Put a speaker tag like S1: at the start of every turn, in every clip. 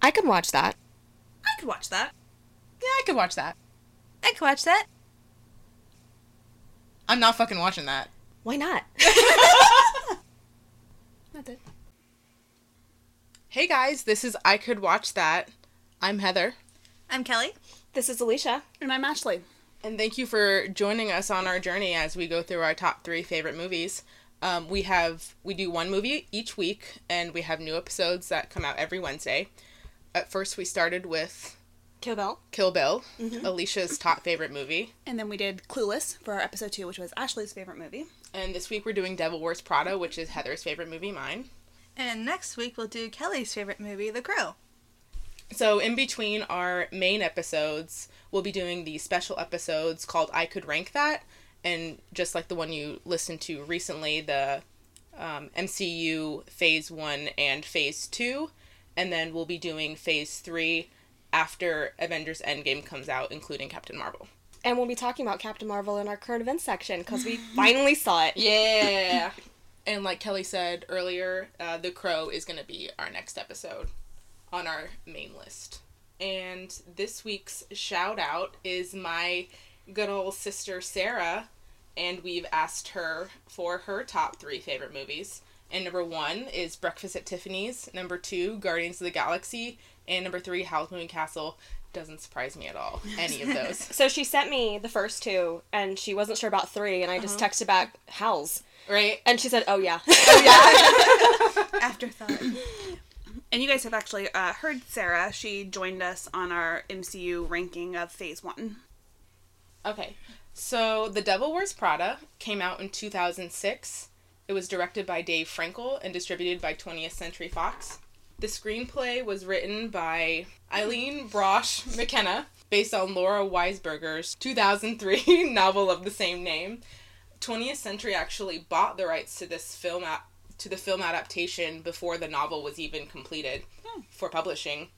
S1: I could watch that.
S2: I could watch that.
S3: Yeah, I could watch that.
S2: I could watch that.
S3: I'm not fucking watching that.
S1: Why not? Not that-
S3: Hey guys, this is I Could Watch That. I'm Heather,
S2: I'm Kelly.
S1: This is Alicia.
S4: And I'm Ashley.
S3: and thank you for joining us on our journey as we go through our top three favorite movies. Um, we have we do one movie each week, and we have new episodes that come out every Wednesday. At first, we started with
S1: Kill Bill. Mm-hmm.
S3: Kill Bill, Alicia's top favorite movie,
S4: And then we did Clueless for our episode two, which was Ashley's favorite movie.
S3: and this week we're doing Devil Wears Prada, which is Heather's favorite movie, mine.
S2: And next week we'll do Kelly's favorite movie, The Crow.
S3: So, in between our main episodes, we'll be doing the special episodes called I Could Rank That. And just like the one you listened to recently, the um, MCU Phase 1 and Phase 2. And then we'll be doing Phase 3 after Avengers Endgame comes out, including Captain Marvel.
S1: And we'll be talking about Captain Marvel in our current events section because we finally saw it.
S3: Yeah! and like Kelly said earlier, uh, The Crow is going to be our next episode on our main list. And this week's shout out is my good old sister Sarah, and we've asked her for her top three favorite movies. And number one is Breakfast at Tiffany's, number two, Guardians of the Galaxy, and number three, Howl's Moving Castle. Doesn't surprise me at all, any of those.
S1: So she sent me the first two and she wasn't sure about three and I
S2: Uh-huh.
S1: just texted back, Howls.
S3: right?
S1: And she said, Oh yeah.
S2: Afterthought.
S4: And you guys have actually uh, heard Sarah. She joined us on our MCU ranking of phase one.
S3: Okay. So The Devil Wears Prada came out in 2006. It was directed by Dave Frankel and distributed by 20th Century Fox. The screenplay was written by Eileen Brosh McKenna, based on Laura Weisberger's 2003 novel of the same name. 20th Century actually bought the rights to this film a- to the film adaptation before the novel was even completed for publishing.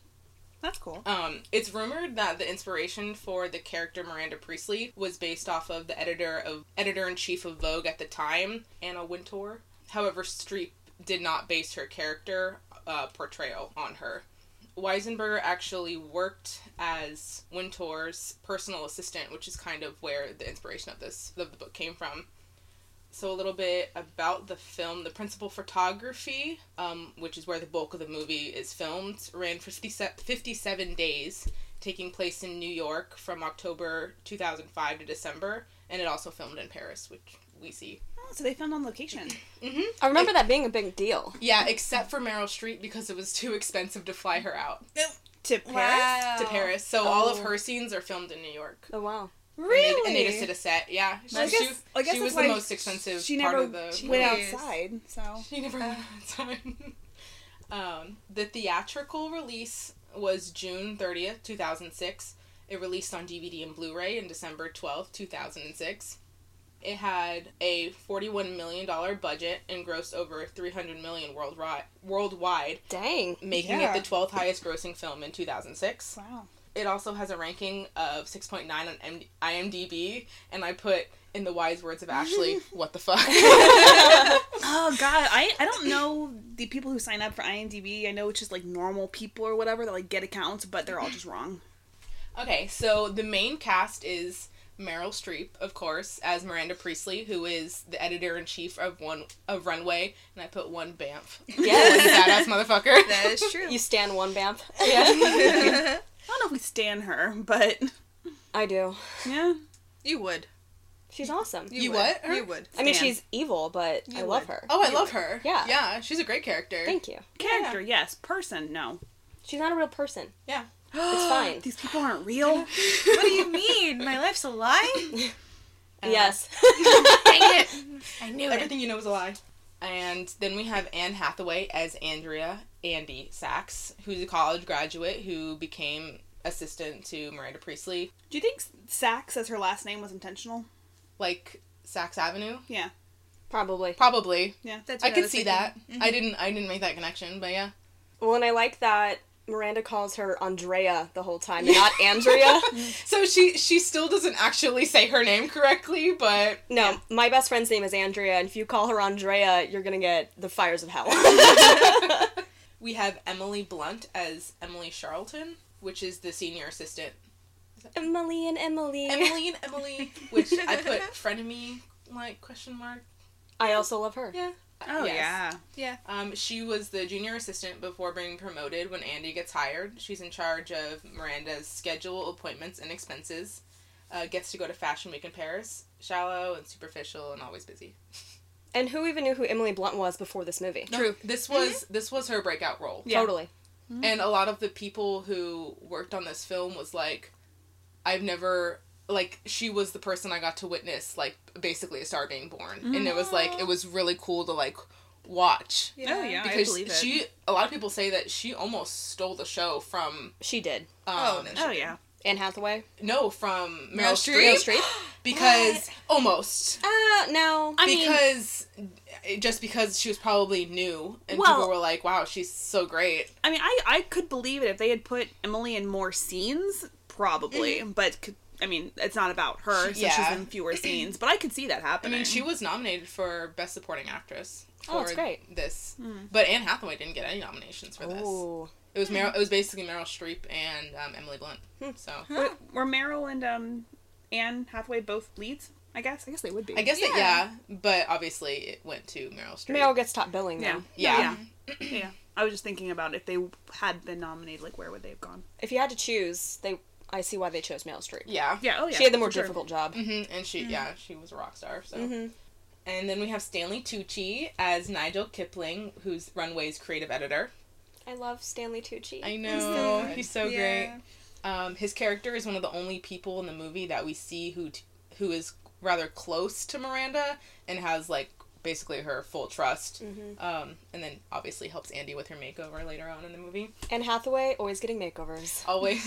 S4: That's cool.
S3: Um, it's rumored that the inspiration for the character Miranda Priestley was based off of the editor of editor in chief of Vogue at the time, Anna Wintour. However, Streep did not base her character uh, portrayal on her. Weisenberger actually worked as Wintour's personal assistant, which is kind of where the inspiration of this of the book came from. So a little bit about the film. The principal photography, um, which is where the bulk of the movie is filmed, ran for 50 se- 57 days, taking place in New York from October 2005 to December, and it also filmed in Paris, which we see. Mm-hmm.
S4: Oh, so they filmed on location.
S1: I remember that being a big deal.
S3: Yeah, except for Meryl Streep because it was too expensive to fly her out
S4: To Paris?
S2: Wow.
S4: Oh.
S3: to Paris. So all of her scenes are filmed in New York.
S1: Oh wow.
S4: Really?
S3: And they, and they just did a set. Yeah, she,
S4: I
S3: she-
S4: guess, I guess
S3: she
S4: that's
S3: was the
S4: why
S3: most expensive
S4: She
S3: part
S4: never
S3: of the.
S4: went
S2: Jeez.
S4: outside, so.
S3: She never went outside. um, the theatrical release was June 30th, 2006. It released on DVD and Blu ray in December 12th, 2006. It had a $41 million budget and grossed over $300 million worldwide, worldwide
S1: Dang.
S3: making
S4: Yeah.
S3: it the 12th highest grossing film in 2006.
S4: Wow.
S3: It also has a ranking of 6.9 on M- IMDb, and I put, in the wise words of Ashley, what the fuck?
S4: Oh god, I, I don't know the people who sign up for IMDb. I know it's just like normal people or whatever that like get accounts, but they're all just wrong.
S3: Okay, so the main cast is Meryl Streep, of course, as Miranda Priestley, who is the editor in chief of one of Runway, and I put one Banff.
S1: Yes.
S3: Badass motherfucker.
S2: That is true.
S1: you stand one bamp. Yeah.
S4: I don't know if we stan her, but
S1: I do.
S4: yeah.
S2: you would.
S1: She's awesome.
S3: You what? Her?
S2: You would.
S1: I mean
S4: Stan.
S1: she's evil, but I
S2: You
S1: love
S2: would.
S1: her.
S3: Oh, I love her.
S1: Yeah.
S3: Yeah, she's a great character.
S1: Thank you.
S4: Character, yes. Person, no.
S1: She's not a real person.
S3: Yeah.
S1: It's fine.
S4: These people aren't real.
S2: What do you mean? My life's a lie? Dang
S1: yes.
S2: it. I knew it.
S3: Everything you know is a lie. And then we have Anne Hathaway as Andrea Andy Sachs, who's a college graduate who became assistant to Miranda Priestley,
S4: Do you think Sax as her last name was intentional?
S3: like Saks Avenue.
S4: Yeah.
S1: Probably.
S3: Probably.
S4: Yeah.
S2: That's
S3: I
S2: what
S3: could
S2: was
S3: see
S2: thinking.
S3: that. I didn't. I didn't make that connection, but yeah.
S1: Well, and I like that Miranda calls her Andrea the whole time, and not Andrea.
S3: So she she still doesn't actually say her name correctly, but
S1: No, my best friend's name is Andrea, and if you call her Andrea, you're gonna get the fires of hell.
S3: We have Emily Blunt as Emily Charlton, which is the senior assistant.
S1: Emily and Emily.
S3: Emily and Emily, which I put frenemy like question mark.
S1: I also love her.
S3: Yeah.
S4: Oh
S3: Yes.
S4: yeah.
S2: Yeah.
S3: Um, she was the junior assistant before being promoted when Andy gets hired. She's in charge of Miranda's schedule, appointments, and expenses. Uh, gets to go to Fashion Week in Paris. Shallow and superficial and always busy.
S1: And who even knew who Emily Blunt was before this movie?
S3: True. This was this was her breakout role.
S4: Yeah.
S1: Totally.
S3: And a lot of the people who worked on this film was like, I've never like she was the person I got to witness like basically a star being born, and it was like it was really cool to like watch
S4: Oh, yeah. I
S3: because
S4: believe it.
S3: she a lot of people say that she almost stole the show from
S1: She did.
S3: um
S2: Oh, no.
S4: Oh yeah.
S1: Anne Hathaway.
S3: no from Meryl,
S2: Meryl
S3: Streep,
S1: Meryl Streep.
S3: because almost
S1: Uh, no.
S4: I mean,
S3: because just because she was probably new and
S4: Well-
S3: people were like wow she's so great
S4: I mean, I I could believe it if they had put Emily in more scenes, probably. But c- I mean, it's not about her, so
S3: Yeah.
S4: she's in fewer scenes. But I could see that
S3: I
S4: happening.
S3: mean she was nominated for best supporting actress for
S1: Oh, that's great. Hmm.
S3: this but Anne Hathaway didn't get any nominations for this
S1: Ooh. Hmm.
S3: it was Meryl it was basically Meryl Streep and um, Emily Blunt so
S4: Were- were Meryl and um, Anne Hathaway both leads? I guess. I guess they would be.
S3: I guess that yeah
S2: Yeah.
S3: but obviously it went to Meryl Streep
S1: Meryl gets top billing though.
S3: Yeah.
S4: Yeah. Yeah. yeah. I was just thinking about if they had been nominated, like where would they have gone?
S1: If you had to choose, they I see why they chose Meryl Streep.
S3: yeah
S4: Yeah. Oh yeah.
S1: She had the more
S4: for sure.
S1: difficult job.
S3: hmm And she, yeah, she was a rock star. So,
S1: Mm-hmm.
S3: and then we have Stanley Tucci as Nigel Kipling, who's Runway's creative editor.
S1: I love Stanley Tucci.
S3: I know he's so
S2: Yeah.
S3: great. Um, his character is one of the only people in the movie that we see who t- who is rather close to Miranda and has like basically her full trust. Um, and then obviously helps Andy with her makeover later on in the movie.
S1: Anne Hathaway always getting makeovers.
S3: Always.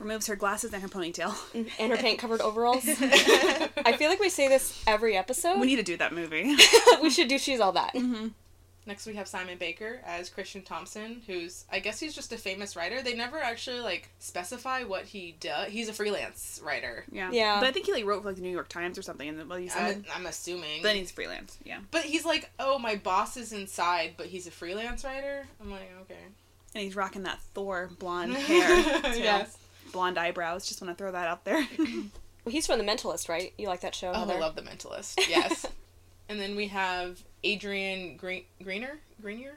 S4: Removes her glasses and her ponytail.
S3: Mm-hmm.
S1: And her paint covered overalls. I feel like we say this every episode.
S4: we need to do that movie.
S1: we should do She's All That.
S3: Mm-hmm. Next we have Simon Baker as Christian Thompson, who's I guess he's just a famous writer. They never actually like specify what he does. He's a freelance writer.
S4: Yeah.
S1: Yeah.
S4: But I think he like wrote for like the New York Times or something, and then well, he
S3: I'm,
S4: said
S3: I'm assuming.
S4: then he's freelance. Yeah.
S3: but he's like, oh, my boss is inside, but he's a freelance writer. I'm like, okay.
S4: And he's rocking that Thor blonde hair, too.
S3: yes.
S4: blonde eyebrows. Just want to throw that out there.
S1: He's from The Mentalist, right? You like that show?
S3: Oh,
S1: Heather?
S3: I love The Mentalist. Yes. and then we have Adrian Green- Greener. Greenier.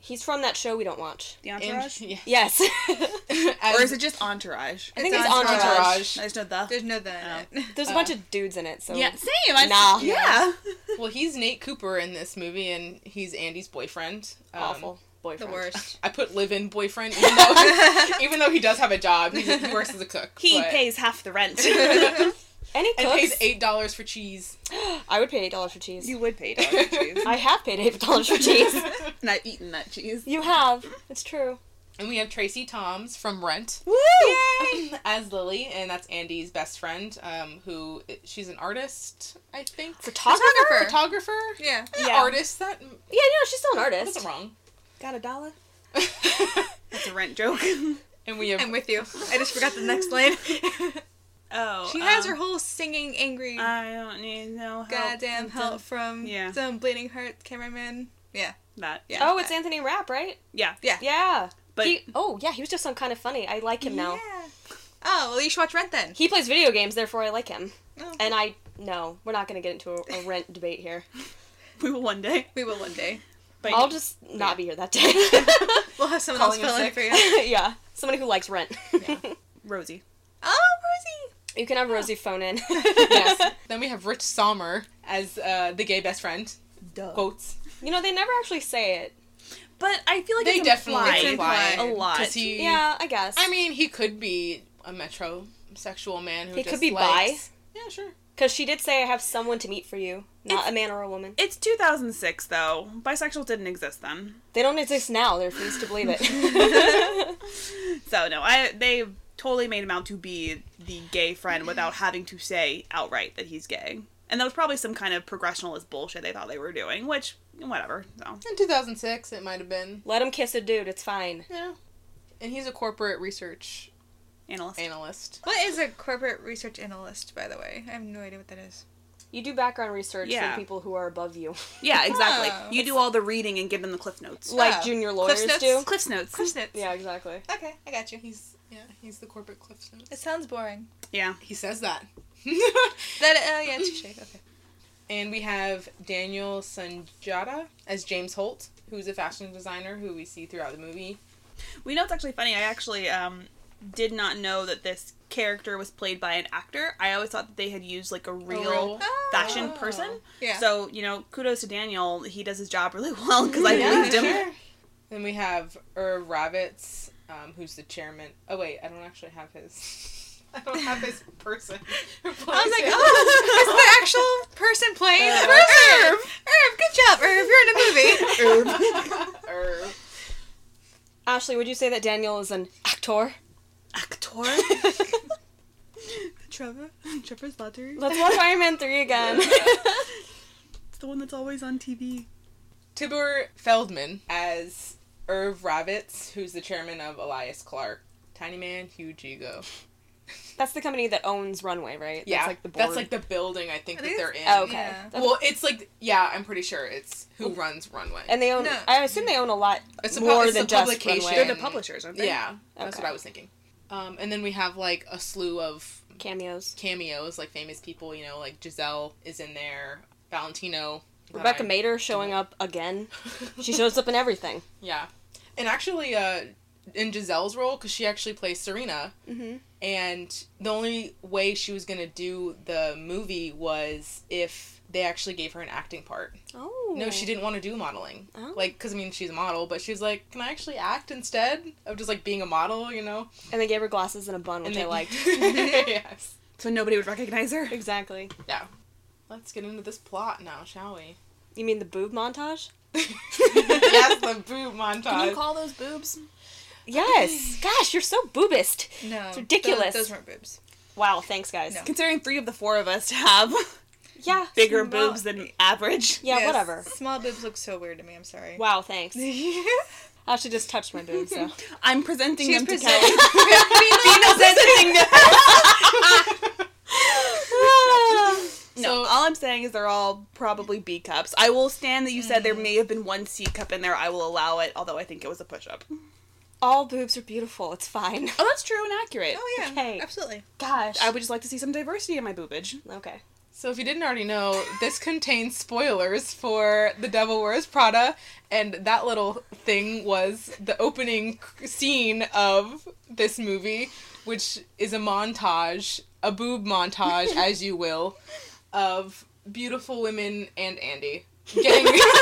S1: He's from that show we don't watch.
S4: the
S3: And-
S4: entourage,
S3: yeah.
S1: Yes.
S3: As-
S4: or is it just entourage?
S1: I think
S2: It's
S1: it's
S2: Entourage.
S1: Entourage.
S3: Entourage.
S4: There's no the. Oh.
S2: There's no that. in it.
S1: There's a bunch
S3: Uh,
S1: of dudes in it, so
S4: Yeah, same. I,
S1: Nah.
S4: Yeah.
S3: Well, he's Nate Cooper in this movie, and he's Andy's boyfriend. Um,
S1: awful boyfriend.
S2: the worst.
S3: I put live-in boyfriend, even though, even though he does have a job. He's, he works as a cook.
S4: He
S3: but-
S4: pays half the rent.
S1: And he
S3: and
S1: cooks.
S3: pays eight dollars for cheese.
S1: I would pay eight dollars for cheese.
S4: you would pay dollar cheese.
S1: I have paid eight dollars for cheese.
S4: and I've eaten that cheese.
S1: you have. It's true.
S3: And we have Tracy Toms from Rent
S4: Woo!
S3: as Lily, and that's Andy's best friend, um, who she's an artist, I think,
S2: Photographer.
S3: photographer,
S2: Yeah.
S3: An
S1: Yeah.
S3: artist. That mm,
S1: Yeah, no, she's still an artist.
S3: wasn't wrong.
S4: Got a dollar? That's a rent joke.
S3: and we have
S2: I'm with you. I just forgot the next line.
S4: oh.
S2: She has
S4: um,
S2: her whole singing angry
S4: I don't need no help.
S2: goddamn help from
S4: Uh, Yeah.
S2: some bleeding heart cameraman. Yeah.
S4: That. Yeah.
S2: Yeah.
S1: Oh, it's Anthony Rapp, right?
S4: Yeah.
S2: Yeah.
S1: Yeah.
S4: But
S1: He- oh yeah, he was just on kind of funny. I like him now.
S2: Yeah. Oh, well, you should watch Rent then.
S1: He plays video games, therefore I like him.
S2: Oh.
S1: And I no, we're not gonna get into a, a rent debate here.
S4: we will one day.
S2: We will one day.
S4: But
S1: I'll just not be here that day.
S2: We'll have someone else
S3: Calling him
S2: fill
S3: sick.
S2: in for you.
S1: yeah, somebody who likes rent.
S4: Rosie.
S2: Oh, Rosie.
S1: You can have Rosie phone in.
S3: yes. Then we have Rich Sommer as uh, the gay best friend.
S4: Duh.
S3: Quotes.
S1: You know they never actually say it.
S4: But I feel like
S3: They
S4: it's
S3: definitely imply
S4: implied. a lot.
S3: Cause he,
S1: Yeah, I guess.
S3: I mean, he could be a metrosexual man who
S1: He
S3: just
S1: could be bi.
S3: likes- Yeah, sure.
S1: Because she did say, I have someone to meet for you, not a man or a woman.
S4: It's 2006 though. Bisexual didn't exist then.
S1: They don't exist now, they refuse to believe it.
S4: So no, I they totally made him out to be the gay friend without having to say outright that he's gay. And that was probably some kind of progressionalist bullshit they thought they were doing, which whatever. So
S3: In 2006, it might have been.
S1: Let him kiss a dude, it's fine.
S3: Yeah. And he's a corporate research
S4: analyst.
S3: analyst.
S2: What is a corporate research analyst, by the way? I have no idea what that is.
S1: You do background research
S4: Yeah.
S1: for the people who are above you,
S4: Yeah, exactly.
S2: Oh.
S4: You do all the reading and give them the cliff notes.
S2: Like-
S1: like junior lawyers
S2: Cliff's
S1: do.
S2: Oh, Notes?
S4: cliff notes.
S2: Cliff notes.
S1: Yeah, exactly.
S2: Okay, I got you.
S3: He's yeah, he's the corporate Clifton.
S2: It sounds boring.
S4: Yeah.
S3: He says that.
S2: That oh yeah, touche. Okay.
S3: and we have Daniel Sanjata as James Holt, who's a fashion designer who we see throughout the movie.
S4: We know it's actually funny. I actually um, did not know that this character was played by an actor. I always thought that they had used like a real,
S3: real-
S4: fashion
S3: Oh.
S4: person.
S2: Yeah.
S4: So you know, kudos to Daniel. He does his job really well because I
S3: Yeah,
S4: believed him.
S3: sure. Then we have Irv Ravitz, um, who's the chairman. Oh wait, I don't actually have his. I don't have his person. I was
S2: I was like, oh, it's the actual person playing the
S3: Uh,
S2: person. Irv. Irv, good job, Irv. You're in a movie.
S3: "Oh, Irv.
S1: Ashley, would you say that Daniel is an actor?
S4: Actor. Trevor. Trevor's butter.
S1: Let's watch Iron Man 3 again.
S4: It's the one that's always on TV.
S3: Tibor Feldman as Irv Ravitz, who's the chairman of Elias Clark. Tiny man, huge ego.
S1: That's the company that owns Runway, right?
S3: Yeah,
S1: That's like the board.
S3: building I think
S2: I
S3: that
S2: think
S3: they're in.
S2: it's-
S1: Oh, okay.
S2: Yeah.
S1: That's-
S3: Well, it's like yeah, I'm pretty sure it's who runs Runway.
S1: and they own.
S2: No.
S1: I assume they own a lot
S3: It's a pub-
S1: more
S3: it's
S1: than
S3: a
S1: just
S3: publication.
S1: Runway.
S4: They're the
S3: And-
S4: publishers, aren't they?
S3: yeah, that's what
S1: Okay.
S3: I was thinking. Um, and then we have like a slew of
S1: cameos.
S3: cameos, like famous people. You know, like Giselle is in there. Valentino. that
S1: Rebecca
S3: I-
S1: Mader showing up again. She shows up in everything.
S3: yeah, and actually, uh, in Giselle's role, because she actually plays Serena,
S1: Mm-hmm.
S3: and the only way she was gonna do the movie was if they actually gave her an acting part.
S1: Oh.
S3: No, she didn't want to do modeling.
S1: Oh.
S3: Like, cause I mean, she's a model, but she's like, can I actually act instead of just like being a model? You know?
S1: And they gave her glasses and a bun, which
S3: they
S1: I liked.
S3: yes.
S4: So nobody would recognize her.
S1: Exactly.
S3: Yeah. Let's get into this plot now, shall we?
S1: You mean the boob montage?
S3: yes, the boob montage.
S4: call those boobs?
S1: Yes. Gosh, you're so boobist.
S2: No,
S1: It's ridiculous.
S2: Those, those weren't boobs.
S1: Wow. Thanks, guys.
S2: No.
S4: Considering three of the four of us have
S1: Yeah.
S4: bigger
S2: Well,
S4: boobs than average.
S1: Yeah.
S2: Yes,
S1: Whatever.
S2: Small boobs look so weird to me. I'm sorry. Oh,
S1: Wow. Thanks.
S2: She's
S1: I actually just touched my boob. So.
S4: I'm presenting them to
S2: presenting.
S4: Kelly. presenting them. No,
S3: So-
S4: all I'm saying is they're all probably B cups. I will stand that you said there may have been one C cup in there. I will allow it, although I think it was a push up.
S1: All boobs are beautiful. It's fine.
S4: Oh, that's true and accurate.
S2: Oh yeah,
S1: Okay.
S2: absolutely.
S1: Gosh.
S4: I would just like to see some diversity in my boobage.
S1: okay.
S3: So if you didn't already know, this contains spoilers for The Devil Wears Prada, and that little thing was the opening c- scene of this movie, which is a montage, a boob montage, as you will, of beautiful women and Andy getting.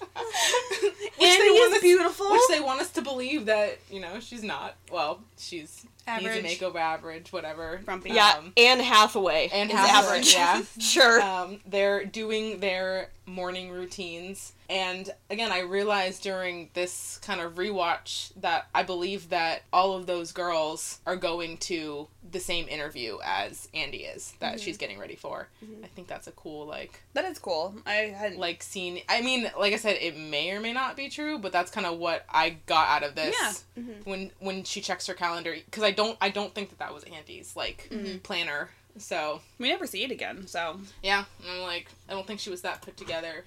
S3: which they want us-
S4: beautiful.
S3: Which they want us to believe that you know she's not. Well, she's
S2: Average.
S3: needs a makeover, average, whatever.
S4: Grumpy.
S1: Yeah.
S3: Um,
S1: Anne Hathaway.
S3: and
S1: is
S3: average.
S1: average.
S3: Yeah.
S1: Sure.
S4: Uh,
S3: Um, they're doing their morning routines. And again, I realized during this kind of rewatch that I believe that all of those girls are going to the same interview as Andy is that she's getting ready for. I think that's a cool like
S4: That is cool. I had like
S3: like scene. I mean, like I said, it may or may not be true, but that's kind of what I got out of this.
S4: Yeah.
S3: When when she checks her calendar, because I don't I don't think that that was Andy's like planner. So
S4: we never see it again, so
S3: yeah, and I'm like, I don't think she was that put together.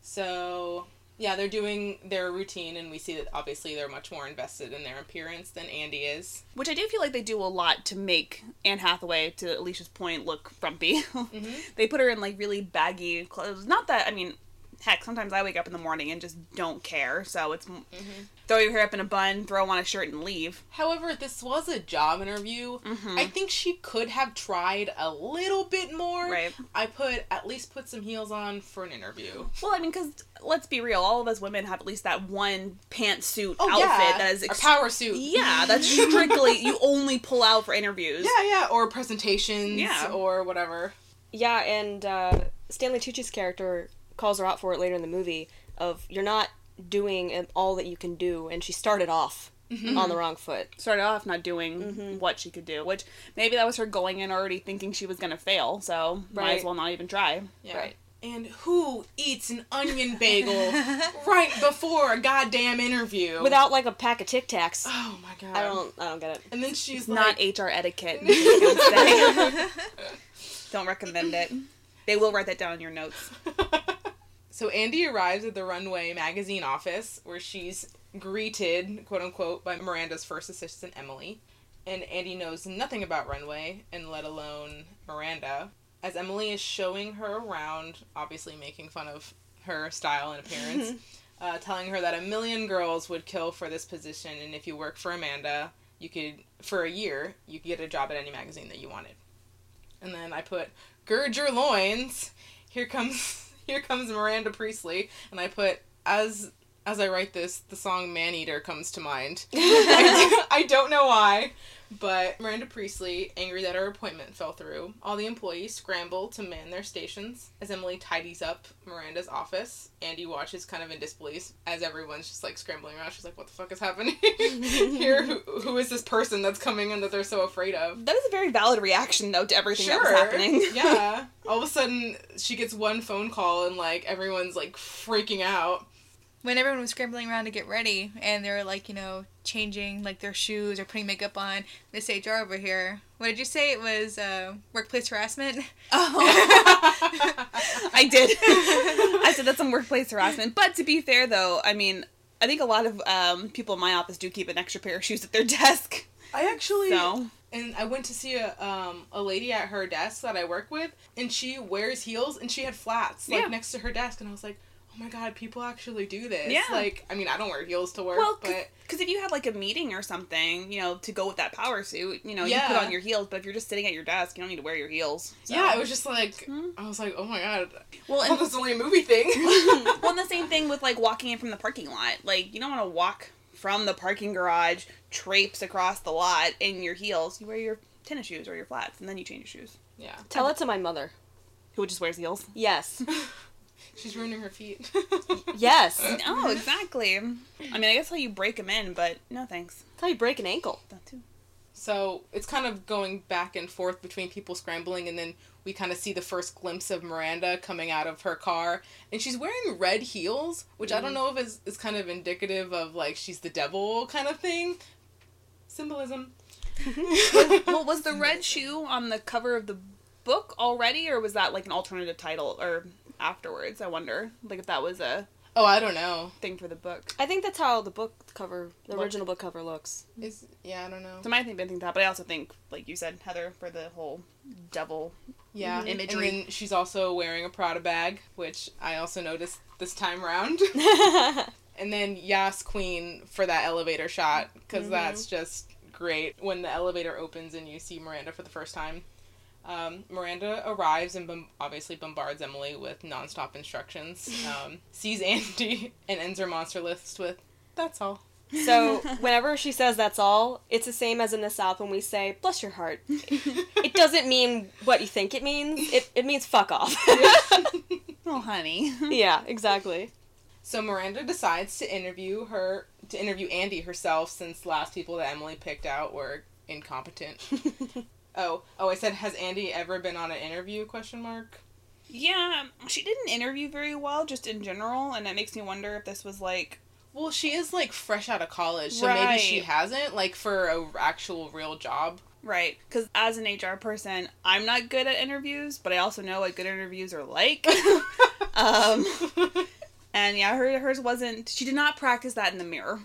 S3: so, yeah, they're doing their routine, and we see that obviously they're much more invested in their appearance than Andy is.
S4: which I do feel like they do a lot to make Anne Hathaway, to Alicia's point, look frumpy.
S3: Mm-hmm.
S4: they put her in like really baggy clothes. Not that I mean, heck, sometimes I wake up in the morning and just don't care. So it's m
S3: Mm-hmm.
S4: throw your hair up in a bun, throw on a shirt, and leave.
S3: However, this was a job interview.
S4: Mm-hmm.
S3: I think she could have tried a little bit more.
S4: Right.
S3: I put at least put some heels on for an interview.
S4: Well, I mean, because let's be real, all of us women have at least that one pantsuit
S3: Oh
S4: outfit
S3: yeah,
S4: that is
S3: a
S4: ex-
S3: power suit.
S4: yeah, that's strictly you only pull out for interviews.
S3: Yeah, yeah, or presentations,
S4: Yeah.
S3: or whatever.
S1: Yeah, and uh, Stanley Tucci's character calls her out for it later in the movie. Of you're not doing all that you can do, and she started off on the wrong foot.
S4: Started off not doing what she could do, which maybe that was her going in already thinking she was gonna fail, so might as
S1: Right.
S4: well not even try.
S3: Yeah.
S1: Right.
S3: And who eats an onion bagel right before a goddamn interview?
S1: without like a pack of Tic Tacs.
S3: Oh my god.
S1: I don't. I don't get it.
S3: And then she's
S4: Not
S3: like,
S4: HR etiquette. I would say. Don't recommend it. They will write that down in your notes.
S3: so Andy arrives at the Runway magazine office where she's greeted, quote unquote, by Miranda's first assistant, Emily. And Andy knows nothing about Runway, and let alone Miranda. As Emily is showing her around, obviously making fun of her style and appearance, uh, telling her that a million girls would kill for this position, and if you work for Amanda, you could, for a year, you could get a job at any magazine that you wanted. And then I put, gird your loins here comes here comes Miranda Priestley, and I put as as I write this, the song Man Eater comes to mind. I, do, not know why, but Miranda Priestley, angry that her appointment fell through, all the employees scramble to man their stations. As Emily tidies up Miranda's office, Andy watches kind of in disbelief as everyone's just like scrambling around. She's like, "What the fuck is happening here? Who, who is this person that's coming and that they're so afraid of?"
S4: That is a very valid reaction, though, to everything
S3: sure.
S4: that was happening.
S3: yeah. All of a sudden, she gets one phone call and like everyone's like freaking out.
S2: When everyone was scrambling around to get ready and they were like, you know, changing like their shoes or putting makeup on, this HR over here, what did you say it was? Uh, workplace harassment?
S4: I did. I said that's some workplace harassment. But to be fair, though, I mean, I think a lot of um, people in my office do keep an extra pair of shoes at their desk.
S3: I actually
S4: So
S3: and I went to see a um a lady at her desk that I work with, and she wears heels and she had flats like
S4: Yeah.
S3: next to her desk, and I was like, oh my god, people actually do this.
S4: Yeah.
S3: Like, I mean, I don't wear heels to work,
S4: well,
S3: but
S4: because if you had like a meeting or something, you know, to go with that power suit, you know, you
S3: Yeah.
S4: put on your heels. But if you're just sitting at your desk, you don't need to wear your heels. So.
S3: yeah, it was just like
S4: Hmm.
S3: I was like, oh my god,
S4: well,
S3: oh,
S4: and
S3: this is only a movie thing.
S4: well, and the same thing with like walking in from the parking lot. Like you don't want to walk from the parking garage, traipse across the lot in your heels. You wear your tennis shoes or your flats, and then you change your shoes.
S3: yeah,
S1: Tell that to my mother.
S4: Who just wears heels?
S1: Yes.
S3: she's ruining her feet.
S1: Yes.
S3: Mm-hmm.
S1: That's
S4: No, Oh, exactly. I mean, I guess how you break them in, but no thanks.
S1: how you break an ankle.
S4: That too.
S3: So it's kind of going back and forth between people scrambling, and then we kind of see the first glimpse of Miranda coming out of her car, and she's wearing red heels, which I don't know
S4: Mm-hmm.
S3: if is is kind of indicative of like she's the devil kind of thing, symbolism.
S4: Well, was the red shoe on the cover of the book already, or was that like an alternative title or afterwards? I wonder, like if that was a
S3: Oh, I don't know.
S4: thing for the book.
S1: I think that's how the book cover, the
S3: Look.
S1: original book cover looks.
S3: Is yeah, I don't know.
S4: So my thing been think that, but I also think, like you said, Heather, for the whole devil.
S3: Yeah,
S4: Imagery.
S3: And then she's also wearing a Prada bag, which I also noticed this time round. and then Yas Queen for that elevator shot because that's just great when the elevator opens and you see Miranda for the first time. Um, Miranda arrives and bom- obviously bombards Emily with nonstop instructions. Um, sees Andy and ends her monster list with, "That's all."
S1: So whenever she says that's all, it's the same as in the South when we say "bless your heart." It doesn't mean what you think it means. It it means fuck off.
S4: Oh, honey.
S1: yeah, exactly.
S3: So Miranda decides to interview her to interview Andy herself since last people that Emily picked out were incompetent. oh, oh, I said has Andy ever been on an interview question mark?
S4: yeah, she didn't interview very well, just in general, and that makes me wonder if this was like
S3: Well, she is like fresh out of college, so maybe she
S4: Right.
S3: hasn't like for a actual real job.
S4: Right, because as an HR person, I'm not good at interviews, but I also know what good interviews are like. um, and yeah, her hers wasn't. She did not practice that in the mirror.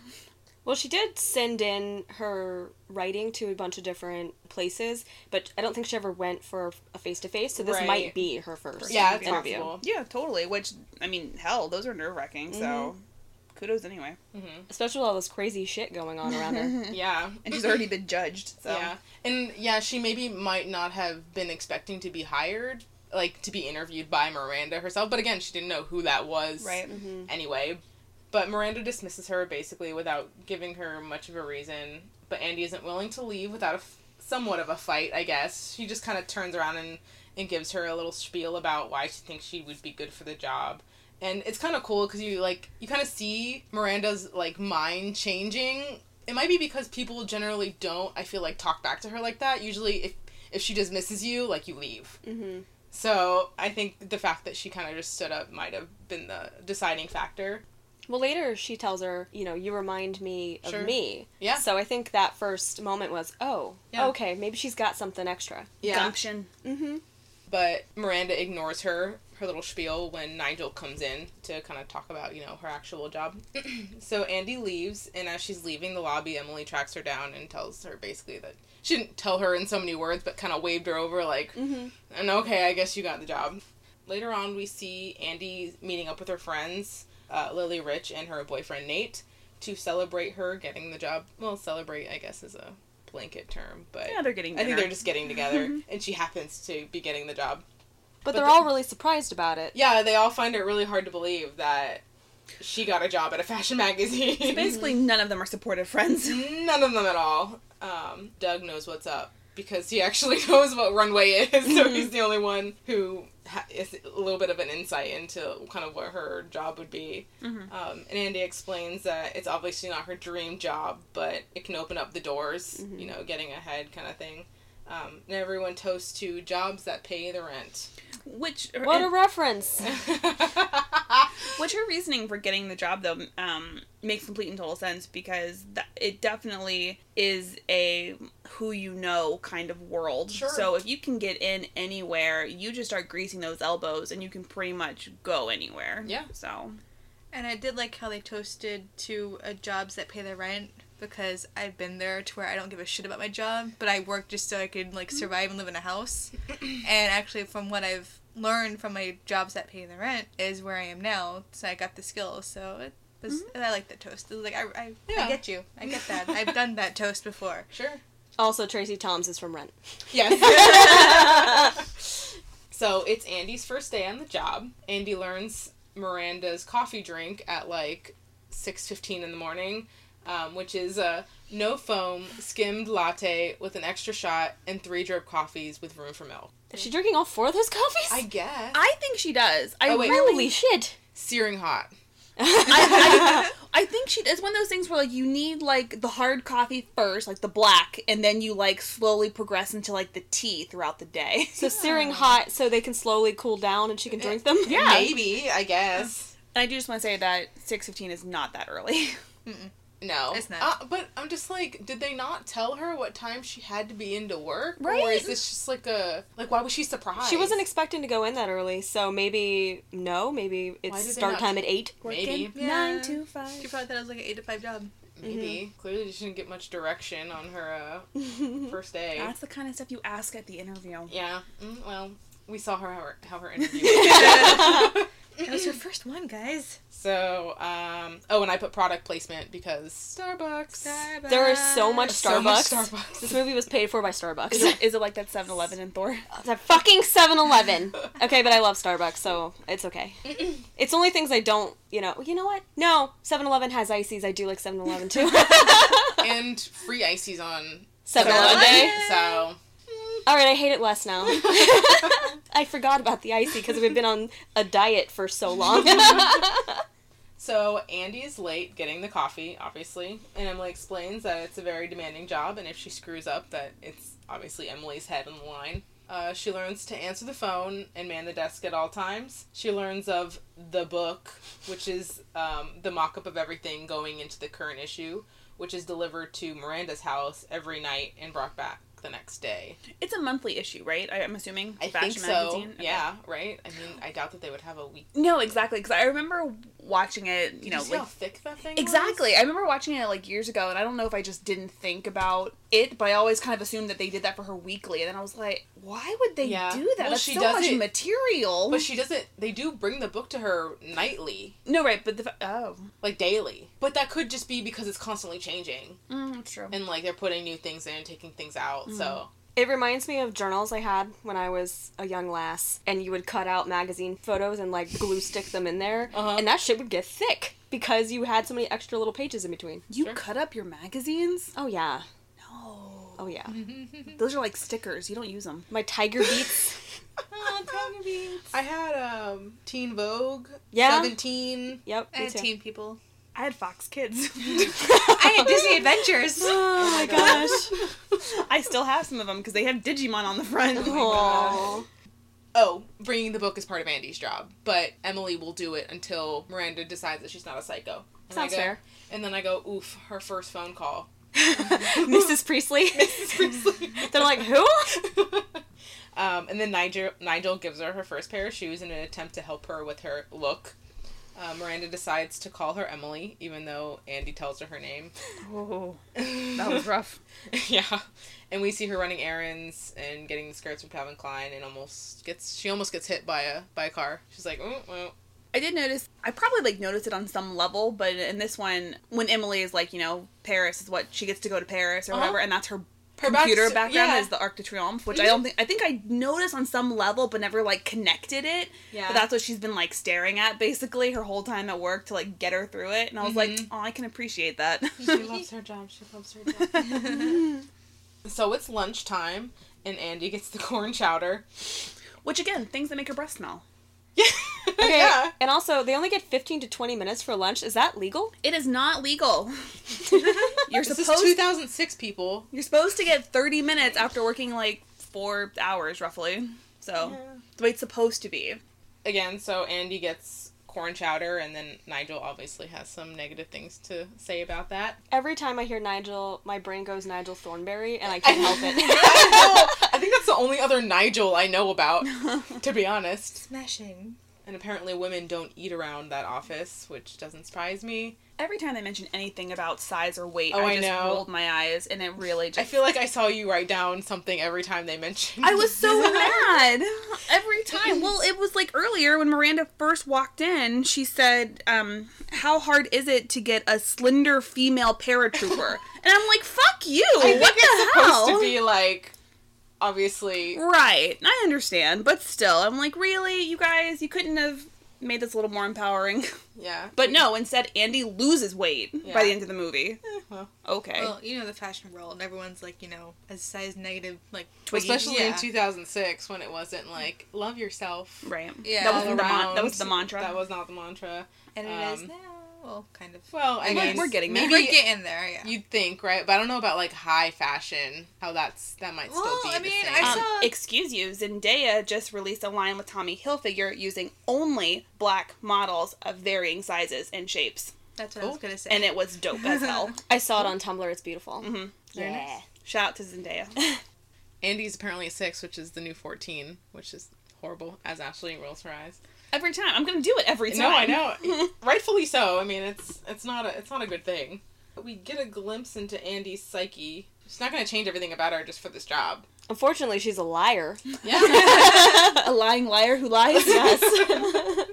S1: Well, she did send in her writing to a bunch of different places, but I don't think she ever went for a face to face. So this
S3: Right.
S1: might be her first
S3: yeah, it's
S1: interview.
S3: possible.
S4: Yeah, totally. Which I mean, hell, those are nerve wracking. So, kudos anyway.
S1: Especially with all this crazy shit going on around her.
S3: Yeah.
S4: And she's already been judged. So
S3: Yeah. And yeah, she maybe might not have been expecting to be hired, like to be interviewed by Miranda herself, but again, she didn't know who that was.
S4: right.
S3: anyway. But Miranda dismisses her basically without giving her much of a reason. But Andy isn't willing to leave without a f- somewhat of a fight, I guess. She just kind of turns around and, and gives her a little spiel about why she thinks she would be good for the job. And it's kind of cool because you like you kind of see Miranda's like mind changing. It might be because people generally don't. I feel like talk back to her like that. Usually, if if she dismisses you, like you leave.
S1: Mm-hmm.
S3: So I think the fact that she kind of just stood up might have been the deciding factor.
S1: Well, later she tells her, you know, you remind me of
S3: Sure.
S1: me.
S3: Yeah.
S1: So I think that first moment was, oh,
S3: Yeah.
S1: okay, maybe she's got something extra.
S3: Yeah.
S4: Gumption.
S1: Mm-hmm.
S3: But Miranda ignores her, her little spiel, when Nigel comes in to kind of talk about, you know, her actual job. so Andy leaves, and as she's leaving the lobby, Emily tracks her down and tells her basically that she didn't tell her in so many words, but kind of waved her over, like,
S1: Mm-hmm.
S3: and okay, I guess you got the job. Later on, we see Andy meeting up with her friends, uh, Lily Rich and her boyfriend Nate, to celebrate her getting the job. Well, celebrate, I guess, is a blanket term, but
S4: Yeah, they're getting.
S3: I think
S4: dinner.
S3: they're just getting together, and she happens to be getting the job.
S1: But,
S3: But
S1: they're
S3: the-
S1: all really surprised about it.
S3: Yeah, they all find it really hard to believe that she got a job at a fashion magazine.
S4: Mm-hmm. Basically, none of them are supportive friends.
S3: None of them at all. Um, Doug knows what's up because he actually knows what runway is, so he's the only one who ha- is a little bit of an insight into kind of what her job would be.
S4: Mhm.
S3: Um, and Andy explains that it's obviously not her dream job, but it can open up the doors, you know, getting ahead kind of thing. Um, and everyone toasts to jobs that pay the rent.
S4: Which
S1: What a reference!
S4: Which her reasoning for getting the job though um, makes complete and total sense because that, it definitely is a who you know kind of world.
S3: Sure.
S4: So if you can get in anywhere, you just start greasing those elbows and you can pretty much go anywhere.
S3: Yeah.
S4: So
S2: And I did like how they toasted to uh, jobs that pay the rent because I've been there to where I don't give a shit about my job, but I work just so I could like survive and live in a house. and actually, from what I've learned from my jobs that pay the rent is where I am now, so I got the skills. So it was, and I like that toast. It was like I, I,
S3: Yeah.
S2: I get you. I get that. I've done that toast before.
S3: sure.
S1: also, Tracy Toms is from Rent.
S3: Yes. so it's Andy's first day on the job. Andy learns Miranda's coffee drink at like six fifteen in the morning, um, which is a no foam skimmed latte with an extra shot and three drip coffees with room for milk.
S1: Is she drinking all four of those coffees?
S3: I guess
S4: I think she does. I
S3: Oh, wait.
S1: Holy shit!
S3: searing hot.
S4: I, I, I think she. It's one of those things where like you need like the hard coffee first, like the black, and then you like slowly progress into like the tea throughout the day.
S1: so searing hot, so they can slowly cool down and she can drink them.
S4: Yeah.
S3: maybe I guess.
S4: And I do just want to say that six fifteen is not that early.
S3: No,
S2: It's not.
S3: Uh, but I'm just like, did they not tell her what time she had to be into work? Or
S4: Right.
S3: is this just like a like? Why was she surprised?
S1: She wasn't expecting to go in that early, so maybe no, maybe
S3: Why did
S1: it's
S3: they
S1: start
S3: not-
S1: time at eight.
S3: Maybe.
S2: Yeah.
S4: Nine to five.
S2: She probably thought it was like an eight to five job.
S3: Maybe. Clearly, she didn't get much direction on her uh, first day.
S4: That's the kind of stuff you ask at the interview.
S3: yeah. Mm, well, we saw her how her, how her interview. went.
S2: That was her first one, guys.
S3: so, um, oh, and I put product placement because Starbucks.
S1: There is so much Starbucks.
S3: So much
S1: This
S3: Starbucks.
S1: movie was paid for by Starbucks.
S4: Is it, is it like that 7 Eleven in Thor?
S1: It's a fucking 7-Eleven. Okay, but I love Starbucks, so it's okay. It's only things I don't, you know. You know what? No, 7-Eleven has ices. I do like 7-Eleven too.
S3: and free ices on
S1: 7-Eleven day.
S3: So,
S1: All right, I hate it less now. I forgot about the icy because we've been on a diet for so long.
S3: so Andy is late getting the coffee, obviously, and Emily explains that it's a very demanding job, and if she screws up, that it's obviously Emily's head on the line. Uh, she learns to answer the phone and man the desk at all times. She learns of the book, which is um, the mock up of everything going into the current issue, which is delivered to Miranda's house every night and brought back the next day.
S4: It's a monthly issue, right? I, I'm assuming.
S3: I
S4: Fashion
S3: think so.
S4: magazine? Okay.
S3: Yeah, right? I mean, I doubt that they would have a week.
S4: No, exactly. Because I remember watching it, you
S3: Did
S4: know,
S3: see
S4: like.
S3: how thick that thing was?
S4: Exactly. I remember watching it like years ago, and I don't know if I just didn't think about it, but I always kind of assumed that they did that for her weekly, and then I was like, why would they
S3: Yeah.
S4: do that?
S3: Well,
S4: That's
S3: she
S4: so
S3: does
S4: much
S3: it-
S4: material.
S3: But she doesn't. They do bring the book to her nightly,
S4: no, right? But the fa- oh,
S3: like daily. But that could just be because it's constantly changing,
S4: mm, that's true.
S3: and like they're putting new things in and taking things out. So
S1: It reminds me of journals I had when I was a young lass, and you would cut out magazine photos and like glue stick them in there,
S3: Uh-huh.
S1: and that shit would get thick because you had so many extra little pages in between.
S4: You
S3: Sure.
S4: cut up your magazines?
S1: Oh yeah,
S4: No.
S1: oh yeah.
S3: Mm-hmm.
S4: Those are like stickers. You don't use them.
S1: My Tiger Beats. Ah,
S3: I had um Teen Vogue,
S1: Yeah.
S3: Seventeen.
S1: yep.
S2: I
S1: me
S2: had
S1: too.
S2: teen people.
S4: I had Fox Kids.
S2: I had Disney Adventures.
S1: Oh my gosh. Oh,
S4: I still have some of them because they have Digimon on the front.
S1: Aw.
S3: oh, bringing the book is part of Andy's job, but Emily will do it until Miranda decides that she's not a psycho. And
S1: Sounds
S3: I go,
S1: fair.
S3: And then I go, oof, her first phone call.
S1: Mrs. Priestley. They're like, who?
S3: Oh, um, and then Nigel Nigel gives her her first pair of shoes in an attempt to help her with her look. Uh, Miranda decides to call her Emily, even though Andy tells her her name.
S4: Oh, that was rough.
S3: yeah, and we see her running errands and getting the skirts from Calvin Klein, and almost gets she almost gets hit by a by a car. She's like, oh, well.
S4: I did notice. I probably like noticed it on some level, but in this one, when Emily is like, you know, Paris is what she gets to go to Paris or
S3: Uh-huh.
S4: whatever, and that's her,
S3: Her
S4: computer
S3: backst-
S4: background
S3: yeah. Mm-hmm.
S4: is the Arc de Triomphe, which I don't think I think I noticed on some level, but never like connected it.
S2: Yeah.
S4: But that's what she's been like staring at basically her whole time at work to like get her through it, and I was like,
S3: Mhm.
S4: oh, I can appreciate that.
S3: She loves her job. She loves her job. So it's lunchtime, and Andy gets the corn chowder.
S4: which again, things that make her breath smell.
S1: Okay.
S3: yeah.
S1: And also, they only get 15 to 20 minutes for lunch. Is that legal?
S4: It is not legal. You're
S3: This
S4: supposed
S3: is 2006, people.
S4: you're supposed to get 30 minutes after working like four hours roughly. So the way it's supposed to be.
S3: Again, so Andy gets corn chowder, and then Nigel obviously has some negative things to say about that.
S1: Every time I hear Nigel, my brain goes Nigel Thornberry, and I can't help it.
S3: I, know. I think that's the only other Nigel I know about, to be honest.
S2: Smashing.
S3: And apparently, women don't eat around that office, which doesn't surprise me.
S4: Every time they mention anything about size or weight,
S3: Oh,
S4: I
S3: I
S4: just
S3: know.
S4: rolled my eyes and it really just
S3: I feel like I saw you write down something every time they mentioned.
S4: I was so mad every time. Well, it was like earlier when Miranda first walked in, she said, um, How hard is it to get a slender female paratrooper? And I'm like, Fuck you!
S3: I think
S4: what the
S3: it's supposed to
S4: hell?
S3: be like, obviously.
S4: Right. I understand, but still, I'm like, really, you guys, you couldn't have made this a little more empowering.
S3: Yeah.
S4: But no, instead Andy loses weight
S3: Yeah.
S4: by the end of the movie.
S3: Eh, well.
S4: Okay.
S2: Well, you know the fashion world, and everyone's like, you know, a size negative, like
S4: Twiggy.
S3: Especially in
S2: Yeah.
S3: 2006 when it wasn't like, love yourself.
S4: right.
S2: Yeah.
S4: That was the mon-
S3: around.
S4: that was the mantra.
S3: That was not the mantra.
S2: and it is
S3: Um,
S2: now. Well, kind of.
S3: Well, I
S4: We're-
S3: mean,
S4: we're getting there.
S3: maybe
S2: We're getting there. Yeah.
S3: you'd think, right? But I don't know about like high fashion. How that's that might still
S2: Well,
S3: be.
S2: I
S3: the
S2: mean,
S3: same.
S2: I
S4: um,
S2: saw-
S4: excuse you, Zendaya just released a line with Tommy Hilfiger using only black models of varying sizes and shapes,
S2: That's what I
S3: Oh,
S2: was gonna say.
S4: and it was dope as hell.
S1: I saw it on Tumblr. It's beautiful.
S4: Mhm.
S3: Mm-hmm. Very nice.
S4: Shout out to Zendaya.
S3: Andy's apparently six, which is the new fourteen, which is horrible. As Ashley rolls her eyes.
S4: Every time, I'm gonna do it every time.
S3: No, I know. Rightfully so. I mean, it's it's not a it's not a good thing. But we get a glimpse into Andy's psyche. She's not going to change everything about her just for this job.
S1: Unfortunately, she's a liar.
S3: Yeah.
S4: a lying liar who lies.
S1: Yes.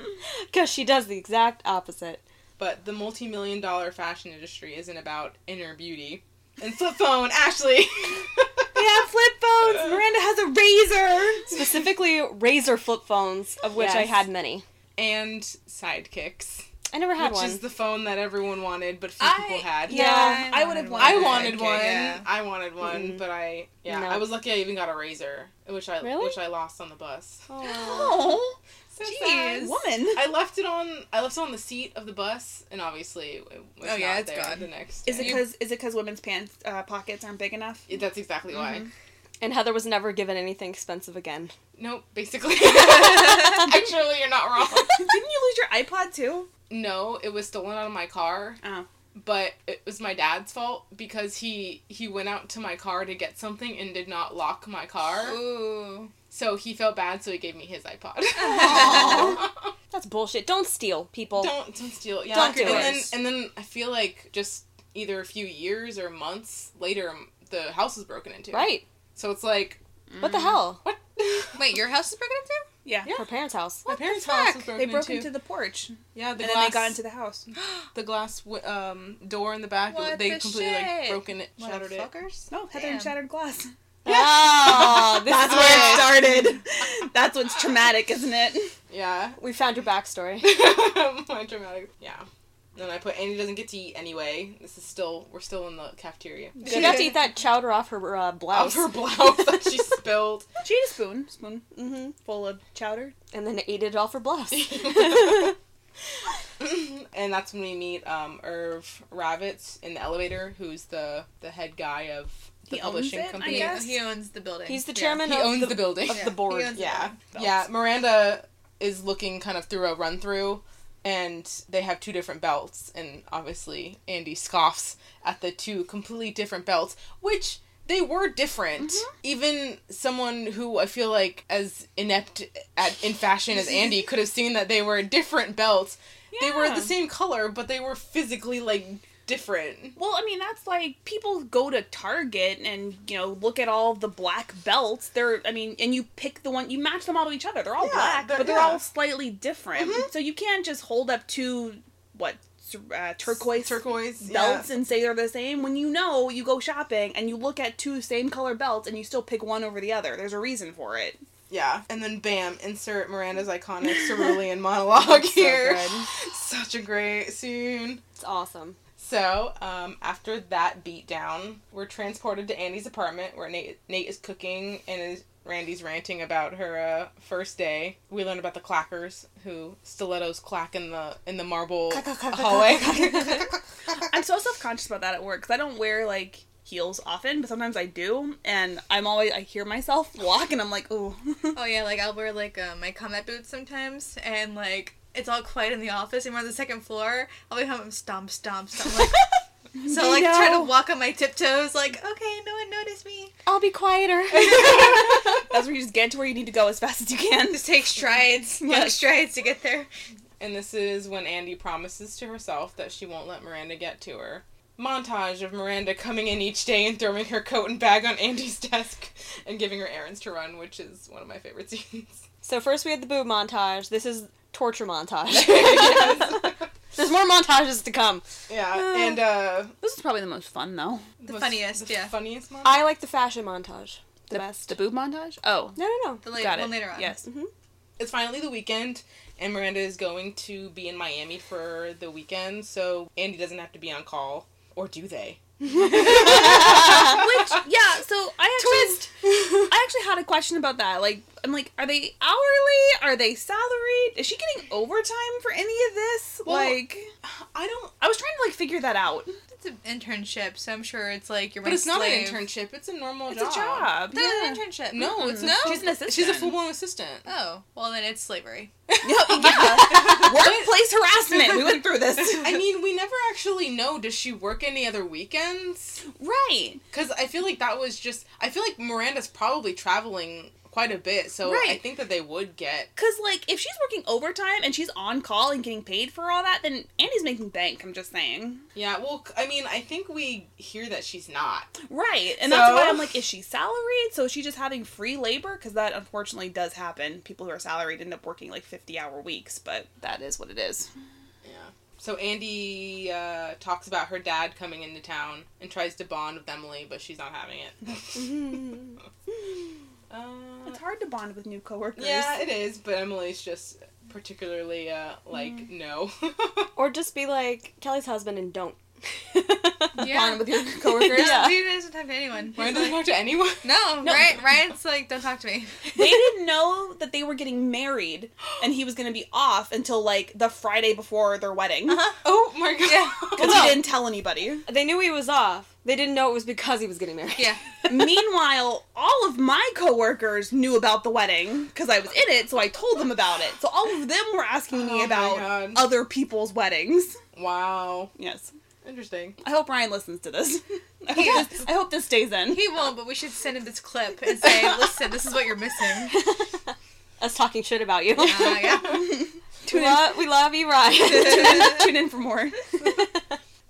S1: Because she does the exact opposite.
S3: but the multi-million dollar fashion industry isn't about inner beauty. And flip phone, Ashley.
S4: We have flip phones. Miranda has a razor.
S1: Specifically, razor flip phones, of which I
S3: Yes.
S1: had many.
S3: and sidekicks,
S1: I never had
S3: which
S1: one.
S3: is the phone that everyone wanted but few
S2: I-
S3: people had.
S1: yeah.
S4: I would have
S3: I
S4: wanted
S3: wanted one.
S2: Yeah.
S3: I wanted one,
S2: Mm-hmm.
S3: but I yeah,
S1: No.
S3: I was lucky I even got a razor, which I
S1: Really?
S3: which I lost on the bus.
S1: Oh.
S4: Oh,
S3: So sad.
S2: Jeez.
S4: woman.
S3: I left it on. I left it on the seat of the bus, and obviously, it was
S2: Oh, yeah,
S3: not
S2: it's
S3: there
S2: gone.
S3: the next.
S4: Is it
S3: day.
S4: because is it because women's pants uh, pockets aren't big enough?
S3: It- That's exactly why.
S1: And Heather was never given anything expensive again.
S3: Nope. Basically, actually, you're not wrong.
S4: Didn't you lose your iPod too?
S3: No, it was stolen out of my car,
S4: Oh,
S3: but it was my dad's fault because he he went out to my car to get something and did not lock my car.
S2: Ooh.
S3: So he felt bad, so he gave me his iPod.
S1: That's bullshit. Don't steal, people.
S3: don't don't steal. Yeah.
S1: Don't do
S3: and then
S2: it.
S3: and then I feel like just either a few years or months later, um, the house was broken into.
S1: Right.
S3: So it's like
S1: What the hell?
S3: what?
S2: Wait, your house is broken into?
S4: Mm. yeah.
S1: Her parents' house.
S3: my parents'
S2: the
S3: house
S2: fuck?
S3: was broken
S4: They broke
S3: into.
S4: into the porch
S3: Yeah, the
S4: and then
S3: glass
S4: they got into the house.
S3: the glass wi- um door in the back.
S2: What
S3: they
S2: the
S3: completely like
S2: shit?
S3: broken it, shattered it.
S2: Motherfuckers.
S4: No, Heather and
S2: Damn.
S4: shattered glass. Oh.
S1: Ah, this
S4: That's
S1: is
S4: where
S1: where
S4: it started. That's what's traumatic, isn't it?
S3: Yeah.
S1: we found your backstory.
S3: My dramatic. Yeah. Then I put Andy doesn't get to eat anyway. This is still we're still in the cafeteria.
S1: She got to eat that chowder off her uh,
S3: Off
S1: blouse.
S3: her blouse that she spilled.
S4: She ate a spoon, spoon
S1: hmm
S4: full of chowder.
S1: And then ate it off her blouse.
S3: and that's when we meet um, Irv Ravitz in the elevator, who's the the head guy of the
S4: He owns
S3: publishing
S4: it, I
S3: company.
S2: He,
S4: guess.
S2: he owns the building.
S1: He's the
S2: Yeah.
S1: chairman
S3: He
S1: of
S3: owns
S1: the,
S3: the, building.
S1: of
S2: Yeah.
S1: the board.
S2: He owns the
S1: yeah.
S2: building.
S3: Yeah, Miranda is looking kind of through a run through, and they have two different belts, and obviously Andy scoffs at the two complete different belts, which they were different.
S4: Mm-hmm.
S3: Even someone who I feel like as inept at in fashion as Andy could have seen that they were different belts. They were
S4: Yeah.
S3: the same color, but they were physically like different.
S4: Well, I mean, that's like people go to Target and, you know, look at all the black belts. They're, I mean, and you pick the one, you match them all to each other. They're all
S3: Yeah,
S4: black,
S3: they're-
S4: but they're
S3: yeah. Mm-hmm.
S4: all slightly different. So you can't just hold up two, what, uh, turquoise
S3: turquoise
S4: belts and say they're the same when you know you go shopping and you look at two same color belts and you still pick one over the other. There's a reason for it.
S3: Yeah, and then bam, insert Miranda's iconic cerulean monologue here.
S1: good.
S3: Such a great scene.
S1: It's awesome.
S3: So, um, after that beatdown, we're transported to Andy's apartment where Nate, Nate is cooking and is, Randy's ranting about her uh, first day. We learn about the clackers who stilettos clack in the in the marble hallway.
S4: I'm so self conscious about that at work because I don't wear like heels often, but sometimes I do, and I'm always I hear myself walk and I'm like, ooh.
S2: Oh yeah, like I'll wear like uh, my combat boots sometimes, and like it's all quiet in the office, and we're on the second floor. I'll be home, I'm stomp, stomp, stomp. Like, so like try to
S4: No.
S2: walk on my tiptoes, like okay, no one noticed me.
S1: I'll be quieter.
S4: That's where you just get to where you need to go as fast as you can.
S2: Just take strides, long
S4: Yes.
S2: strides to get there.
S3: and this is when Andy promises to herself that she won't let Miranda get to her. Montage of Miranda coming in each day and throwing her coat and bag on Andy's desk and giving her errands to run, which is one of my favorite scenes.
S1: so first we had the boob montage. This is torture montage.
S3: Yes.
S1: There's more montages to come.
S3: Yeah, and uh,
S4: This is probably the most fun though.
S2: The
S3: was
S2: funniest,
S3: the
S2: yeah.
S3: funniest one.
S1: I like the fashion montage the, best.
S4: The boob montage? Oh.
S1: no, no, no.
S2: The late,
S4: Got it.
S2: one later on.
S4: Yes.
S3: it's finally the weekend, and Miranda is going to be in Miami for the weekend, so Andy doesn't have to be on call, or do they?
S4: Which yeah, so I actually I actually had a question about that. Like I'm like, are they hourly? Are they salaried? Is she getting overtime for any of this?
S3: Well-
S4: like
S3: I don't.
S4: I was trying to like figure that out.
S2: It's an internship, so I'm sure it's like you're.
S3: But
S2: my
S3: it's not an
S2: slave.
S3: internship. It's a normal
S4: It's
S3: job.
S4: a job.
S2: It's not an
S4: yeah.
S2: internship.
S3: No,
S2: Mm-mm.
S3: it's
S2: no.
S3: not.
S4: She's an assistant.
S3: She's a full blown assistant.
S2: Oh well, then it's slavery.
S4: No, yeah. Workplace harassment. We went through this.
S3: I mean, we never actually know. Does she work any other weekends?
S4: Right.
S3: Because I feel like that was just. I feel like Miranda's probably traveling quite a bit, so I
S4: Right.
S3: think that they would get.
S4: Cause like if she's working overtime and she's on call and getting paid for all that, then Andy's making bank, I'm just saying.
S3: Yeah, well, I mean, I think we hear that she's not.
S4: Right. And
S3: So-
S4: that's why I'm like, is she salaried? So is she just having free labor? Because that unfortunately does happen. People who are salaried end up working like 50 hour weeks, but that is what it is.
S3: Yeah. So Andy uh, talks about her dad coming into town and tries to bond with Emily, but she's not having
S4: Mm-hmm.
S3: it. uh,
S4: It's hard to bond with new coworkers.
S3: yeah, it is, but Emily's just particularly uh, like
S2: Mm.
S3: no.
S1: or just be like Kelly's husband and don't.
S2: Yeah.
S1: Bond with your coworkers.
S2: No,
S1: yeah.
S2: he doesn't talk to anyone. He's
S3: Why doesn't
S2: like,
S3: talk to anyone?
S2: no,
S4: No.
S2: Ryan, Ryan's like, don't talk to me.
S4: they didn't know that they were getting married and he was going to be off until like the Friday before their wedding. Because
S3: Oh my god.
S4: he didn't tell anybody.
S1: They knew he was off. They didn't know it was because he was getting married.
S2: Yeah.
S4: Meanwhile, all of my coworkers knew about the wedding because I was in it, so I told them about it. So all of them were asking
S3: Oh
S4: me
S3: my
S4: about
S3: God.
S4: other people's weddings.
S3: Wow.
S4: Yes.
S3: Interesting.
S4: I hope Ryan listens to this. I hope,
S2: Yeah.
S4: this, I hope this stays in.
S2: He won't, but we should send him this clip and say, listen, this is what you're missing.
S1: Us talking shit about you.
S2: Uh, yeah.
S1: we, love, we love you, Ryan.
S4: tune, in, tune in for more.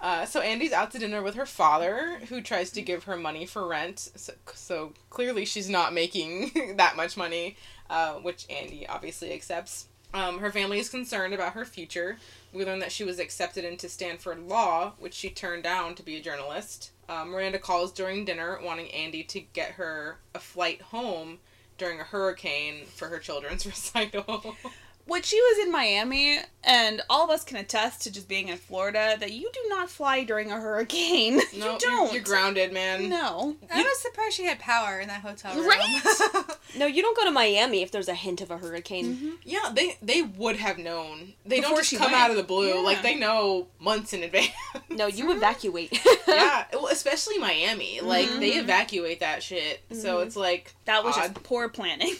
S3: Uh, so Andy's out to dinner with her father, who tries to give her money for rent. So, so clearly she's not making that much money, uh, which Andy obviously accepts. Um, her family is concerned about her future. We learn that she was accepted into Stanford Law, which she turned down to be a journalist. Uh, Miranda calls during dinner, wanting Andy to get her a flight home during a hurricane for her children's recital.
S4: when she was in Miami, and all of us can attest to just being in Florida, that you do not fly during a hurricane.
S3: No,
S4: you
S3: you're-
S4: don't.
S3: You're grounded, man.
S4: No.
S2: I was surprised she had power in that hotel room.
S4: Right?
S1: No, you don't go to Miami if there's a hint of a hurricane.
S3: Yeah, they they would have known. They
S4: Before
S3: don't just
S4: she
S3: come
S4: went.
S3: out of the blue.
S4: Yeah.
S3: Like they know months in advance.
S1: No, you evacuate.
S3: yeah, well, especially Miami. Like they
S4: Mm-hmm.
S3: evacuate that shit. So it's like
S4: that was just
S3: odd.
S4: poor planning.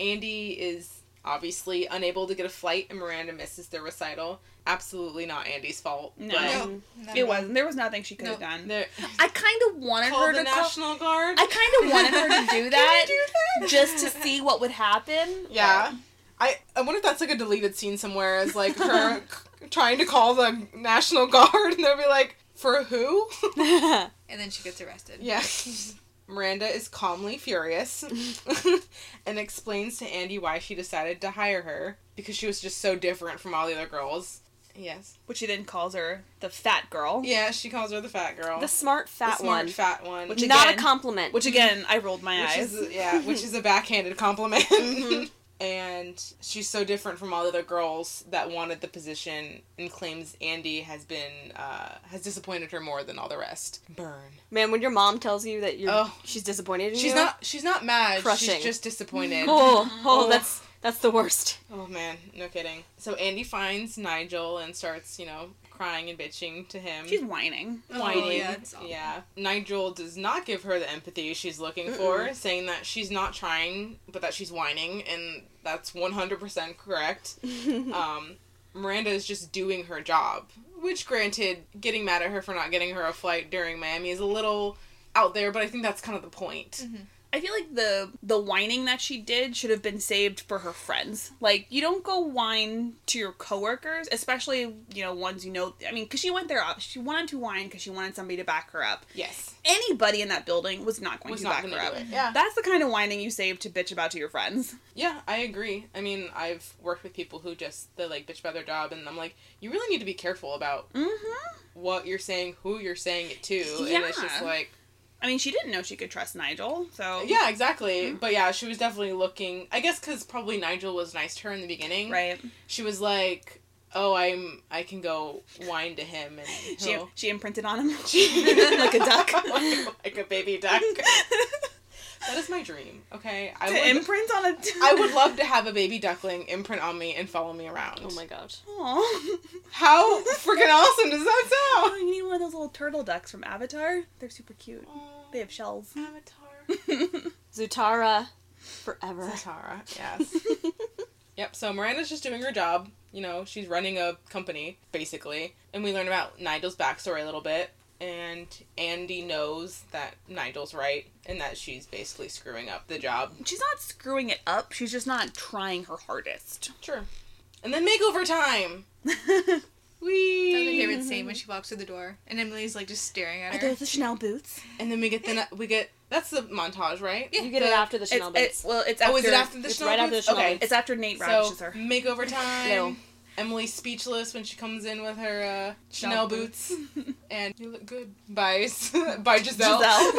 S3: Andy is obviously unable to get a flight, and Miranda misses their recital. Absolutely not Andy's fault.
S4: No.
S3: but
S2: No, no,
S4: it wasn't. There was nothing she could have
S2: No.
S4: done.
S3: they're-
S4: I kind of wanted
S3: Call
S4: her
S3: the
S4: to call.
S3: National Guard.
S4: I kind of wanted her to do that,
S3: do that?
S4: just to see what would happen.
S3: Yeah. I, I wonder if that's like a deleted scene somewhere is like her c- trying to call the National Guard and they'll be like, for who?
S2: And then she gets arrested.
S3: yeah. Miranda is calmly furious and explains to Andy why she decided to hire her because she was just so different from all the other girls. Yes.
S4: Which she then calls her the fat girl.
S3: Yeah, she calls her the fat girl.
S1: the smart
S3: The
S1: fat
S3: smart
S1: one.
S3: fat one.
S4: Which
S1: Not
S4: again-
S1: a compliment.
S4: Which again, I rolled my
S3: which
S4: eyes.
S3: is yeah, which is a backhanded compliment.
S1: Mm-hmm.
S3: and she's so different from all the other girls that wanted the position, and claims Andy has been uh, has disappointed her more than all the rest. Burn.
S1: Man, when your mom tells you that you're,
S3: Oh.
S1: she's disappointed in you.
S3: She's not. She's not mad.
S1: Crushing.
S3: She's just disappointed.
S1: Oh, oh,
S3: Oh.
S1: that's that's the worst.
S3: Oh man, no kidding. So Andy finds Nigel and starts, you know, crying and bitching to him.
S4: She's whining.
S3: whining.
S2: Oh, yeah, it's awful.
S3: Yeah. Nigel does not give her the empathy she's looking for, saying that she's not trying, but that she's whining, and that's 100% correct. um, Miranda is just doing her job, which, granted, getting mad at her for not getting her a flight during Miami is a little out there, but I think that's kind of the point.
S2: Mm-hmm.
S4: I feel like the the whining that she did should have been saved for her friends. Like you don't go whine to your coworkers, especially you know ones you know. I mean, because she went there, she wanted to whine because she wanted somebody to back her up.
S3: Yes.
S4: Anybody in that building was not going
S3: Was
S4: to
S3: not
S4: back
S3: going
S4: her
S3: to
S4: up.
S3: do it. Yeah.
S4: That's the kind of whining you save to bitch about to your friends.
S3: Yeah, I agree. I mean, I've worked with people who just, they like bitch about their job, and I'm like, you really need to be careful about
S4: Mm-hmm.
S3: what you're saying, who you're saying it to, and it's just
S4: Yeah.
S3: like, oh,
S4: I mean, she didn't know she could trust Nigel, so
S3: Yeah, exactly. But yeah, she was definitely looking. I guess because probably Nigel was nice to her in the beginning.
S4: right.
S3: She was like, "Oh, I'm. I can go whine to him and
S4: She
S3: he'll-
S4: she imprinted on him.
S1: like a duck.
S3: like, like a baby duck." that is my dream. Okay, I
S4: to
S3: would.
S4: imprint on a.
S3: I would love to have a baby duckling imprint on me and follow me around.
S1: Oh my gosh.
S4: Aw.
S3: How freaking awesome does that
S4: Oh,
S3: sound?
S4: you need one of those little turtle ducks from Avatar. They're super cute. They have shells.
S3: Avatar.
S1: Zutara, forever.
S3: Tara. Yes. Yep, so Miranda's just doing her job. You know, she's running a company, basically. And we learn about Nigel's backstory a little bit. And Andy knows that Nigel's right and that she's basically screwing up the job.
S4: She's not screwing it up. She's just not trying her hardest.
S3: Sure. And then makeover time!
S2: That was my
S3: Whee!
S2: favorite scene when she walks through the door and Emily's like just staring at
S4: Are
S2: her.
S4: those the Chanel boots?
S3: And then we get the, we get, that's the montage, right?
S1: You get it after the Chanel boots.
S4: well, it's
S3: Oh, is it after the
S1: It's
S3: Chanel
S1: right after
S3: boots?
S1: the Chanel
S3: Okay.
S1: boots.
S4: It's after Nate
S3: So,
S4: ravishes her.
S3: makeover time.
S1: No.
S3: Emily's speechless when she comes in with her uh, Chanel
S4: Chanel
S3: boots. and you look good. By, by Giselle.
S1: Giselle.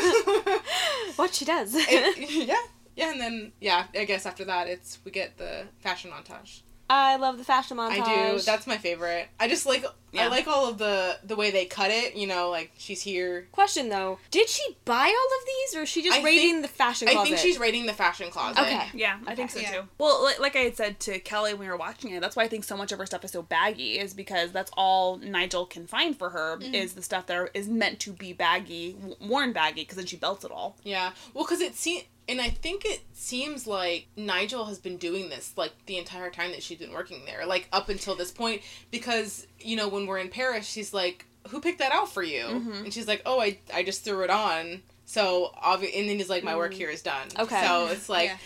S1: What she does.
S3: It- yeah. Yeah, and then yeah, I guess after that it's we get the fashion montage.
S1: I love the fashion montage.
S3: I do. That's my favorite. I just like I
S4: Yeah.
S3: like all of the the way they cut it, you know, like she's here.
S1: Question though, did she buy all of these, or is she just
S3: I
S1: raiding
S3: think-
S1: the fashion
S3: I
S1: closet?
S3: think she's raiding the fashion closet.
S1: okay.
S4: Yeah, I think so
S2: Okay. Yeah.
S4: too. Well, like, like I had said to Kelly when we were watching it, that's why I think so much of her stuff is so baggy, is because that's all Nigel can find for her is the stuff that are, is meant to be baggy, w- worn baggy, because then she belts it all.
S3: Yeah. Well, cuz it seems and I think it seems like Nigel has been doing this like the entire time that she's been working there, like up until this point because you know when we're in Paris, she's like, "Who picked that out for you?" And she's like, "Oh, I I just threw it on." So, obvi- and then he's like, "My work here is done."
S1: Okay.
S3: So, it's like
S2: Yeah.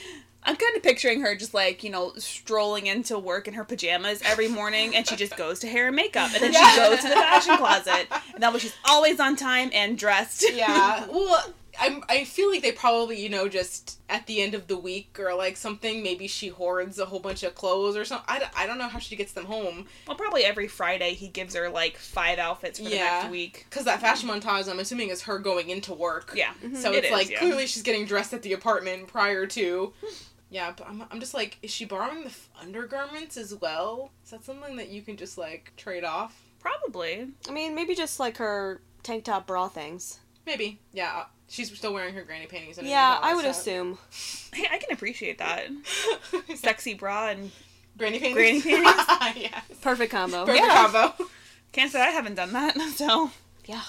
S4: I'm kind of picturing her just like, you know, strolling into work in her pajamas every morning and she just goes to hair and makeup and then
S3: Yeah.
S4: she goes to the fashion closet. And that way she's always on time and dressed.
S3: yeah. Well, I'm, I feel like they probably, you know, just at the end of the week or like something, maybe she hoards a whole bunch of clothes or something. I, d- I don't know how she gets them home.
S4: Well, probably every Friday he gives her like five outfits for the
S3: Yeah.
S4: next week.
S3: Because that fashion montage, I'm assuming, is her going into work.
S4: Yeah.
S3: So
S1: Mm-hmm.
S4: It
S3: it's
S4: is,
S3: like
S4: yeah.
S3: clearly she's getting dressed at the apartment prior to Yeah, but I'm, I'm just like, is she borrowing the f- undergarments as well? Is that something that you can just like trade off?
S4: Probably.
S1: I mean, maybe just like her tank top bra things.
S3: Maybe. Yeah, uh, she's still wearing her granny panties. didn't
S1: Yeah,
S3: even
S1: I would
S3: realize
S1: assume.
S4: Hey, I can appreciate that.
S3: that.
S4: Sexy bra and
S3: granny panties.
S4: Granny panties?
S3: yes.
S1: Perfect combo.
S3: Perfect
S4: Yeah.
S3: combo.
S4: can't say I haven't done that. So
S1: Yeah.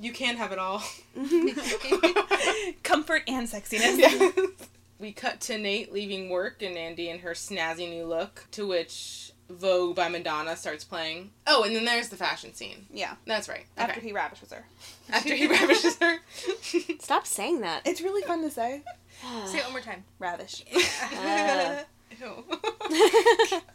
S3: You can have it all.
S1: Mm-hmm.
S4: comfort and sexiness.
S3: we cut to Nate leaving work and Andy in her snazzy new look, to which Vogue by Madonna starts playing. Oh, and then there's the fashion scene.
S4: Yeah.
S3: That's right. Okay.
S4: After he ravishes her.
S3: After he ravishes her.
S1: Stop saying that.
S4: It's really fun to say.
S2: Say it one more time.
S4: Ravish.
S1: Uh.
S3: Ew.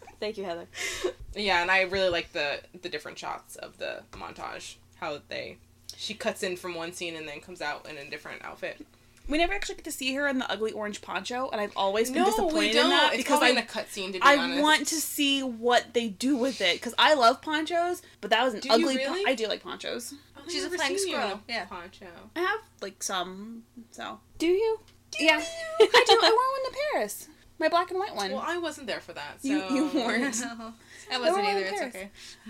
S1: Thank you, Heather.
S3: yeah, and I really like the the different shots of the montage. How they she cuts in from one scene and then comes out in a different outfit.
S4: We never actually get to see her in the ugly orange poncho, and I've always been disappointed in that
S3: It's
S4: because
S3: probably in
S4: I,
S3: the cut scene. To be
S4: I
S3: honest.
S4: want to see what they do with it because I love ponchos, but that was an
S3: Do you
S4: ugly. pon-
S3: really?
S4: I do like ponchos.
S3: Oh,
S2: She's
S3: I've never
S2: a flying
S3: seen you in
S2: squirrel.
S3: a
S2: Yeah.
S3: Poncho.
S4: I have like some, so
S1: Do you?
S4: yeah, I do. I wore one to Paris, my black and white one.
S3: Well, I wasn't there for that. So.
S4: You- you weren't.
S2: I wasn't
S4: one
S2: either. It's
S4: cares.
S2: okay.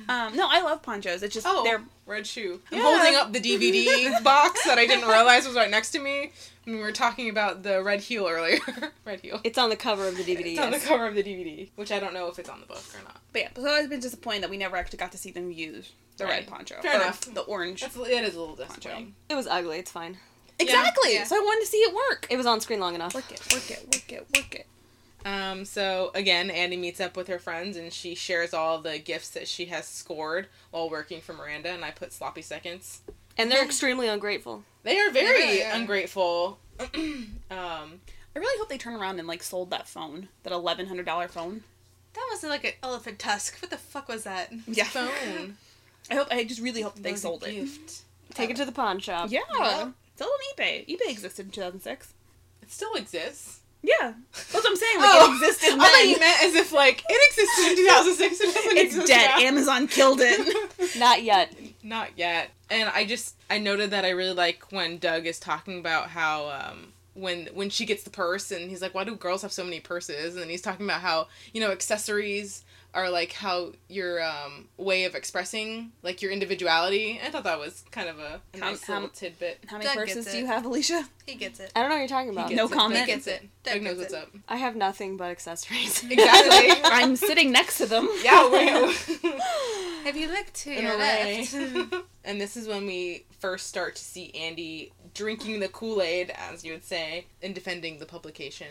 S4: um, no, I love ponchos. It's just
S3: Oh,
S4: they're
S3: red shoe. I'm
S4: Yeah.
S3: holding up the DVD box that I didn't realize was right next to me. when we were talking about the red heel earlier. red heel.
S1: It's on the cover of the DVD.
S3: It's on the
S1: yes.
S3: cover of the DVD, which I don't know if it's on the book or not.
S4: But yeah, so I've been disappointed that we never actually got to see them use the
S3: Right.
S4: red poncho.
S3: Fair
S4: or
S3: enough.
S4: The orange.
S3: That's it is a little disappointing.
S1: It was ugly. It's fine.
S4: exactly.
S2: yeah.
S4: So I wanted to see it work.
S1: It was on screen long enough.
S4: Work it, work it, work it, work it.
S3: Um, so again, Andy meets up with her friends and she shares all the gifts that she has scored while working for Miranda. And I put sloppy seconds.
S1: And they're extremely ungrateful.
S3: They are very
S2: really are.
S3: ungrateful. um,
S4: I really hope they turn around and like sold that phone, that eleven hundred dollar phone.
S2: That was like an elephant tusk. What the fuck was that?
S4: Yeah.
S3: phone.
S4: I hope. I just really hope that they
S3: was a
S4: sold it.
S3: gift.
S1: Take it to the pawn shop.
S4: Yeah.
S2: Yeah.
S4: Sell it on eBay. eBay existed in two thousand six.
S3: It still exists.
S4: Yeah. That's what I'm saying. Like
S3: Oh,
S4: it existed
S3: I thought you
S4: then.
S3: meant as if like it existed in 2006. It doesn't
S4: It's
S3: exist
S4: dead.
S3: now.
S4: Amazon killed it.
S1: Not yet.
S3: Not yet. And I just I noted that I really like when Doug is talking about how um when when she gets the purse and he's like, why do girls have so many purses? And then he's talking about how you know accessories are like how your um way of expressing like your individuality. I thought that was kind of a, a
S4: How-
S3: nice
S4: how-
S3: little tidbit.
S4: How many
S2: Doug
S4: purses
S2: gets
S4: do
S2: it.
S4: you have, Alicia?
S2: He gets it.
S1: I don't know what you're talking about.
S3: He
S4: No
S3: gets it.
S4: comment?
S3: Doug gets it.
S2: Doug
S3: Doug knows
S2: gets
S3: what's
S2: it.
S3: up.
S1: I have nothing but accessories.
S3: Exactly.
S4: I'm sitting next to them.
S3: yeah. we
S2: Have you looked to
S3: in
S2: your
S3: a way.
S2: left?
S3: and this is when we first start to see Andy drinking the Kool Aid, as you would say, and defending the publication.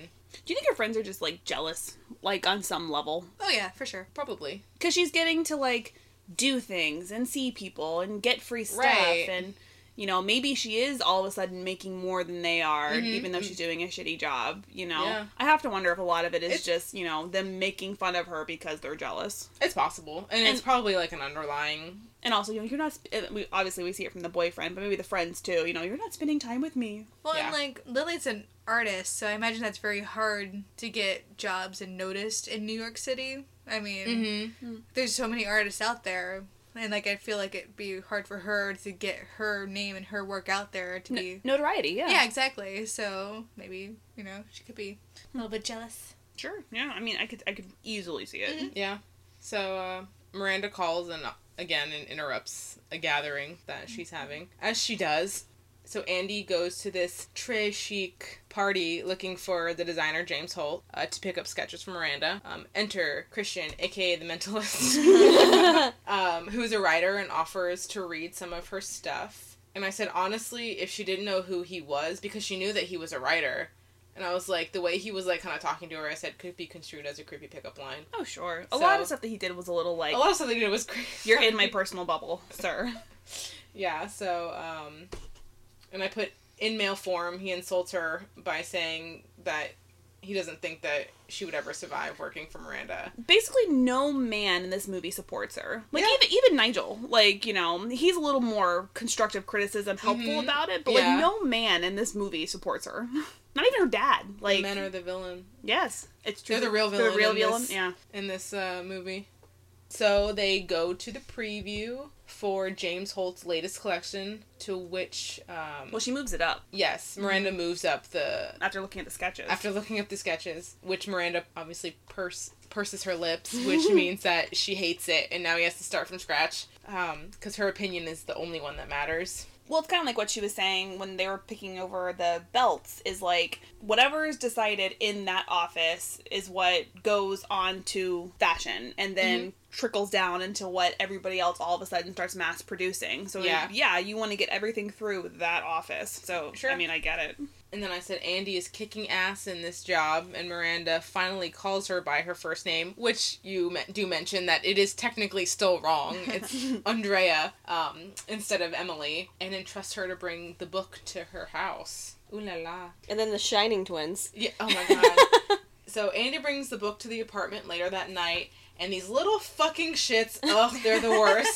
S4: Do you think her friends are just like jealous, like on some level?
S2: oh yeah, for sure.
S3: Probably.
S4: because she's getting to like do things and see people and get free stuff
S3: Right.
S4: and you know maybe she is all of a sudden making more than they are
S3: Mhm.
S4: even though she's doing a shitty job you know
S3: Yeah.
S4: i have to wonder if a lot of it is
S3: It's-
S4: just you know them making fun of her because they're jealous
S3: It's possible. And, it's
S4: And-
S3: probably like an underlying.
S4: and also you know you're not sp- uh, we, obviously we see it from the boyfriend but maybe the friends too you know you're not spending time with me
S2: Well,
S3: Yeah.
S2: and like Lily's an artist, so I imagine that's very hard to get jobs and noticed in New York City. I mean,
S3: Mm-hmm.
S2: there's so many artists out there, and like I feel like it'd be hard for her to get her name and her work out there to
S4: No-
S2: be.
S4: notoriety yeah
S2: Yeah. exactly. So maybe you know she could be a little bit jealous.
S4: sure yeah i mean i could i could easily see it
S3: Yeah. So uh, Miranda calls and uh, again and interrupts a gathering that she's having, as she does. So Andy goes to this très chic party looking for the designer James Holt uh, to pick up sketches for Miranda. Um, enter Christian, aka the Mentalist. um, who's a writer and offers to read some of her stuff. And I said, honestly, if she didn't know who he was, because she knew that he was a writer, and I was like, the way he was like kind of talking to her, I said, could be construed as a creepy pickup line.
S4: oh sure a
S3: So-
S4: lot of stuff that he did was a little like
S3: A lot of something that was creepy.
S4: you're in my personal bubble sir
S3: Yeah. So, um, and I put in male form. He insults her by saying that he doesn't think that she would ever survive working for Miranda.
S4: basically no man in this movie supports her. Like
S3: Yeah.
S4: even even Nigel, like you know, he's a little more constructive criticism, helpful
S3: Mhm.
S4: about it, but
S3: Yeah.
S4: like no man in this movie supports her. Not even her dad. Like
S3: Men are the villain
S4: yes, it's true.
S3: They're the real
S4: They're
S3: villain
S4: the real
S3: in
S4: villain.
S3: this.
S4: Yeah,
S3: in this uh, movie. So they go to the preview for James Holt's latest collection, to which, um,
S4: Well, she moves it up
S3: yes,
S4: Mm-hmm.
S3: Miranda moves up the
S4: after looking at the sketches.
S3: after looking up the sketches, which Miranda obviously purse purses her lips, which means that she hates it, and now he has to start from scratch because her opinion is the only one that matters.
S4: Well, it's kind of like what she was saying when they were picking over the belts is like whatever is decided in that office is what goes on to fashion and then trickles down into what everybody else all of a sudden starts mass producing. So,
S3: Yeah.
S4: yeah, you want to get everything through that office. So,
S3: Sure.
S4: I mean, I get it.
S3: And then I said Andy is kicking ass in this job, and Miranda finally calls her by her first name, which you me- do mention that it is technically still wrong. It's Andrea um, instead of Emily, and entrusts her to bring the book to her house. Ooh la la.
S1: And then the Shining twins.
S3: Yeah. Oh my god. so Andy brings the book to the apartment later that night, and these little fucking shits. Ugh, they're the worst.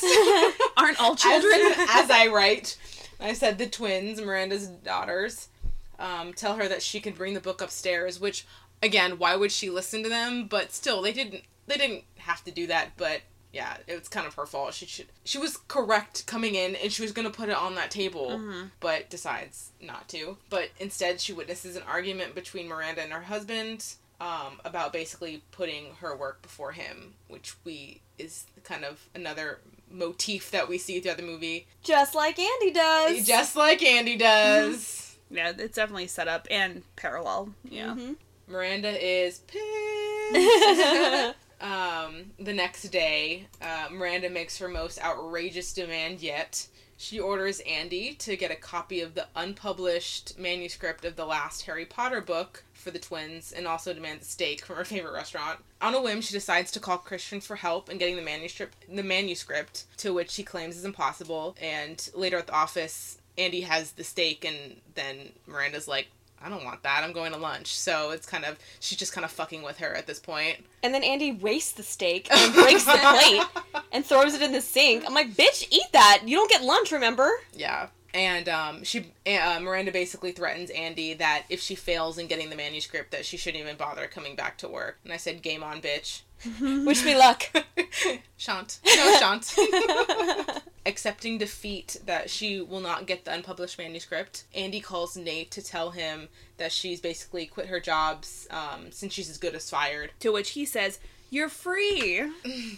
S4: Aren't all
S3: Children,
S4: children?
S3: as I write, I said the twins, Miranda's daughters, um, tell her that she can bring the book upstairs. Which, again, why would she listen to them? But still, they didn't. They didn't have to do that. But yeah, it's kind of her fault. She should. She was correct coming in, and she was gonna put it on that table, but decides not to. But instead, she witnesses an argument between Miranda and her husband. Um, about basically putting her work before him, which we is kind of another motif that we see throughout the movie,
S1: Just like Andy does.
S3: just like Andy does.
S4: yeah, it's definitely set up and parallel. Yeah.
S1: Mhm.
S3: Miranda is pissed. um, the next day, uh, Miranda makes her most outrageous demand yet. She orders Andy to get a copy of the unpublished manuscript of the last Harry Potter book for the twins and also demands a steak from her favorite restaurant. On a whim, she decides to call Christian for help in getting the manuscript, the manuscript to which she claims is impossible. And later at the office, Andy has the steak and then Miranda's like, I don't want that. I'm going to lunch. So it's kind of she's just kind of fucking with her at this point.
S1: And then Andy wastes the steak and breaks the plate and throws it in the sink. I'm like, bitch, eat that. You don't get lunch, remember?
S3: Yeah. And um, she uh, Miranda basically threatens Andy that if she fails in getting the manuscript, that she shouldn't even bother coming back to work. And I said, "Game on, bitch."
S1: Wish me luck.
S3: Shant, no Shant. Accepting defeat that she will not get the unpublished manuscript, Andy calls Nate to tell him that she's basically quit her jobs um, since she's as good as fired.
S4: To which he says, You're free.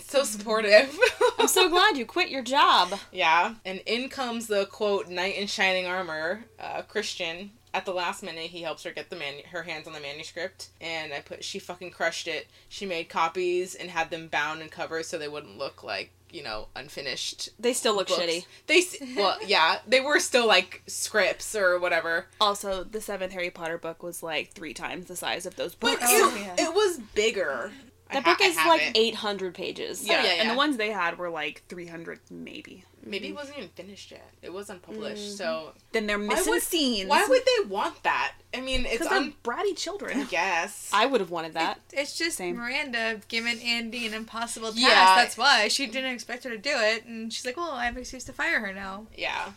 S3: So supportive.
S1: Mm-hmm. I'm so glad you quit your job.
S3: Yeah. And in comes the quote knight in shining armor, uh, Christian. At the last minute, he helps her get the man her hands on the manuscript, and I put she fucking crushed it. She made copies and had them bound and covered so they wouldn't look like you know unfinished.
S1: They still look
S3: Books.
S1: shitty.
S3: They s- well, yeah, they were still like scripts or whatever.
S4: Also, the seventh Harry Potter book was like three times the size of those
S3: But
S4: books.
S2: Oh,
S3: it,
S2: yeah.
S3: it was bigger. I
S1: That
S3: ha-
S1: book
S3: I
S1: is
S3: have
S1: like
S3: it.
S1: 800 pages.
S3: Yeah.
S4: And the ones they had were like 300 maybe.
S3: maybe it wasn't even finished yet. It was unpublished,
S1: Mm.
S3: so
S4: Then they're missing
S3: would-
S4: scenes.
S3: why would they want that? I mean, it's
S4: Because they're
S3: un.
S4: bratty children.
S3: Yes.
S1: I would have wanted that.
S2: It's just
S4: Same.
S2: Miranda giving Andy an impossible task.
S3: Yeah.
S2: That's why she didn't expect her to do it, and she's like, "Well, I have an excuse to fire her now."
S3: Yeah.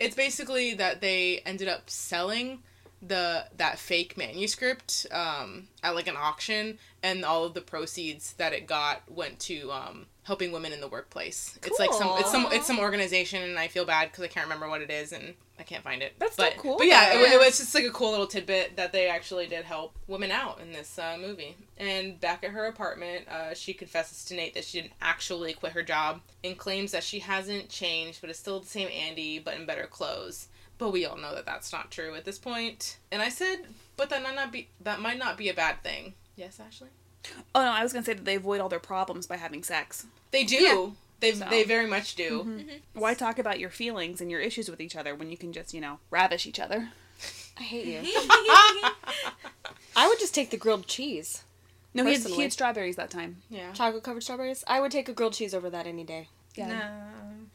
S3: It's basically that they ended up selling the that fake manuscript um, at like an auction, and all of the proceeds that it got went to um, helping women in the workplace. It's like some it's some
S2: Cool.
S3: it's some organization, and I feel bad because I can't remember what it is, and I can't find it.
S4: That's
S3: but,
S4: still cool,
S3: But Oh, yeah,
S2: though.
S3: It, it was just like a cool little tidbit that they actually did help women out in this uh, movie. And back at her apartment, uh, she confesses to Nate that she didn't actually quit her job and claims that she hasn't changed, but is still the same Andy, but in better clothes. But we all know that that's not true at this point. And I said, but that might not be that might not be a bad thing. Yes, Ashley.
S4: Oh no, I was gonna say that they avoid all their problems by having sex.
S3: They do.
S2: Yeah.
S3: They
S4: So.
S3: they very much do.
S4: Why talk about your feelings and your issues with each other when you can just, you know, ravish each other?
S1: I hate you. I would just take the grilled cheese.
S4: No, he had, he
S1: Personally.
S4: had strawberries that time.
S3: Yeah.
S1: Chocolate covered strawberries? I would take a grilled cheese over that any day.
S2: No,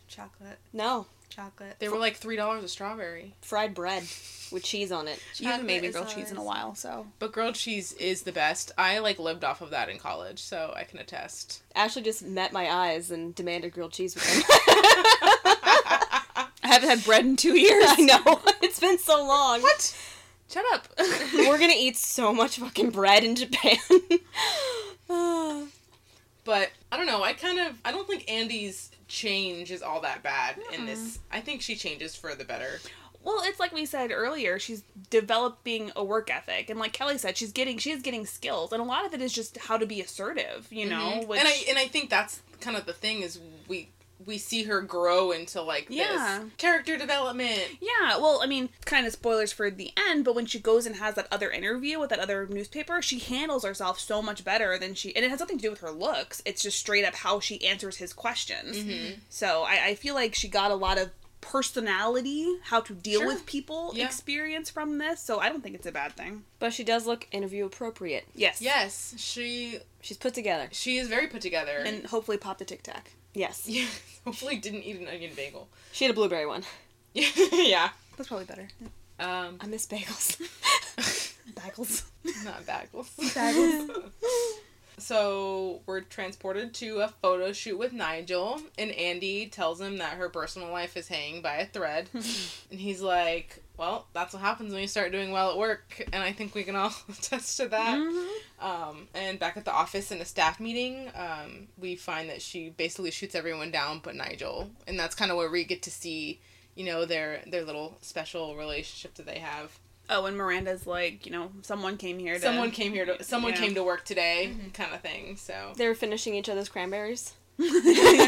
S2: chocolate,
S1: No.
S2: chocolate.
S3: They were like three dollars a strawberry.
S1: Fried bread with cheese on it.
S4: You haven't made me
S2: Chocolate
S4: grilled
S2: is
S4: cheese in a
S2: always-
S4: while, so
S3: But grilled cheese is the best. I like lived off of that in college, so I can attest.
S1: Ashley just met my eyes and demanded grilled cheese with them.
S4: I haven't had bread in two years.
S1: I know. It's been so long.
S3: What?
S4: Shut up.
S1: We're gonna eat so much fucking bread in Japan.
S3: But I don't know. I kind of I don't think Andy's change is all that bad in this. I think she changes for the better.
S4: Well, it's like we said earlier, she's developing a work ethic, and like Kelly said, she's getting she is getting skills, and a lot of it is just how to be assertive, you know.
S3: Mhm.
S4: Which,
S3: and I and I think that's kind of the thing is we we see her grow into like
S4: Yeah.
S3: this character development.
S4: yeah, well, I mean, kind of spoilers for the end, but when she goes and has that other interview with that other newspaper, she handles herself so much better than she, and it has nothing to do with her looks. It's just straight up how she answers his questions.
S3: Mm-hmm.
S4: So I, I feel like she got a lot of personality, how to deal
S3: Sure.
S4: with people
S3: Yeah.
S4: experience from this. So I don't think it's a bad thing.
S1: But she does look interview appropriate.
S4: Yes.
S3: Yes, she
S1: She's put together.
S3: she is very put together.
S4: And hopefully popped a tic tac.
S1: Yes.
S3: yeah, hopefully didn't eat an onion bagel.
S1: She had a blueberry one.
S3: yeah.
S4: That's probably better.
S3: Um,
S1: I miss bagels.
S4: Bagels.
S3: not bagels.
S4: Bagels.
S3: so we're transported to a photo shoot with Nigel, and Andy tells him that her personal life is hanging by a thread, and he's like, "Well, that's what happens when you start doing well at work," and I think we can all attest to that.
S4: Mm-hmm.
S3: Um, and back at the office in a staff meeting, um, we find that she basically shoots everyone down but Nigel, and that's kind of where we get to see, you know, their their little special relationship that they have.
S4: Oh, and Miranda's like, you know, someone came here to.
S3: someone came here to someone
S4: Yeah. Mm-hmm.
S3: came to work today kind of thing so
S1: they were finishing each other's cranberries.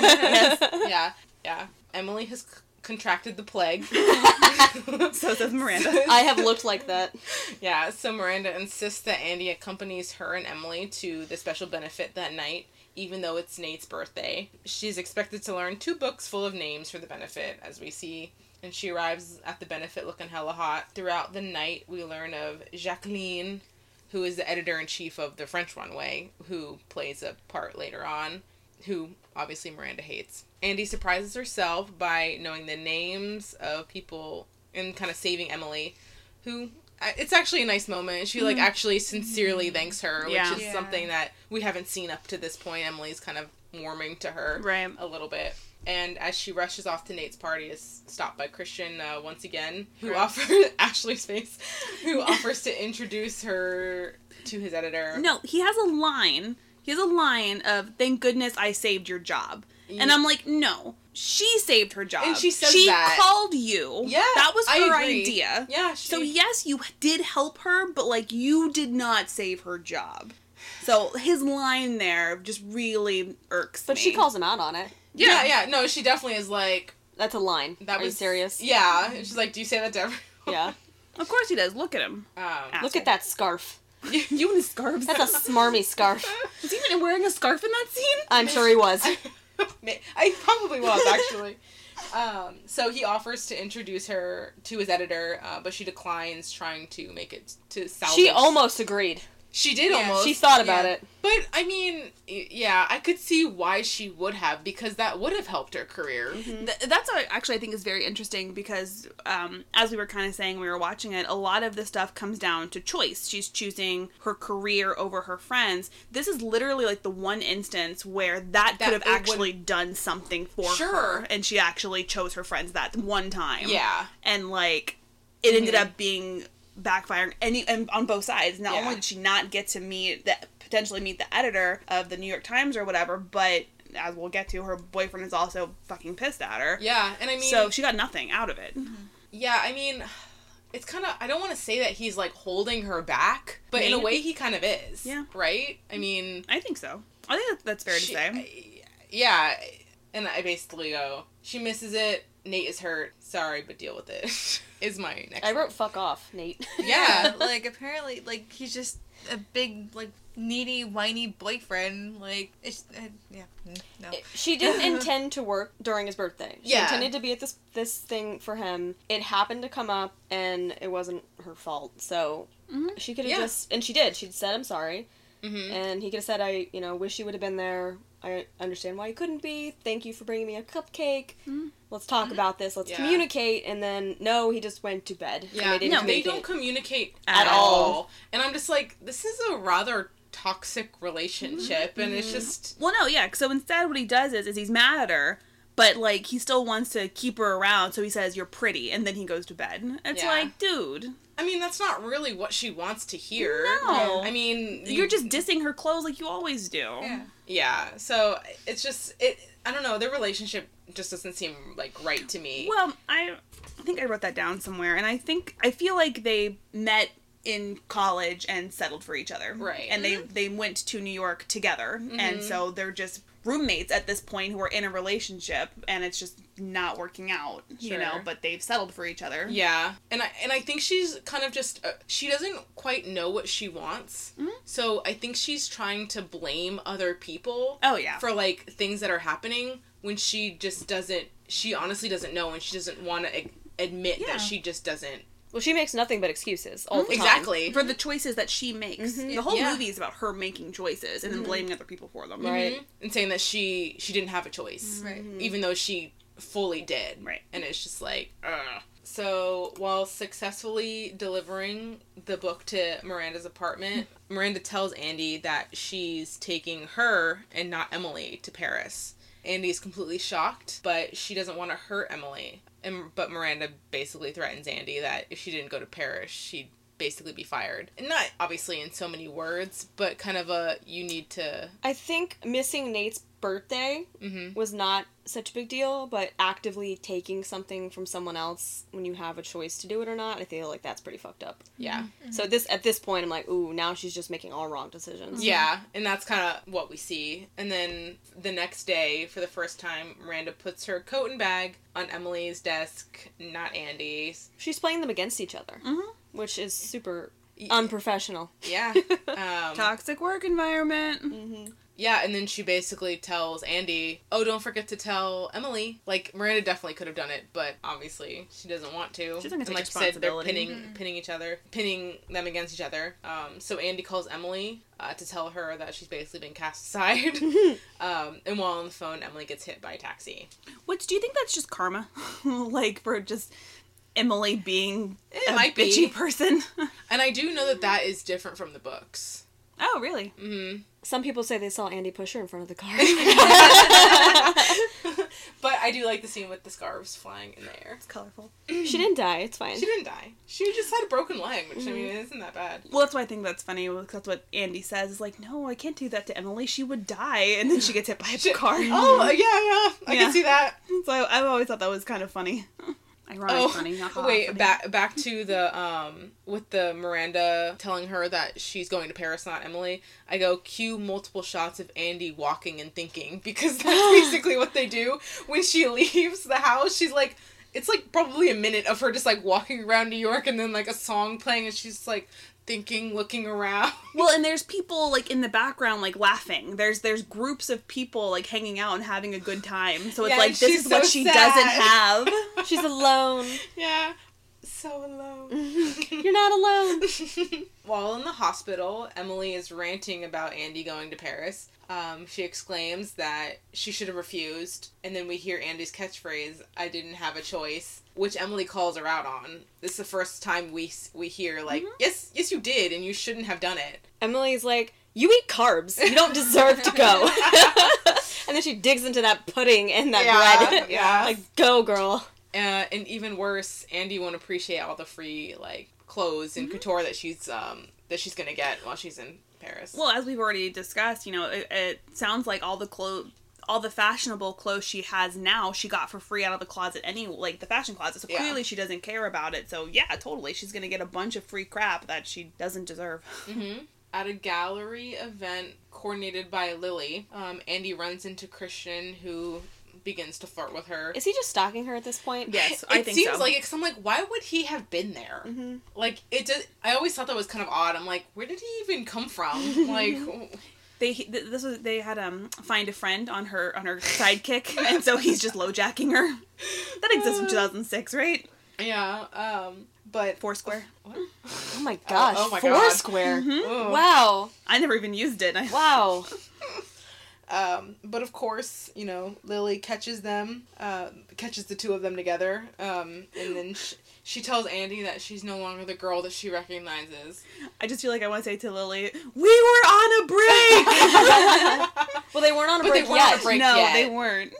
S3: yeah yeah emily has c- contracted the plague
S4: so says Miranda.
S1: I have looked like that.
S3: yeah so miranda insists that andy accompanies her and emily to the special benefit that night even though it's nate's birthday she's expected to learn two books full of names for the benefit as we see and she arrives at the benefit looking hella hot throughout the night we learn of jacqueline who is the editor-in-chief of the french runway who plays a part later on who obviously Miranda hates. Andy surprises herself by knowing the names of people and kind of saving Emily, who I- it's actually a nice moment. She like actually sincerely thanks her, which
S4: Yeah.
S3: is
S2: Yeah.
S3: something that we haven't seen up to this point. Emily's kind of warming to her
S4: Right.
S3: a little bit. And as she rushes off to Nate's party, is stopped by Christian uh, once again, who
S4: Right.
S3: offers Ashley's face, who offers to introduce her to his editor.
S4: No, he has a line. He has a line of "Thank goodness I saved your job," and
S3: Ye-
S4: I'm like, "No, she saved her job.
S3: And she says
S4: she
S3: that.
S4: called you.
S3: Yeah,
S4: that was
S3: I
S4: her
S3: agree.
S4: idea.
S3: Yeah. She,
S4: So yes, you did help her, but like you did not save her job. So his line there just really irks
S1: But
S4: me.
S1: she calls him out on it.
S3: Yeah, yeah. No, she definitely is like
S1: That's a line.
S3: That
S1: Are
S3: was
S1: you serious?
S3: Yeah, she's like, "Do you say that to everyone?"
S1: Yeah.
S4: Of course he does. Look at him.
S3: Um,
S1: Look at that scarf.
S4: You and his scarves.
S1: That's a smarmy scarf.
S4: Was he even wearing a scarf in that scene?
S1: I'm sure he was.
S3: I probably was actually. Um, so he offers to introduce her to his editor, uh, but she declines, trying to make it to salvage.
S1: She almost agreed.
S3: She did
S2: Yeah,
S3: almost.
S1: She thought about
S3: yeah.
S1: it.
S3: But I mean, y- yeah, I could see why she would have because that would have helped her career.
S1: Mm-hmm.
S4: Th- that's what actually I think is very interesting because, um, as we were kind of saying, we were watching it. A lot of this stuff comes down to choice. She's choosing her career over her friends. This is literally like the one instance where that,
S3: That
S4: could have
S3: it would-
S4: actually done something for
S3: Sure.
S4: her, and she actually chose her friends that one time.
S3: Yeah.
S4: and like it ended up being backfiring any and on both sides. Not
S3: Mm-hmm. Yeah.
S4: only did she not get to meet that potentially meet the editor of the New York Times or whatever, but as we'll get to, her boyfriend is also fucking pissed at her.
S3: Yeah, and I mean, Mm-hmm.
S4: so she got nothing out of it.
S3: Yeah, I mean, it's kind of. I don't want to say that he's like holding her back, but in a
S4: Maybe.
S3: way, he kind of is.
S4: Yeah.
S3: Right? I mean,
S4: I think so. I think that- that's fair
S3: she-
S4: to say.
S3: I- yeah, and I basically go, she misses it. Nate is hurt. Sorry, but deal with it. is my next.
S1: I
S3: one.
S1: wrote fuck off, Nate.
S3: Yeah.
S2: like apparently, like he's just a big, like needy, whiny boyfriend. Like it's, uh, yeah, mm, no.
S1: She didn't intend to work during his birthday. She
S3: Yeah.
S1: intended to be at this this thing for him. It happened to come up, and it wasn't her fault. So
S4: Mhm.
S1: she could have
S3: Yeah.
S1: just, and she did. She said, "I'm sorry,"
S3: Mhm.
S1: and he could have said, "I, you know, wish you would have been there. I understand why you couldn't be. Thank you for bringing me a cupcake.
S3: Mm-hmm.
S4: Mhm.
S1: Let's talk about this. Let's
S3: Yeah.
S1: communicate." And then no, he just went to bed.
S3: Yeah,
S1: and they didn't
S4: No.
S3: they
S1: communicate.
S3: don't communicate
S4: At
S3: at
S1: all.
S3: all. And I'm just like, this is a rather toxic relationship, and it's just.
S4: Well, no, yeah. So instead, what he does is, is he's mad at her, But like he still wants to keep her around, so he says you're pretty, and then he goes to bed. It's
S3: Yeah.
S4: like, dude,
S3: I mean, that's not really what she wants to hear.
S4: No.
S3: I mean,
S4: you're just dissing her clothes like you always do.
S2: Yeah.
S3: Yeah. So it's just it. I don't know. Their relationship just doesn't seem like right to me.
S4: Well, I I think I wrote that down somewhere, and I think I feel like they met in college and settled for each other.
S3: Right.
S4: And they they went to New York together, and so they're just roommates at this point who are in a relationship, and it's just not working out. You
S3: Sure.
S4: know, but they've settled for each other.
S3: Yeah, and I and I think she's kind of just uh, she doesn't quite know what she wants.
S4: Mm-hmm.
S3: So I think she's trying to blame other people
S4: Oh yeah.
S3: for like things that are happening when she just doesn't. She honestly doesn't know, and she doesn't want to admit
S4: Yeah.
S3: that she just doesn't.
S1: Well, she makes nothing but excuses
S3: Mm-hmm.
S1: all the time.
S3: Exactly.
S4: for the choices that she makes. The whole
S3: Yeah.
S4: movie is about her making choices and then blaming other people for them.
S1: Right.
S3: Mhm. And saying that she she didn't have a choice.
S2: Right.
S3: even though she fully did.
S4: Right.
S3: And it's just like, ugh. So while successfully delivering the book to Miranda's apartment, Miranda tells Andy that she's taking her and not Emily to Paris. Andy's completely shocked, but she doesn't want to hurt Emily. And but Miranda basically threatens Andy that if she didn't go to Paris, she'd basically be fired. And not obviously in so many words, but kind of a you need to
S1: I think missing Nate's birthday
S3: Mhm.
S1: was not such a big deal, but actively taking something from someone else when you have a choice to do it or not, I feel like that's pretty fucked up.
S3: yeah.
S1: So this at this point, I'm like, ooh, now she's just making all wrong decisions.
S3: Yeah, and that's kind of what we see. And then the next day, for the first time, Miranda puts her coat and bag on Emily's desk, not Andy's.
S1: she's playing them against each other,
S4: Mhm.
S1: which is super
S3: Y-
S1: unprofessional.
S3: Yeah. Um,
S4: Toxic work environment.
S1: Mm-hmm.
S3: yeah, and then she basically tells Andy, Oh, don't forget to tell Emily. Like, Miranda definitely could have done it, but obviously she doesn't want to.
S4: She doesn't
S3: and
S4: take
S3: like you said, they're
S4: responsibility.
S3: pinning, pinning each other, pinning them against each other. Um, so Andy calls Emily uh, to tell her that she's basically been cast aside. um, and while on the phone, Emily gets hit by a taxi.
S4: Which do you think that's just karma? like for just Emily being
S3: It
S4: a
S3: might be.
S4: bitchy person.
S3: And I do know that that is different from the books.
S4: oh, really?
S3: hmm
S1: Some people say they saw Andy push her in front of the car.
S3: But I do like the scene with the scarves flying in the air.
S4: It's colorful.
S1: she didn't die. It's fine.
S3: She didn't die. She just had a broken leg, which I mean isn't that bad.
S4: Well, that's why I think that's funny. because That's what Andy says. Is like, no, I can't do that to Emily. She would die, and then she gets hit by a
S3: She-
S4: car.
S3: Oh yeah, yeah. I
S4: Yeah.
S3: can see that.
S4: so I, I've always thought that was kind of funny. Ironic,
S3: Oh
S4: funny. Not ha-ha
S3: wait,
S4: funny.
S3: back back to the um with the Miranda telling her that she's going to Paris, not Emily. I go cue multiple shots of Andy walking and thinking because that's basically what they do when she leaves the house. She's like. It's like probably a minute of her just like walking around New York and then like a song playing and she's like thinking, looking around.
S4: Well, and there's people like in the background, like laughing. There's there's groups of people like hanging out and having a good time. So it's
S3: Yeah,
S4: like
S3: and
S4: this
S3: she's
S4: is what
S3: so
S4: she
S3: sad.
S4: doesn't have.
S1: She's alone.
S3: Yeah. So alone.
S1: You're not alone.
S3: While in the hospital, Emily is ranting about Andy going to Paris. Um, she exclaims that she should have refused, and then we hear Andy's catchphrase, "I didn't have a choice," which Emily calls her out on. This is the first time we s- we hear like, "Yes, yes, you did, and you shouldn't have done it."
S1: Emily's like, "You eat carbs. You don't deserve to go." and then she digs into that pudding and that
S3: Yeah,
S1: bread.
S3: yeah.
S1: like, go girl.
S3: Uh, and even worse, Andy won't appreciate all the free like clothes and couture that she's um that she's gonna get while she's in Paris.
S4: Well, as we've already discussed, you know, it, it sounds like all the clothes, all the fashionable clothes she has now, she got for free out of the closet anyway, like the fashion closet. So
S3: Yeah.
S4: clearly she doesn't care about it. So yeah, totally, she's gonna get a bunch of free crap that she doesn't deserve.
S3: At a gallery event coordinated by Lily, um, Andy runs into Christian, who begins to flirt with her.
S1: Is he just stalking her at this point?
S4: Yes,
S3: it
S4: I think
S3: seems
S4: so.
S3: like it 'cause I'm like, why would he have been there? Like it did. I always thought that was kind of odd. I'm like, where did he even come from? like,
S4: they th- this was they had um find a friend on her on her sidekick, and so he's just lowjacking her. That exists in
S3: Uh.
S4: 2006, right?
S3: yeah. Um, but
S4: Foursquare.
S3: what?
S1: Oh my gosh.
S3: oh my God.
S1: Foursquare.
S3: Ugh.
S1: Wow.
S4: I never even used it. I-
S1: Wow.
S3: Um, but of course, you know, Lily catches them, uh, catches the two of them together, um, and then she, she tells Andy that she's no longer the girl that she recognizes.
S4: I just feel like I want to say to Lily, we were on a break.
S1: Well, they weren't on a
S3: But they
S1: break
S3: weren't on a
S1: yet.
S3: break.
S4: no,
S3: yet.
S4: they weren't.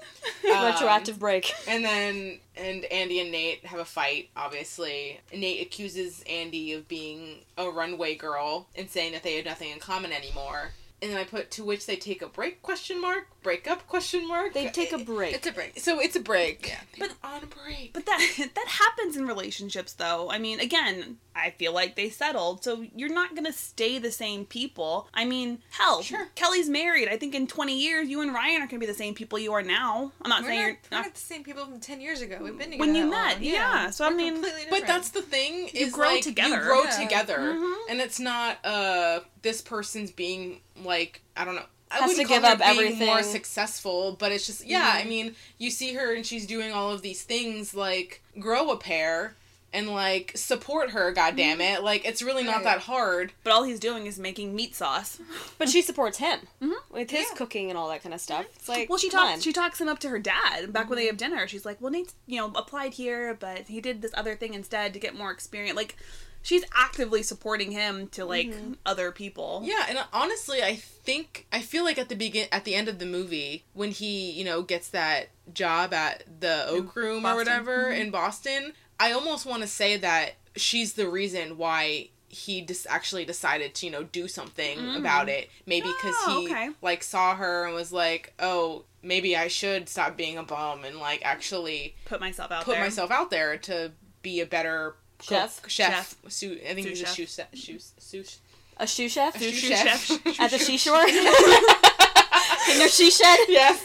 S3: Um,
S1: Retroactive break.
S3: And then and Andy and Nate have a fight, obviously. Nate accuses Andy of being a runway girl and saying that they have nothing in common anymore. And then I put to which they take a break question mark, break up question mark.
S1: They take a break.
S2: It's a break.
S3: So it's a break.
S2: Yeah.
S3: But on a break.
S4: But that that happens in relationships though. I mean, again, I feel like they settled, so you're not going to stay the same people. I mean, hell,
S3: Sure.
S4: Kelly's married. I think in 20 years you and Ryan aren't going to be the same people you are now. I'm not
S2: We're
S4: saying
S2: not,
S4: you're
S2: we're
S4: not
S2: not the same people from ten years ago. We've been together
S4: When you met,
S2: that long.
S4: yeah. So, I
S2: We're
S4: mean-
S2: completely
S3: But
S2: different.
S3: that's the thing is
S4: grow
S3: like,
S4: together.
S3: You grow
S2: Yeah.
S3: together,
S4: Mhm.
S3: and it's not uh this person's being like I don't know. I
S1: Has
S3: wouldn't
S1: to give
S3: call her
S1: up
S3: being
S1: everything.
S3: more successful, but it's just yeah. I mean, you see her and she's doing all of these things like grow a pair and like support her. God damn it! Like it's really not
S2: Right.
S3: that hard.
S4: but all he's doing is making meat sauce.
S1: But she supports him
S4: Mhm.
S1: with his
S2: Yeah.
S1: cooking and all that kind of stuff. It's like
S4: Well, she
S1: come
S4: talks.
S1: on.
S4: She talks him up to her dad back when they have dinner. She's like, "Well, Nate, you know, applied here, but he did this other thing instead to get more experience." Like, she's actively supporting him to like other people.
S3: Yeah, and uh, honestly, I think I feel like at the begin at the end of the movie when he you know gets that job at the Oak Room or
S4: Boston. Mm-hmm.
S3: whatever in Boston, I almost want to say that she's the reason why he just actually decided to you know do something about it. Maybe because
S4: Mm. Oh,
S3: he
S4: okay.
S3: like saw her and was like, oh, maybe I should stop being a bum and like actually
S4: Put myself out
S3: put
S4: there.
S3: myself out there to be a better.
S1: Chef?
S3: cook, chef, Sous- I think
S4: Sous
S3: he's a
S4: chef.
S3: sous, sous, sous,
S1: a shoe chef
S3: a
S4: Sous
S3: sous
S4: chef.
S3: chef
S1: at the seashore in your she shed.
S3: yes.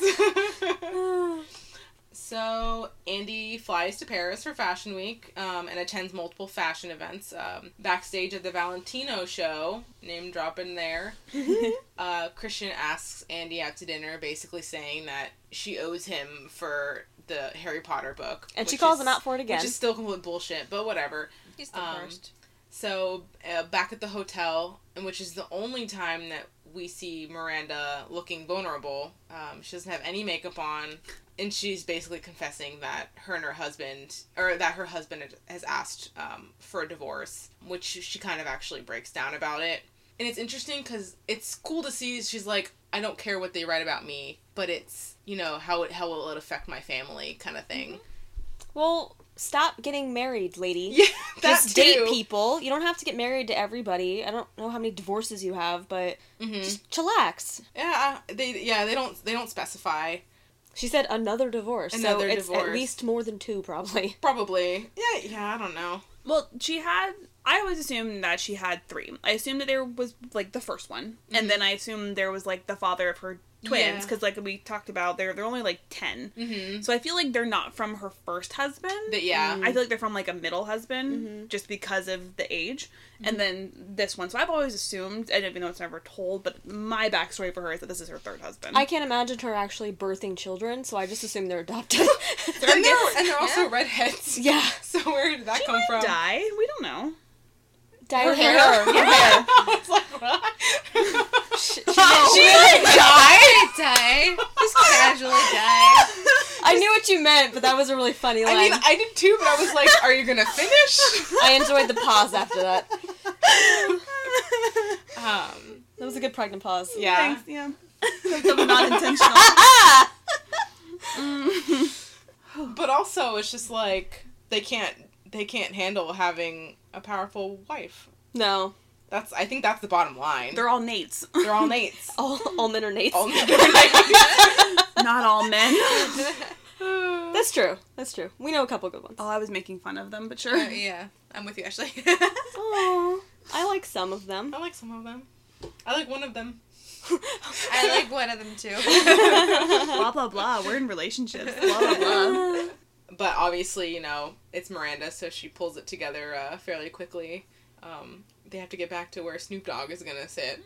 S3: so Andy flies to Paris for Fashion Week um, and attends multiple fashion events. Um, backstage at the Valentino show, name dropping there, uh, Christian asks Andy out to dinner, basically saying that she owes him for the Harry Potter book,
S1: And she
S3: which
S1: calls
S3: is-
S1: him out for it again.
S3: which is still complete bullshit, but whatever.
S2: He's the
S3: um,
S2: worst.
S3: So uh, back at the hotel, and which is the only time that we see Miranda looking vulnerable. Um, she doesn't have any makeup on, and she's basically confessing that her and her husband, or that her husband had- has asked um, for a divorce, which she kind of actually breaks down about it. And it's interesting because it's cool to see. She's like, I don't care what they write about me, but it's you know how it how will it affect my family kind of thing.
S1: Mm-hmm. Well, stop getting married, lady.
S3: Yeah, that's
S1: Just date people. You don't have to get married to everybody. I don't know how many divorces you have, but
S3: hmm
S1: just chillax.
S3: Yeah, they yeah they don't they don't specify.
S1: She said another divorce. so
S3: Another
S1: it's at
S3: divorce. Mm-hmm.
S1: least more than two, probably.
S3: Probably. Yeah, yeah, I don't know.
S4: Well, she had. I always assumed that she had three. I assumed that there was like the first one, and then I assumed there was like the father of her twins
S3: Mm. Yeah.
S4: because, like we talked about, they're they're only like 10
S3: Mm-hmm.
S4: So I feel like they're not from her first husband.
S3: But yeah. Mm-hmm.
S4: I feel like they're from like a middle husband just because of the age. And then this one. So I've always assumed, and even though it's never told, but my backstory for her is that this is her third husband.
S1: I can't imagine her actually birthing children, so I just assume they're adopted.
S3: And they're and they're also
S2: Yeah.
S3: redheads.
S1: yeah.
S3: So where did that
S4: she
S3: come
S4: might
S3: from?
S4: die. We don't know.
S1: Dye
S3: Her
S1: her hair.
S3: hair.
S1: Her hair.
S3: I was like, what?
S4: Oh.
S2: I die. Just casually die.
S1: I knew what you meant, but that was a really funny line.
S3: I
S1: I,
S3: mean, I did too, but I was like, are you gonna finish?
S1: enjoyed the pause after that.
S3: Um,
S1: That was a good pregnant pause.
S3: yeah.
S4: Thanks, yeah. Something not intentional.
S3: Ah!
S4: Mm.
S3: But also, it's just like they can't they can't handle having a powerful wife.
S1: No.
S3: That's I think that's the bottom line.
S4: They're all Nates.
S3: They're all Nates.
S1: All, all men are Nates.
S3: all Nates.
S4: not all men.
S1: That's true. That's true. We know a couple good ones.
S4: Oh, I was making fun of them, but sure.
S2: Uh, yeah, I'm with you, Ashley.
S1: Oh, I like some of them.
S3: I like some of them. I like one of them.
S2: I like one of them too.
S4: Blah blah blah. We're in relationships. Blah blah blah.
S3: but obviously, you know, it's Miranda, so she pulls it together uh, fairly quickly. Um, they have to get back to where Snoop Dogg is gonna sit.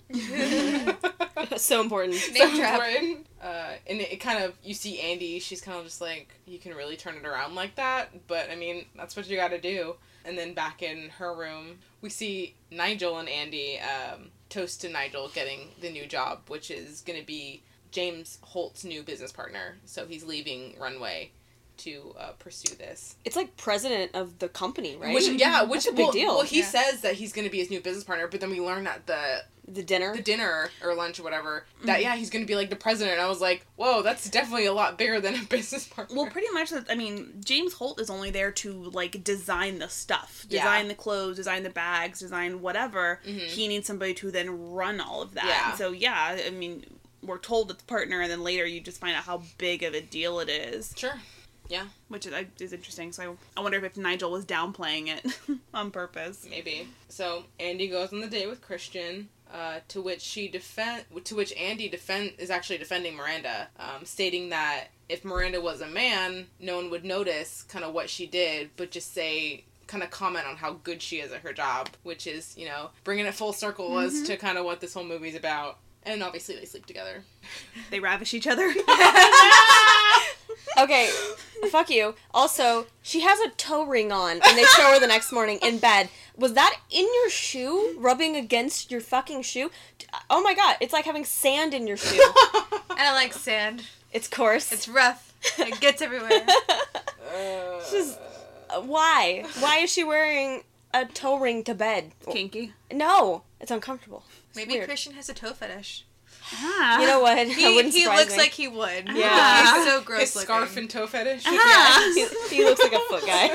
S1: so important.
S2: Name
S3: So
S2: drop.
S3: important. Uh, and it, it kind of you see Andy. She's kind of just like, you can really turn it around like that. But I mean, that's what you got to do. And then back in her room, we see Nigel and Andy um, toast to Nigel getting the new job, which is gonna be James Holt's new business partner. So he's leaving Runway to uh, pursue this.
S1: It's like president of the company, right?
S3: Which yeah, which
S1: That's a big
S3: well,
S1: deal.
S3: Well, he
S2: Yeah.
S3: says that he's going to be his new business partner, but then we learn that the
S1: The dinner.
S3: the dinner or lunch or whatever that yeah he's gonna be like the president i was like whoa that's definitely a lot bigger than a business partner
S4: Well, pretty much. that- I mean, James Holt is only there to like design the stuff,
S3: Yeah.
S4: design the clothes, design the bags, design whatever. He needs somebody to then run all of that.
S3: Yeah.
S4: So yeah, I mean, we're told it's partner, and then later you just find out how big of a deal it is,
S3: sure yeah
S4: which is, I- is interesting. So I, I wonder if Nigel was downplaying it on purpose.
S3: maybe so andy goes on the date with christian uh, to which she defend to which andy defend is actually defending miranda um, stating that if miranda was a man no one would notice kind of what she did but just say kind of comment on how good she is at her job which is you know bringing it full circle as to kind of what this whole movie's about and obviously they sleep together
S4: They ravish each other.
S1: Okay, fuck you. Also, she has a toe ring on, and they show her the next morning in bed. Was that in your shoe, rubbing against your fucking shoe? D- Oh my god, it's like having sand in your shoe.
S2: I don't like sand.
S1: It's coarse.
S2: It's rough. It gets everywhere.
S1: Just- Uh, Why? Why is she wearing a toe ring to bed?
S4: Kinky.
S1: No, it's uncomfortable.
S2: Maybe
S1: weird.
S2: Christian has a toe fetish.
S4: Ah.
S1: You know what? I
S2: He,
S1: wouldn't
S2: he
S1: surprise
S2: looks
S1: me.
S2: like he would.
S4: Yeah.
S2: He's so gross
S3: his
S2: looking.
S3: scarf and toe fetish
S4: Ah.
S1: he, he looks like a foot guy.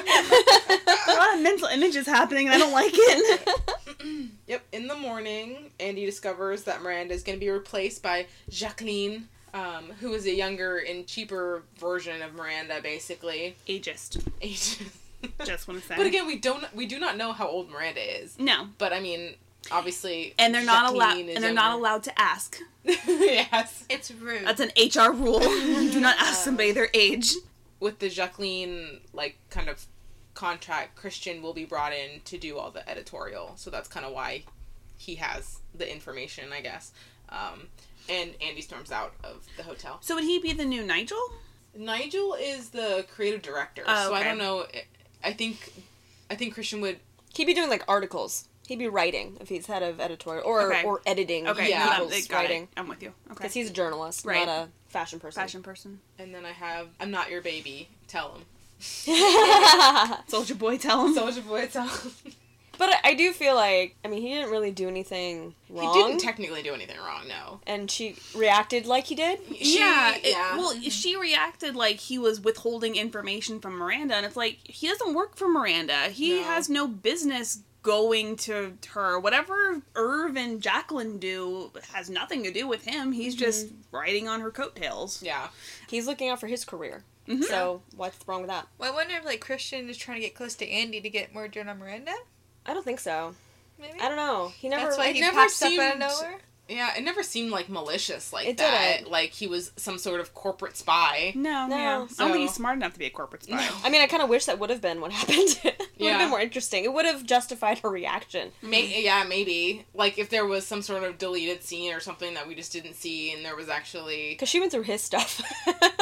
S4: a lot of mental images happening, and I don't like it.
S3: Yep. In the morning, Andy discovers that Miranda is going to be replaced by Jacqueline, um, who is a younger and cheaper version of Miranda, basically.
S4: Ageist.
S3: but
S4: Just want to say.
S3: again, we don't we do not know how old Miranda is.
S4: no.
S3: But I mean, obviously,
S4: And they're not allowed.
S3: Jacqueline
S4: And
S3: is
S4: they're not
S3: younger.
S4: allowed to ask.
S3: yes.
S2: It's rude.
S4: That's an HR rule. you do not ask somebody their age.
S3: With the Jacqueline like kind of contract, Christian will be brought in to do all the editorial. So that's kind of why he has the information, I guess. Um, and Andy storms out of the hotel.
S4: So would he be the new Nigel?
S3: Nigel is the creative director,
S4: Oh,
S3: so I
S4: okay.
S3: don't know. I think, I think Christian would.
S1: He'd be doing like articles. He'd be writing if he's head of editorial or
S4: Okay.
S1: or editing.
S4: Okay,
S3: Yeah.
S4: yeah,
S1: novels,
S4: I'm, got
S1: writing.
S4: it. I'm with you. Okay,
S1: Because he's a journalist,
S4: Right.
S1: not a fashion person.
S4: fashion person.
S3: And then I have, I'm not your baby. Tell him.
S4: Soldier boy, tell him.
S3: Soldier boy, tell him.
S1: but I, I do feel like, I mean, he didn't really do anything wrong.
S3: He didn't technically do anything wrong. No.
S1: and she reacted like he did.
S3: She-
S4: yeah, Mm-hmm. it-
S3: yeah.
S4: Well, she reacted like he was withholding information from Miranda, and it's like he doesn't work for Miranda. He
S3: No.
S4: has no business going to her. Whatever Irv and Jacqueline do has nothing to do with him. He's just riding on her coattails.
S3: yeah.
S1: He's looking out for his career.
S4: Mm-hmm.
S1: So what's wrong with that?
S2: well, I wonder if like Christian is trying to get close to Andy to get more dirt on Miranda.
S1: I don't think so.
S2: Maybe
S1: I don't know. He never.
S2: that's why
S1: like,
S2: he
S3: never
S2: pops up out of
S3: seemed-
S2: nowhere.
S3: Yeah. It never seemed like malicious like
S1: It
S3: that.
S1: didn't.
S3: Like he was some sort of corporate spy.
S4: No,
S1: No,
S4: no. I don't
S3: so-
S4: think he's smart enough to be a corporate spy.
S3: No.
S1: I mean, I kind of wish that would have been what happened. it would have
S3: Yeah.
S1: been more interesting. It would have justified her reaction.
S3: May- yeah, maybe. Like if there was some sort of deleted scene or something that we just didn't see, and there was actually
S1: Because she went through his stuff.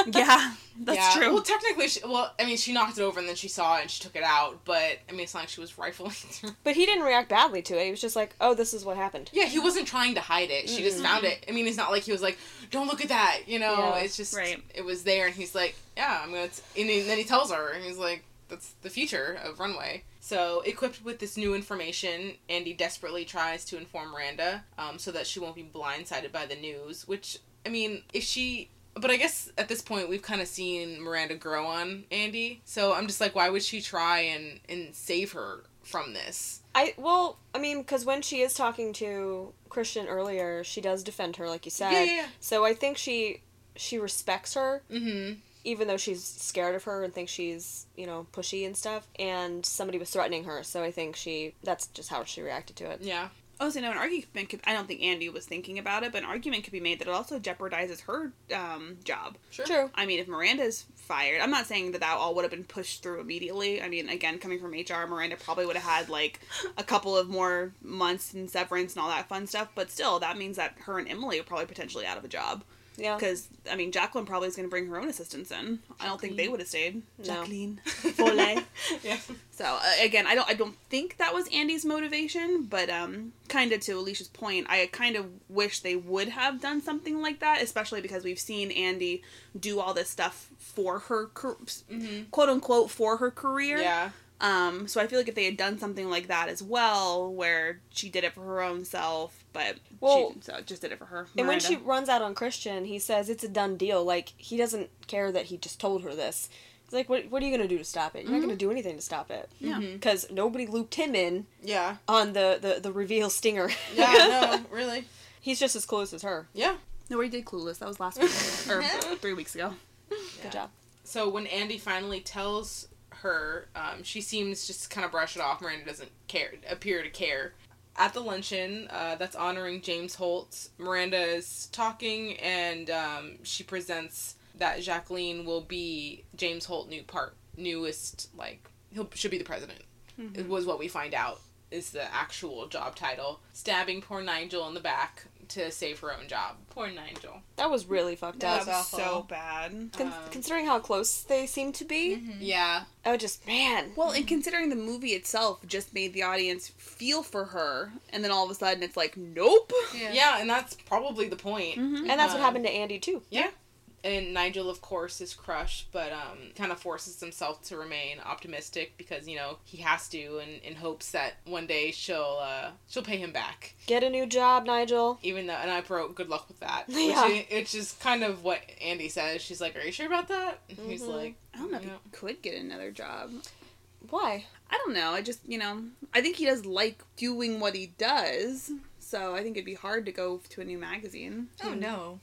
S4: Yeah, that's
S3: yeah.
S4: true.
S3: Well, technically, she, well, I mean, she knocked it over and then she saw it and she took it out, but I mean, it's not like she was rifling through.
S1: But he didn't react badly to it. He was just like, oh, this is what happened.
S3: Yeah, he wasn't trying to hide it. She just found it. I mean, it's not like he was like, "Don't look at that," you know.
S1: Yeah.
S3: it's just
S4: Right.
S3: it was there, and he's like, "Yeah, I'm gonna." T-, and then he tells her, and he's like, "That's the future of runway." So, equipped with this new information, Andy desperately tries to inform Miranda, um, so that she won't be blindsided by the news. Which, I mean, if she. But I guess at this point we've kind of seen Miranda grow on Andy, so I'm just like, why would she try and and save her from this?
S1: I well, I mean, because when she is talking to Christian earlier, she does defend her, like you said.
S3: Yeah, yeah, yeah.
S1: So I think she she respects her,
S3: Mm-hmm.
S1: even though she's scared of her and thinks she's you know pushy and stuff. And somebody was threatening her, so I think she that's just how she reacted to it.
S3: Yeah.
S4: Oh, so no, an argument could, I don't think Andy was thinking about it, but an argument could be made that it also jeopardizes her um, job.
S1: True.
S4: I mean, if Miranda's fired, I'm not saying that that all would have been pushed through immediately. I mean, again, coming from HR, Miranda probably would have had like a couple of more months and severance and all that fun stuff, but still, that means that her and Emily are probably potentially out of a job.
S1: Yeah.
S4: Because, I mean, Jacqueline probably is going to bring her own assistants in. I don't think they would have stayed.
S1: Jacqueline.
S4: For life.
S3: Yeah.
S4: So uh, again, I don't I don't think that was Andy's motivation, but um kind of to Alicia's point, I kind of wish they would have done something like that, especially because we've seen Andy do all this stuff for her car- quote unquote for her career.
S3: Yeah.
S4: Um, so I feel like if they had done something like that as well, where she did it for her own self, but
S1: Well-
S4: she so just did it for her.
S1: And when
S4: Miranda.
S1: she runs out on Christian, he says it's a done deal. Like he doesn't care that he just told her this. He's like, "What? What are you gonna do to stop it? You're
S3: Mm-hmm.
S1: not gonna do anything to stop it."
S4: Yeah.
S1: Because nobody looped him in
S3: Yeah.
S1: on the the, the reveal stinger.
S3: Yeah, no, really.
S1: He's just as close as her.
S3: Yeah.
S4: no, we did Clueless. That was last week or three weeks ago.
S1: Good job.
S3: So when Andy finally tells her, um, she seems just to kind of brush it off. Miranda doesn't care, appear to care. At the luncheon uh, that's honoring James Holtz, Miranda is talking and um, she presents that Jacqueline will be James Holt new part newest like he will should be the president. It was what we find out is the actual job title. Stabbing poor Nigel in the back to save her own job. Poor Nigel.
S1: That was really fucked
S2: That
S1: up.
S2: was awful.
S4: so bad.
S1: Con-
S3: Um,
S1: considering how close they seem to be,
S4: Mm-hmm.
S3: Yeah.
S1: I was just man.
S4: Well, and considering the movie itself just made the audience feel for her, and then all of a sudden it's like, nope.
S3: Yeah, and that's probably the point.
S1: Mm-hmm. And that's what
S4: Uh,
S3: Um,
S1: happened to Andy too.
S3: Yeah. And Nigel, of course, is crushed, but um, kind of forces himself to remain optimistic because you know he has to, and in hopes that one day she'll uh, she'll pay him back.
S1: Get a new job, Nigel.
S3: Even though, and I wrote "Good luck with that," which
S1: Yeah.
S3: i- it's just kind of what Andy says. She's like, "Are you sure about that?" And He's
S1: Mhm.
S3: like,
S4: I don't know if
S3: Yeah.
S4: he could get another job.
S1: Why?
S4: I don't know. I just, you know, I think he does like doing what he does. So I think it'd be hard to go to a new magazine.
S2: Oh no.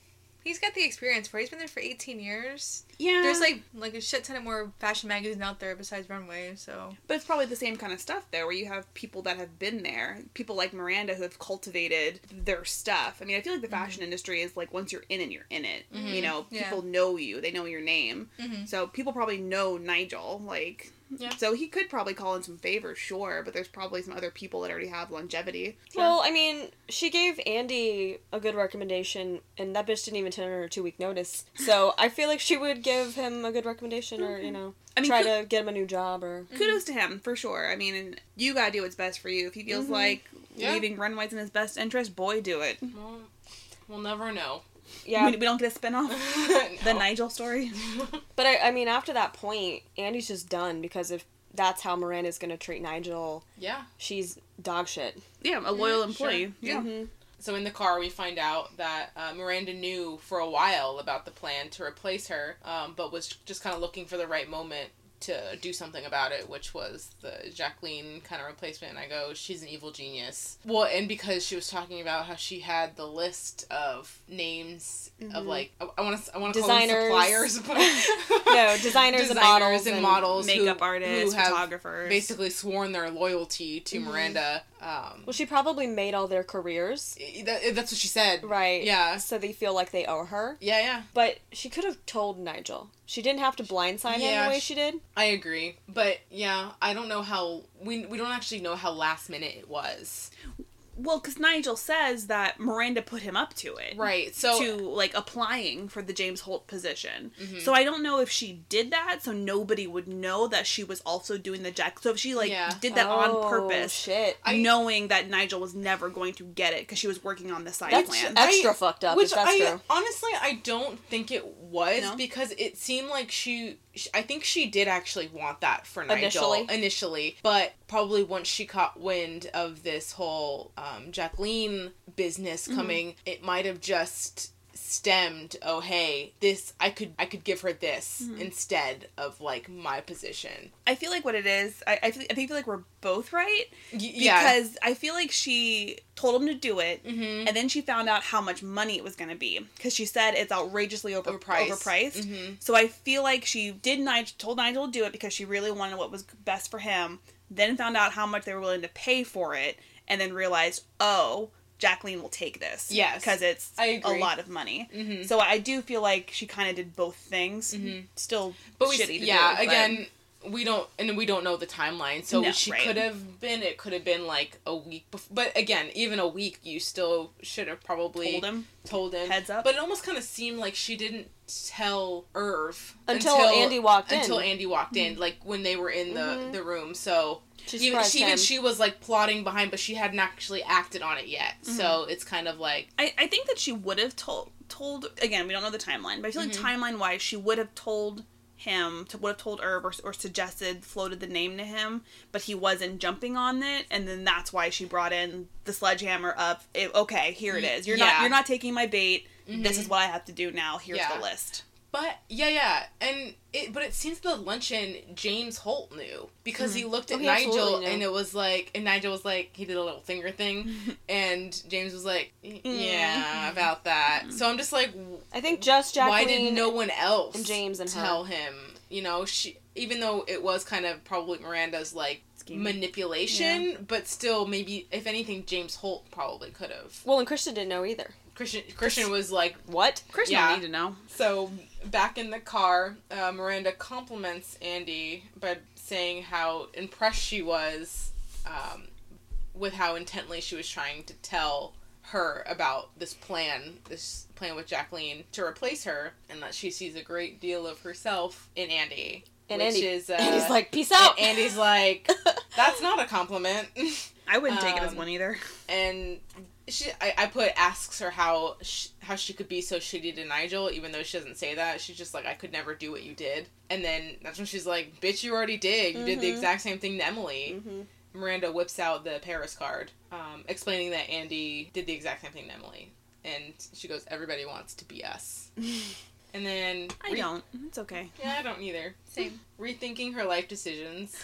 S2: He's got the experience for it. He's been there for 18 years.
S4: Yeah.
S2: There's like like a shit ton of more fashion magazines out there besides Runway, so
S4: But it's probably the same kind of stuff there, where you have people that have been there, people like Miranda who have cultivated their stuff. I mean, I feel like the fashion industry is like once you're in it, you're in it. You know,
S2: Yeah.
S4: people know you, they know your name.
S2: Mhm.
S4: So people probably know Nigel. Like,
S3: Yeah.
S4: so he could probably call in some favors, sure, but there's probably some other people that already have longevity.
S1: Well, I mean, she gave Andy a good recommendation, and that bitch didn't even turn her two week notice. So I feel like she would give him a good recommendation, or you know,
S4: Mm-hmm. I mean,
S1: try
S4: could-
S1: to get him a new job, or
S4: kudos to him for sure. I mean, and you gotta do what's best for you. If he feels like
S3: Yeah.
S4: leaving runways in his best interest, boy, do it.
S3: well, "We'll never know."
S1: yeah.
S4: We, we don't get a spinoff. The
S3: No.
S4: Nigel story.
S1: But I, I mean, after that point, Andy's just done because if that's how Miranda's gonna treat Nigel,
S3: Yeah.
S1: she's dog shit. Mm-hmm.
S4: Yeah, a loyal
S3: Mm, sure.
S4: employee. Yeah.
S3: So in the car, we find out that uh, Miranda knew for a while about the plan to replace her, um, but was just kind of looking for the right moment to do something about it, which was the Jacqueline kind of replacement. And I go, she's an evil genius. Well, and because she was talking about how she had the list of names of like I want to I want to call them
S1: Mm-hmm. Designers.
S3: suppliers, but
S1: No, designers, and models and,
S3: models, who-
S4: Makeup artists,
S3: who have
S4: photographers.
S3: basically sworn their loyalty to Miranda. Um,
S1: Mm-hmm. Well, she probably made all their careers,
S3: that, that's what she said,
S1: right?
S3: Yeah.
S1: So they feel like they owe her.
S3: Yeah, yeah.
S1: But she could have told Nigel. She didn't have to blindside him
S3: Yeah,
S1: the way
S3: sh-
S1: she did.
S3: I agree, but yeah, I don't know how we we don't actually know how last minute it was.
S4: Well, because Nigel says that Miranda put him up to it.
S3: Right. So
S4: to like applying for the James Holt position. So I don't know if she did that so nobody would know that she was also doing the Jack. So if she like
S3: Yeah.
S4: did that
S1: Oh,
S4: on purpose,
S1: Shit.
S3: I-
S4: knowing that Nigel was never going to get it because she was working on the side
S1: That's
S4: plan.
S1: that- extra fucked up,
S3: Which
S1: if that's
S3: I
S1: true.
S3: honestly I don't think it was
S4: No?
S3: because it seemed like she, sh I think she did actually want that for Nigel
S1: Initially.
S3: initially, but probably once she caught wind of this whole um, Jacqueline business
S1: Mm-hmm.
S3: coming, it might have just stemmed oh hey this i could i could give her this
S1: Mm-hmm.
S3: instead of like my position
S4: I feel like what it is, I, I, feel, I feel like we're both right
S3: Y-
S4: because I feel like she told him to do it,
S3: Mhm.
S4: and then she found out how much money it was going to be because she said it's outrageously over-
S3: Overpriced.
S4: overpriced.
S3: Mm-hmm.
S4: So I feel like she did Nigel told Nigel to do it because she really wanted what was best for him. Then found out how much they were willing to pay for it, and then realized, oh, Jacqueline will take this.
S3: Yes.
S4: because it's
S3: I
S4: a
S3: agree.
S4: lot of money.
S3: Mhm.
S4: So I do feel like she kind of did both things. Still,
S3: Mm-hmm. but we,
S4: shitty. to
S3: yeah
S4: do, but-
S3: again we don't and we don't know the timeline so
S4: No,
S3: she
S4: right.
S3: could have been it could have been like a week bef- but again even a week you still should have probably
S4: Told him.
S3: told him.
S4: Heads up.
S3: but it almost kind of seemed like she didn't tell irv
S1: Until Andy walked in.
S3: until andy walked
S4: Mm-hmm.
S3: in like when they were in the the room so
S1: She
S3: even,
S1: surprised
S3: she, even
S1: him.
S3: she was like plotting behind but she hadn't actually acted on it yet
S4: Mm-hmm.
S3: so it's kind of like
S4: I, I Mm-hmm. think that she would have told told again we don't know the timeline but i feel like timeline wise she would have told him to would have told Herb or, or suggested floated the name to him, but he wasn't jumping on it, and then that's why she brought in the sledgehammer up. It, okay, here it is. You're
S3: Yeah.
S4: not you're not taking my bait. This is what I have to do now. Here's
S3: Yeah.
S4: the list.
S3: But yeah, yeah, and it. But it seems the luncheon James Holt knew because he looked at
S1: Oh, he
S3: Nigel
S1: absolutely knew.
S3: and it was like, and Nigel was like, he did a little finger thing, and James was like, "Y-
S1: Mm-hmm.
S3: yeah, about that. So I'm just like, w-
S1: I think just Mm-hmm. Jacqueline.
S3: why did no one else
S1: and James and her.
S3: tell him? You know, she even though it was kind of probably Miranda's like
S4: Scheme.
S3: manipulation, but still maybe if anything James Holt probably could have.
S1: Well, and Christian didn't know either.
S3: Christian Christian was like
S1: What?
S4: Chris
S3: Yeah.
S4: don't need to know.
S3: so back in the car, uh, Miranda compliments Andy by saying how impressed she was um, with how intently she was trying to tell her about this plan, this plan with Jacqueline to replace her, and that she sees a great deal of herself in Andy.
S1: And
S3: which
S1: Andy,
S3: is uh,
S1: Andy's like, peace
S3: and
S1: out.
S3: Andy's like, that's not a compliment.
S4: I wouldn't take it as
S3: Um,
S4: one either.
S3: and she I, I put asks her how sh how she could be so shitty to Nigel even though she doesn't say that she's just like I could never do what you did and then that's when she's like bitch you already did you did the
S1: Mhm.
S3: exact same thing to Emily
S1: hmm
S3: Miranda whips out the Paris card um, explaining that Andy did the exact same thing to Emily and she goes everybody wants to be us and then
S4: I
S3: re-
S4: don't. It's okay.
S3: yeah I don't either
S2: Same.
S3: rethinking her life decisions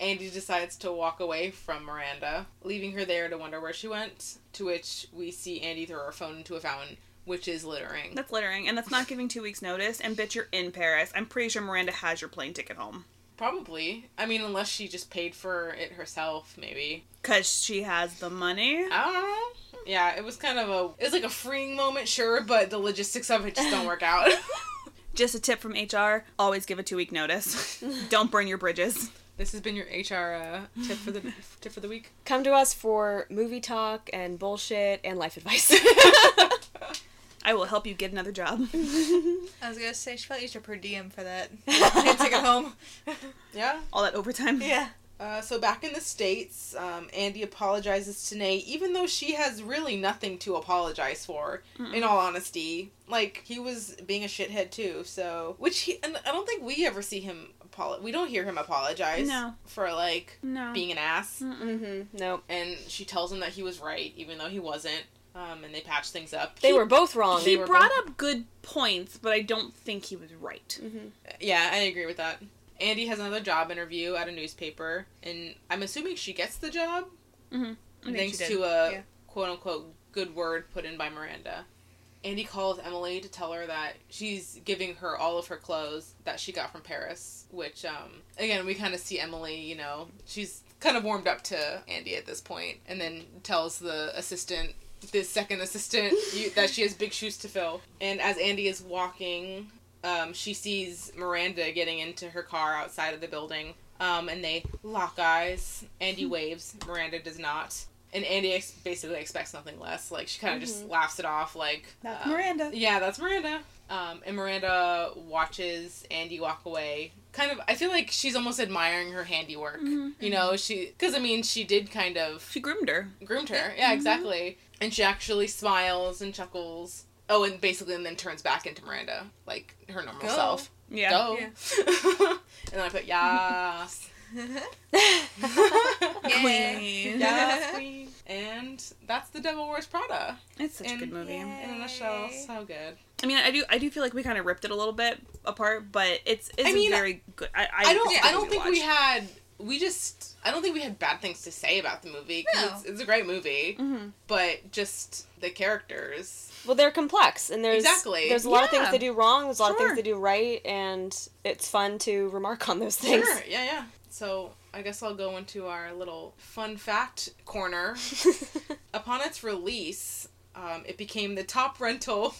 S3: Andy decides to walk away from Miranda, leaving her there to wonder where she went. To which we see Andy throw her phone into a fountain, which is littering.
S4: That's littering, and that's not giving two weeks' notice. And bitch, you're in Paris. I'm pretty sure Miranda has your plane ticket home
S3: Probably. I mean, unless she just paid for it herself, maybe.
S4: because she has the money.
S3: I don't know. Yeah, it was kind of a. It was like a freeing moment, sure, but the logistics of it just don't work out.
S4: Just a tip from HR: always give a two-week notice. don't burn your bridges.
S3: this has been your HR uh, tip for the tip for the week.
S1: Come to us for movie talk and bullshit and life advice.
S4: I will help you get another job.
S2: I was gonna say she probably used her per diem for that. Can't take it home.
S3: yeah.
S4: All that overtime.
S2: Yeah.
S3: Uh, so back in the states, um, Andy apologizes to Nate, even though she has really nothing to apologize for. In all honesty, like he was being a shithead too. So, which he, and I don't think we ever see him apologize. We don't hear him apologize
S4: No.
S3: for like
S4: No.
S3: being an ass.
S1: mm-hmm. No,
S3: And she tells him that he was right, even though he wasn't. Um, and they patch things up.
S1: they
S3: He-
S1: were both wrong.
S3: They
S4: he
S3: were
S4: brought up good points, but I don't think he was right.
S3: Yeah, I agree with that. Andy has another job interview at a newspaper, and I'm assuming she gets the job.
S4: Mm-hmm. I think
S3: thanks
S4: she did.
S3: to a
S2: Yeah.
S3: quote unquote good word put in by Miranda. Andy calls Emily to tell her that she's giving her all of her clothes that she got from Paris, which, um, again, we kind of see Emily, you know, she's kind of warmed up to Andy at this point, and then tells the assistant, the second assistant, you, that she has big shoes to fill. And as Andy is walking, um, she sees Miranda getting into her car outside of the building, um, and they lock eyes. Andy
S4: Hmm.
S3: waves, Miranda does not. And Andy ex- basically expects nothing less. Like, she kind of just laughs it off, like,
S4: Mm-hmm. That's
S3: um,
S4: Miranda.
S3: yeah, that's Miranda. Um, and Miranda watches Andy walk away. Kind of, I feel like she's almost admiring her handiwork.
S4: Mm-hmm.
S3: You know, she, because I mean, she did kind of
S4: She groomed her.
S3: groomed her. Yeah, exactly. And she actually smiles and chuckles. Oh, and basically, and then turns back into Miranda, like her normal
S2: Go.
S3: self.
S4: Yeah.
S3: Go.
S2: Yeah.
S3: and then I put yas.
S4: Queen.
S3: Yas, queen. And that's the Devil Wears Prada.
S4: It's such
S3: And-
S4: a good movie.
S2: yeah.
S3: In a nutshell,
S2: Yay.
S3: so good.
S4: I mean, I do. I do feel like we kind of ripped it a little bit apart, but it's it's
S3: I mean,
S4: a very good. I, I,
S3: I don't.
S4: it's a good
S3: I don't
S4: movie to
S3: think we
S4: watch.
S3: had. We just. I don't think we had bad things to say about the movie. 'cause
S2: No.
S3: It's, it's a great movie,
S4: Mhm.
S3: but just the characters.
S1: well, they're complex, and there's
S3: Exactly.
S1: there's a lot of
S4: Yeah.
S1: things they do wrong. There's a lot of
S4: Sure.
S1: things they do right, and it's fun to remark on those things.
S3: Sure. Yeah. Yeah. So I guess I'll go into our little fun fact corner. Upon its release, um, it became the top rental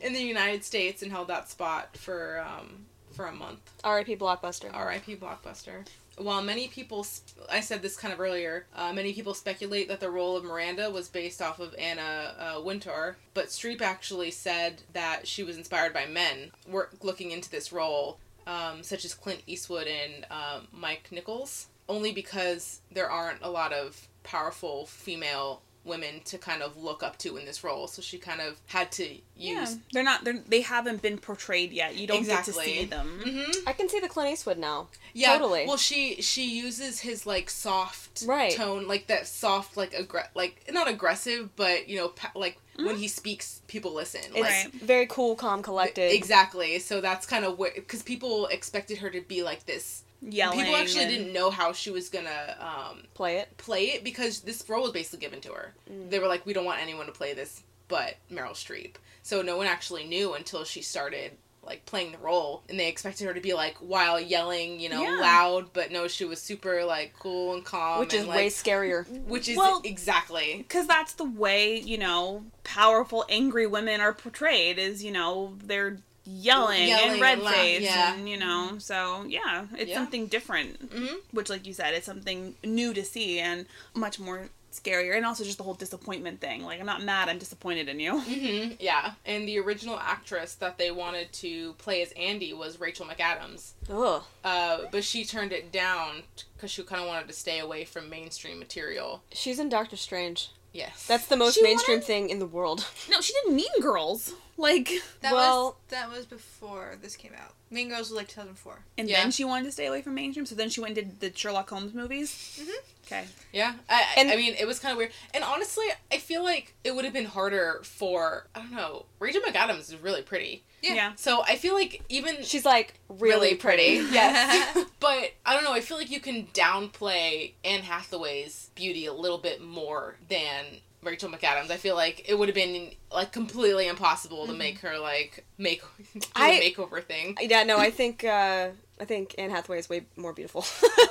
S3: in the United States and held that spot for um, for a month.
S1: R.I.P. Blockbuster.
S3: R.I.P. Blockbuster. While many people, sp- I said this kind of earlier, uh, many people speculate that the role of Miranda was based off of Anna uh, Wintour, but Streep actually said that she was inspired by men wor- looking into this role, um, such as Clint Eastwood and um, Mike Nichols, only because there aren't a lot of powerful female women to kind of look up to in this role. So she kind of had to use.
S4: Yeah, they're not. They're, they haven't been portrayed yet. You don't get to
S3: Exactly.
S4: see them.
S3: Mm-hmm.
S1: I can see the Clint Eastwood now.
S3: Yeah,
S1: Totally.
S3: Well, she she uses his like soft
S1: Right.
S3: tone, like that soft, like aggr like not aggressive, but you know, pa- like when he speaks, people listen.
S1: Mm-hmm. It's
S3: like,
S4: Right.
S1: very cool, calm, collected.
S3: Exactly. So that's kind of what because people expected her to be like this.
S4: Yelling.
S3: people actually
S4: and-
S3: didn't know how she was gonna um,
S1: Play it.
S3: play it because this role was basically given to her.
S1: Mm.
S3: They were like, we don't want anyone to play this but Meryl Streep. So no one actually knew until she started like playing the role, and they expected her to be like while yelling, you know,
S4: Yeah.
S3: loud. But no, she was super like cool and calm,
S1: Which
S3: and,
S1: is
S3: oh, like,
S1: way scarier.
S3: which is
S4: Well-
S3: exactly
S4: because that's the way you know powerful angry women are portrayed is you know they're yelling,
S3: Yelling
S4: and
S3: and
S4: red
S3: la-
S4: faced
S3: yeah.
S4: and you know so yeah it's
S3: Yeah.
S4: something different
S3: Mhm.
S4: which like you said it's something new to see and much more scarier and also just the whole disappointment thing like i'm not mad i'm disappointed in you
S3: hmm yeah. And the original actress that they wanted to play as Andy was Rachel McAdams.
S1: Ugh.
S3: Uh, but she turned it down because she kind of wanted to stay away from mainstream material.
S1: She's in Doctor Strange.
S3: Yes,
S1: That's the most
S4: She
S1: mainstream
S4: wanted-
S1: thing in the world.
S4: no she didn't mean girls like
S2: That was
S1: Well-
S2: that was before this came out. Mean Girls was like 2004.
S4: and
S3: Yeah.
S4: then she wanted to stay away from mainstream so then she went and did the sherlock holmes movies
S3: Mm-hmm.
S4: okay
S3: yeah. I, I-
S1: And-
S3: I mean, it was kind of weird. And honestly, I feel like it would have been harder for I don't know. Rachel McAdams is really pretty,
S4: yeah,
S3: so I feel like even
S1: She's like really, pretty.
S3: yes, but I don't know. I feel like you can downplay Anne Hathaway's beauty a little bit more than. Rachel McAdams. I feel like it would have been like completely impossible to make her like make do the
S1: Mm-hmm. I-
S3: makeover thing.
S1: Yeah, no, I think uh, I think Anne Hathaway is way more beautiful,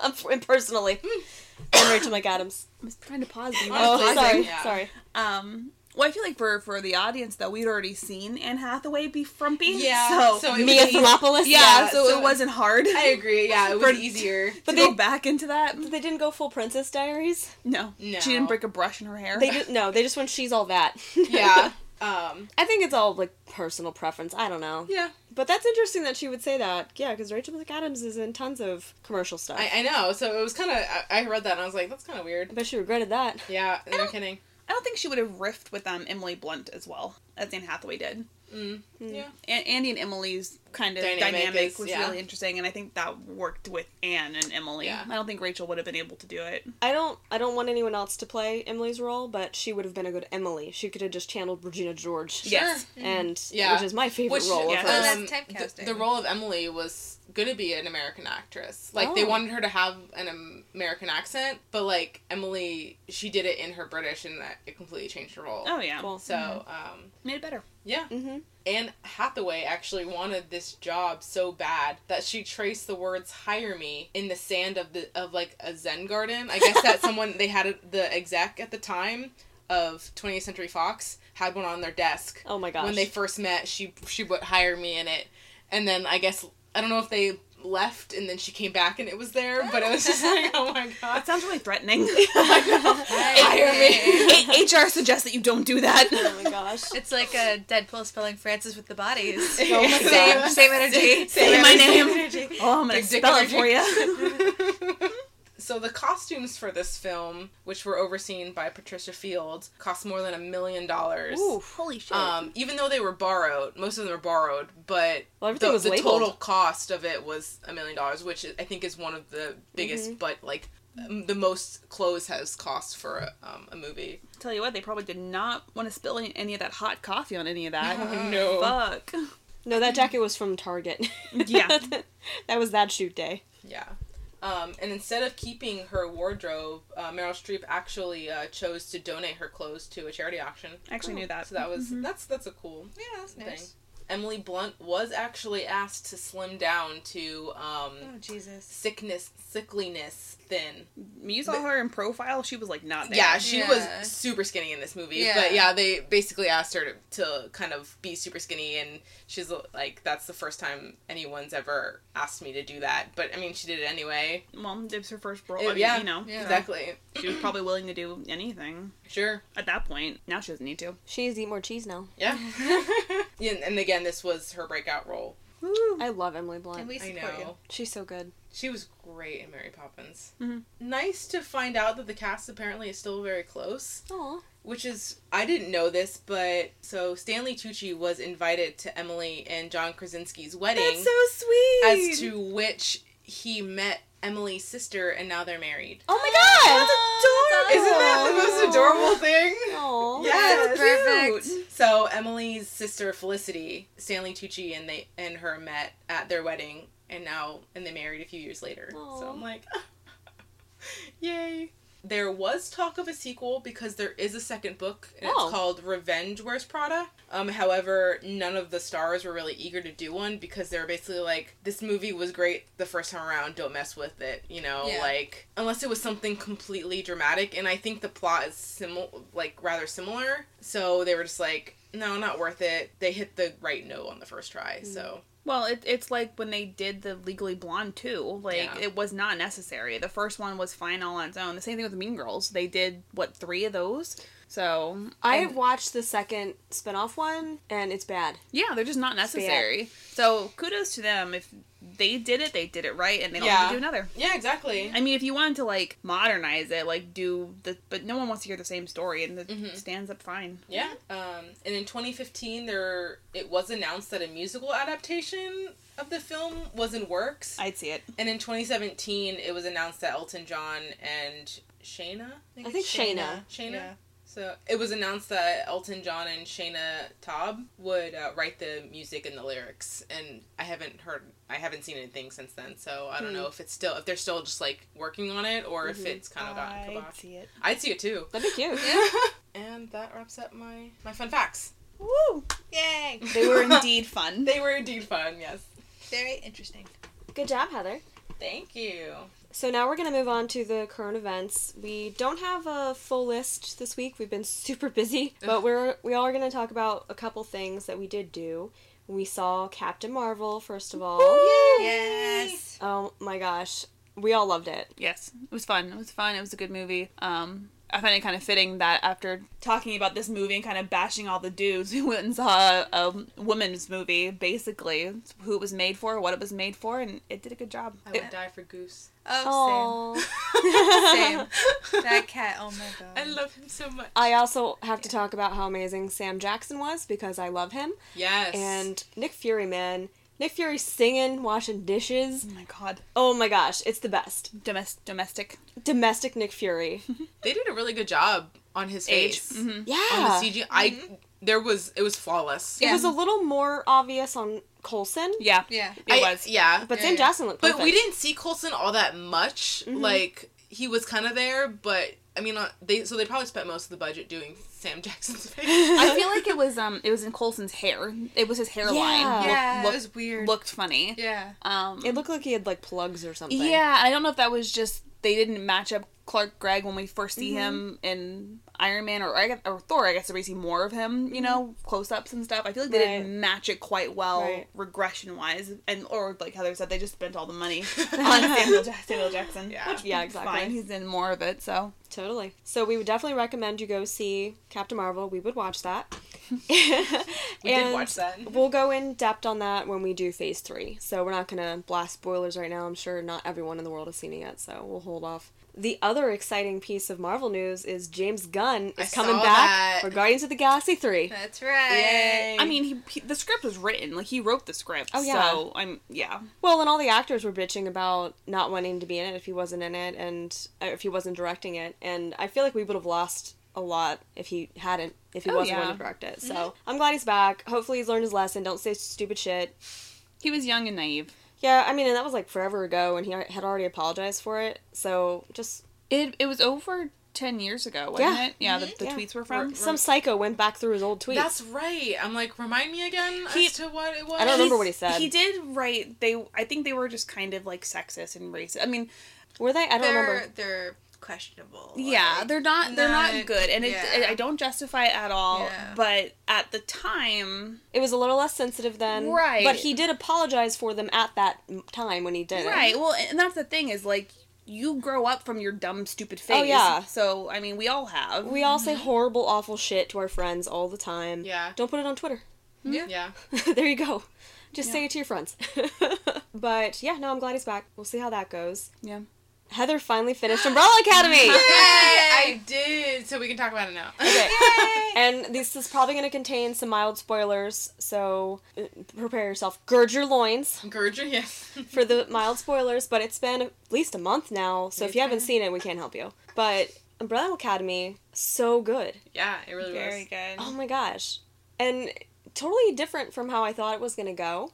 S1: Um, personally, than Rachel McAdams.
S4: i was trying to pause but you weren't
S1: Oh,
S3: Honestly,
S1: sorry,
S3: yeah.
S1: sorry.
S4: Um, well, I feel like for for the audience though, we'd already seen Anne Hathaway be frumpy.
S3: Yeah,
S4: So,
S3: so it
S1: Mia
S3: was-
S1: Thermopolis.
S4: yeah,
S3: yeah,
S4: so,
S3: so-
S4: it wasn't hard.
S3: I agree. Yeah, it
S4: For-
S3: was easier.
S4: but
S1: But
S4: to go
S1: they-
S4: back into that,
S1: They didn't go full Princess Diaries.
S4: no.
S3: No.
S4: she didn't break a brush in her hair.
S1: They just no. They just went. She's all that.
S3: Yeah. Um.
S1: I think it's all like personal preference. I don't know.
S3: Yeah.
S1: But that's interesting that she would say that. Yeah, because Rachel McAdams is in tons of commercial stuff.
S3: I, I know. So it was kind of. I, I read that and I was like, that's kind of
S1: I
S3: weird.
S1: bet she regretted that.
S3: Yeah. No
S4: don't-
S3: kidding.
S4: I don't think she would have riffed with um Emily Blunt as well as Anne Hathaway did.
S3: Mm. Yeah.
S4: And Andy and Emily's kind of dynamic,
S3: Dynamic is-
S4: was
S3: yeah.
S4: really interesting, and I think that worked with Anne and Emily.
S3: Yeah.
S4: I don't think Rachel would have been able to do it.
S1: I don't I don't want anyone else to play Emily's role, but she would have been a good Emily. She could have just channeled Regina George.
S4: Yes.
S1: And
S3: Mm-hmm. Yeah.
S1: which is my favorite
S3: Which
S1: role
S4: yeah,
S1: of hers.
S2: that's
S3: um,
S2: typecasting.
S3: The, the role of Emily was gonna be an American actress. Like they
S1: Oh.
S3: wanted her to have an Am- American accent, but like Emily, she did it in her British, and that it completely changed her role.
S4: Oh yeah,
S1: Cool.
S3: So um,
S4: made it better.
S3: yeah.
S1: Mm-hmm.
S3: Anne Hathaway actually wanted this job so bad that she traced the words "hire me" in the sand of the of like a Zen garden. I guess that someone they had a, the exec at the time of 20th Century Fox had one on their desk
S1: Oh my gosh.
S3: when they first met. She she put "hire me" in it, and then I guess I don't know if they left and then she came back and it was there, but it was just like oh my god.
S4: That sounds really threatening.
S3: Hire me.
S4: HR suggests that you don't do that.
S1: oh my gosh.
S2: It's like a Deadpool spelling Francis with the bodies.
S1: Oh my
S2: same,
S1: God.
S2: same energy.
S4: Say my name.
S2: energy.
S4: Oh, I'm gonna
S3: Big dick
S4: spell it
S3: energy.
S4: for you.
S3: So the costumes for this film, which were overseen by Patricia Fields, cost more than a million dollars.
S1: Ooh.
S4: holy shit!
S3: Um, even though they were borrowed, most of them were borrowed, but
S1: Well, everything
S3: the,
S1: was
S3: the
S1: labeled.
S3: total cost of it was a million dollars, which I think is one of the biggest,
S1: Mm-hmm.
S3: but like m- the most clothes has cost for a, um, a movie.
S4: Tell you what, they probably did not want to spill any, any of that hot coffee on any of that.
S1: Oh,
S3: no.
S4: Fuck.
S1: No, that jacket was from Target.
S4: Yeah.
S1: that was that shoot day.
S3: Yeah. Um, and instead of keeping her wardrobe, uh, Meryl Streep actually uh, chose to donate her clothes to a charity auction. Oh,
S4: I actually knew that. Mm-hmm.
S3: So that was that's that's a cool
S2: Yeah, that's
S3: thing.
S2: nice.
S3: Emily Blunt was actually asked to slim down to um,
S2: Oh Jesus.
S3: sickness, sickliness, thin.
S4: you saw her in profile. She was like not there.
S3: Yeah, she
S2: Yeah.
S3: was super skinny in this movie.
S2: Yeah.
S3: But yeah, they basically asked her to, to kind of be super skinny, and she's like, that's the first time anyone's ever asked me to do that. But I mean, she did it anyway.
S4: Well, it was her first role.
S3: It-
S4: I mean,
S3: yeah,
S4: You know.
S2: Yeah.
S3: Exactly.
S4: She was probably willing to do anything
S3: Sure.
S4: at that point. Now she doesn't need to.
S1: She needs to eat more cheese now.
S3: Yeah. and, and again, this was her breakout role.
S1: I love Emily Blunt.
S2: And we
S3: I
S2: support you.
S3: know.
S1: She's so good.
S3: She was great in Mary Poppins.
S4: Mm-hmm.
S3: Nice to find out that the cast apparently is still very close,
S1: Oh,
S3: which is I didn't know this, but so Stanley Tucci was invited to Emily and John Krasinski's wedding
S4: That's so sweet.
S3: as to which he met Emily's sister and now they're married.
S1: oh my
S4: adorable.
S3: Isn't that the most adorable thing?
S1: God! Oh,
S3: Yeah.
S2: That's perfect.
S4: cute.
S3: So Emily's sister Felicity, Stanley Tucci and they and her met at their wedding and now and they married a few years later. So
S1: Aw.
S3: I'm like Yay. There was talk of a sequel because there is a second book and
S1: Oh.
S3: it's called Revenge Wears Prada. Um however, none of the stars were really eager to do one because they were basically like this movie was great the first time around, don't mess with it, you know,
S2: Yeah.
S3: like unless it was something completely dramatic and I think the plot is similar like rather similar. So they were just like no, not worth it. They hit the right note on the first try. So
S4: Well, it, it's like when they did the Legally Blonde too. Like
S3: Yeah.
S4: it was not necessary. The first one was fine all on its own. The same thing with Mean Girls. They did what three of those. So
S1: I
S4: and-
S1: watched the second spin-off one and it's bad.
S4: yeah, they're just not necessary. So kudos to them if they did it. They did it right, and they don't have
S3: Yeah.
S4: to do another.
S3: yeah, exactly.
S4: I mean, if you wanted to like modernize it, like do the, but no one wants to hear the same story, and it stands up fine.
S3: Mm-hmm. Yeah. Um, and in 2015, there it was announced that a musical adaptation of the film was in works.
S4: I'd see it.
S3: and in 2017, it was announced that Elton John and Shayna.
S1: I think
S2: it's
S1: Shayna.
S3: Shayna.
S2: Yeah.
S3: So it was announced that Elton John and Shayna Taub would uh, write the music and the lyrics, and I haven't heard, I haven't seen anything since then. So I don't know if it's still, if they're still just like working on it, or if it's kind of gotten
S4: I'd
S3: kibosh.
S4: see it.
S3: I'd Mm-hmm. see it too.
S1: That'd be cute.
S3: and that wraps up my my fun facts.
S4: Woo!
S2: Yay!
S4: They were indeed fun.
S3: They were indeed fun, yes.
S2: Very interesting.
S1: Good job, Heather.
S3: Thank you.
S1: So now we're gonna move on to the current events. We don't have a full list this week. We've been super busy, but we're we are gonna talk about a couple things that we did do. We saw Captain Marvel first of
S4: Oh,
S1: all.
S2: Yes.
S1: Oh my gosh, we all loved it.
S4: Yes, it was fun. It was fun. It was a good movie. Um, I find it kind of fitting that after talking about this movie and kind of bashing all the dudes, we went and saw a woman's movie, basically, who it was made for, what it was made for, and it did a good job.
S3: I
S4: It-
S3: would die for Goose.
S2: Oh,
S1: Oh.
S2: same. Same. That cat, oh my god.
S3: I love him so much.
S1: I also have to talk about how amazing Sam Jackson was because I love him.
S3: Yes.
S1: And Nick Fury, man. Nick Fury singing, washing dishes.
S4: oh my god.
S1: Oh my gosh, it's the best.
S4: Domest- domestic.
S1: Domestic Nick Fury.
S3: they did a really good job on his
S4: Age.
S3: face.
S4: Mhm.
S1: Yeah.
S3: On the CG. I there was it was flawless.
S1: It was
S2: Yeah.
S1: a little more obvious on Colson,
S4: Yeah.
S2: yeah.
S4: It
S3: I-
S4: was.
S3: Yeah.
S1: but
S2: Yeah,
S1: Sam
S2: yeah.
S1: Jackson looked
S3: But we
S1: perfect.
S3: didn't see Colson all that much. Like he was kind of there, but I mean, uh, they so they probably spent most of the budget doing Sam Jackson's face.
S4: I feel like it was um it was in Colson's hair. It was his hairline.
S1: Yeah.
S4: Looked-
S2: Yeah,
S4: looked-
S2: it was weird.
S4: looked funny.
S2: Yeah.
S4: Um
S1: It looked like he had like plugs or something.
S4: Yeah, and I don't know if that was just they didn't match up Clark Gregg when we first see him
S1: Mm-hmm.
S4: in Iron Man or I guess, or Thor. I guess that we see more of him, you know, close ups and stuff. I feel like they
S1: Mm-hmm. Right.
S4: didn't match it quite well
S1: Right.
S4: regression wise, and or like Heather said, they just spent all the money on Samuel, Jack- Samuel Jackson.
S3: Yeah.
S4: which
S1: Yeah,
S4: is
S1: exactly.
S4: Fine, he's in more of it, so
S1: Totally. So we would definitely recommend you go see Captain Marvel. We would watch that.
S3: We did watch that.
S1: We'll go in depth on that when we do phase three. So we're not gonna blast spoilers right now. I'm sure not everyone in the world has seen it yet, so we'll hold off. The other exciting piece of Marvel news is James Gunn
S3: I
S1: is coming
S3: saw
S1: back
S3: that.
S1: for Guardians of the Galaxy three.
S2: That's right.
S4: I mean, he, he the script was written like he wrote the script.
S1: Oh, yeah.
S4: so I'm yeah.
S1: Well, and all the actors were bitching about not wanting to be in it if he wasn't in it and uh, if he wasn't directing it. And I feel like we would have lost a lot if he hadn't, if he
S4: Oh,
S1: wasn't
S4: yeah. Mm-hmm.
S1: going to direct it. So I'm glad he's back. Hopefully he's learned his lesson. Don't say stupid shit.
S4: He was young and naive.
S1: Yeah, I mean, and that was like forever ago, and he al- had already apologized for it. So just
S4: It it was over ten years ago, wasn't
S1: Yeah. Mm-hmm.
S4: it? Yeah, the, the
S1: Yeah.
S4: tweets were from.
S1: some psycho went back through his old tweets.
S3: That's right. I'm like, remind me again
S4: He-
S3: as to what it was.
S1: I don't remember
S4: He's-
S1: what he said.
S4: He did write. They, I think they were just kind of like sexist and racist. I mean,
S1: were they? I don't
S2: they're,
S1: remember.
S2: they're questionable.
S4: yeah,
S2: like,
S4: they're not, they're not
S2: not-
S4: good, and
S2: yeah.
S4: it, I don't justify it at all.
S2: Yeah.
S4: But at the time,
S1: It was a little less sensitive then,
S4: Right.
S1: But he did apologize for them at that m- time when he did it.
S4: right? Well, and that's the thing is like you grow up from your dumb, stupid face.
S1: Oh, yeah.
S4: So I mean, we all have.
S1: We all say horrible, awful shit to our friends all the time.
S3: Yeah.
S1: Don't put it on Twitter.
S3: Yeah.
S1: there you go. Just say it to your friends. but yeah, no, I'm glad he's back. We'll see how that goes.
S4: Yeah.
S1: Heather finally finished Umbrella Academy.
S3: I did. So we can talk about it now.
S1: Okay. And this is probably going to contain some mild spoilers, so uh, prepare yourself. Gird your loins
S3: Gerger, yes.
S1: for the mild spoilers, but it's been at least a month now, so if you haven't seen it, we can't help you. But Umbrella Academy, so good.
S3: Yeah, it really
S4: Very
S3: was.
S4: good.
S1: Oh my gosh. And totally different from how I thought it was going to go.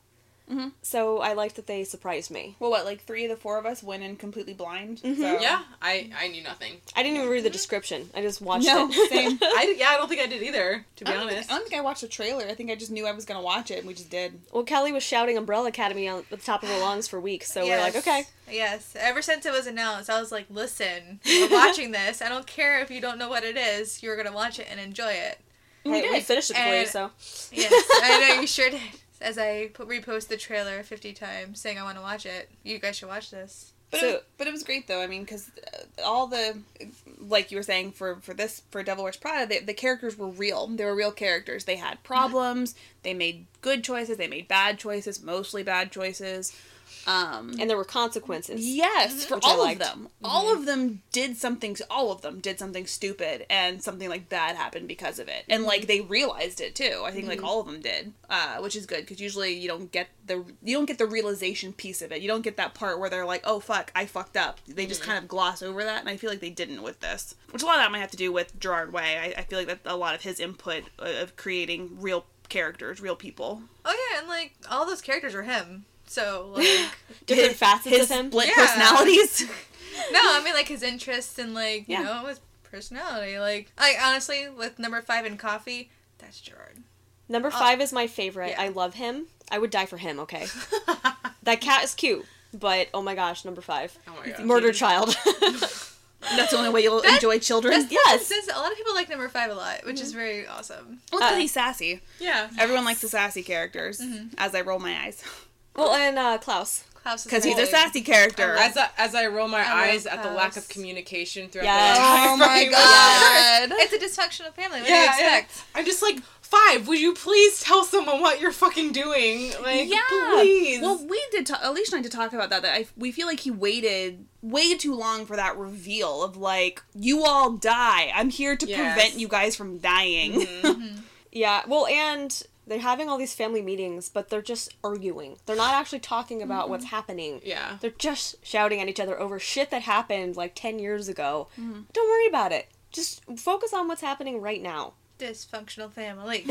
S4: Mhm.
S1: So I liked that they surprised me.
S4: Well, what, like three of the four of us went in completely blind? So.
S1: Mhm.
S3: Yeah, I, I knew nothing.
S1: I didn't even read the description. I just watched
S4: No,
S1: it.
S4: same.
S3: I yeah, I don't think I did either. To be
S4: I don't,
S3: honest,
S4: think, I don't think I watched the trailer. I think I just knew I was going to watch it, and we just did.
S1: well, Kelly was shouting Umbrella Academy on at the top of her lungs for weeks, so we're like,
S2: Yes.
S1: okay.
S2: Yes. Ever since it was announced, I was like, listen, we're watching this. I don't care if you don't know what it is. You're going to watch it and enjoy it.
S1: Hey, we
S4: did.
S1: finished it for you,
S2: And-
S1: so.
S2: Yes, I know you sure did. As I put, repost the trailer 50 times saying I want to watch it, you guys should watch this.
S4: But,
S1: So-
S4: it was, but it was great though. I mean, because all the like you were saying for for this for Devil Wears Prada, the, the characters were real. They were real characters. They had problems. They made good choices. They made bad choices. Mostly bad choices. Um,
S1: And there were consequences.
S4: yes, for
S1: Which I
S4: all of
S1: liked. Mm-hmm.
S4: them. All of them did something. All of them did something stupid, and something like bad happened because of it. And
S1: Mm-hmm.
S4: like they realized it too. I think like all of them did, uh, which is good because usually you don't get the you don't get the realization piece of it. You don't get that part where they're like, oh fuck, I fucked up. They
S1: Mm-hmm.
S4: just kind of gloss over that, and I feel like they didn't with this. Which a lot of that might have to do with Gerard Way. I, I feel like that a lot of his input uh, of creating real characters, real people.
S2: Oh, yeah, and like, all those characters are him. So, like,
S1: Different
S4: His-
S1: facets
S4: his
S1: of him.
S4: split
S2: Yeah.
S4: personalities.
S2: no, I mean, like, his interests and, like, you
S1: Yeah.
S2: know, his personality. Like, I honestly, with number five in coffee, that's Gerard.
S1: Number five is my favorite.
S2: yeah.
S1: I love him. I would die for him, okay? that cat is cute, but oh my gosh, number five.
S3: oh my god,
S1: Murder child.
S4: That's the only way you'll enjoy children.
S2: That's
S1: Yes. Mm-hmm.
S2: Since a lot of people like number five a lot, which is very awesome.
S4: Well,
S1: Uh,
S4: because he's sassy.
S3: yeah,
S4: Everyone likes the sassy characters. As I roll my eyes,
S1: well, and uh, Klaus.
S2: Klaus is
S4: because he's a
S2: amazing.
S4: sassy character.
S3: As I, as I roll my
S2: I
S3: eyes
S2: love
S3: at the lack
S2: Klaus.
S3: of communication throughout
S1: Yes.
S3: the entire
S4: Oh my
S3: fucking
S4: God.
S3: movie.
S2: It's a dysfunctional family. What do you
S3: Yeah, yeah.
S2: expect?
S3: I'm just like, five, would you please tell someone what you're fucking doing? Like,
S4: Yeah.
S3: please.
S4: Well, we did. Ta- Alicia and I did talk about that. That I, we feel like he waited way too long for that reveal of like, you all die. I'm here to
S3: Yes.
S4: prevent you guys from dying.
S1: Yeah, well, and they're having all these family meetings, but they're just arguing. They're not actually talking about what's
S4: Mm-hmm.
S1: happening.
S3: yeah.
S1: They're just shouting at each other over shit that happened like 10 years ago.
S4: Mm-hmm.
S1: Don't worry about it. Just focus on what's happening right now.
S2: Dysfunctional family.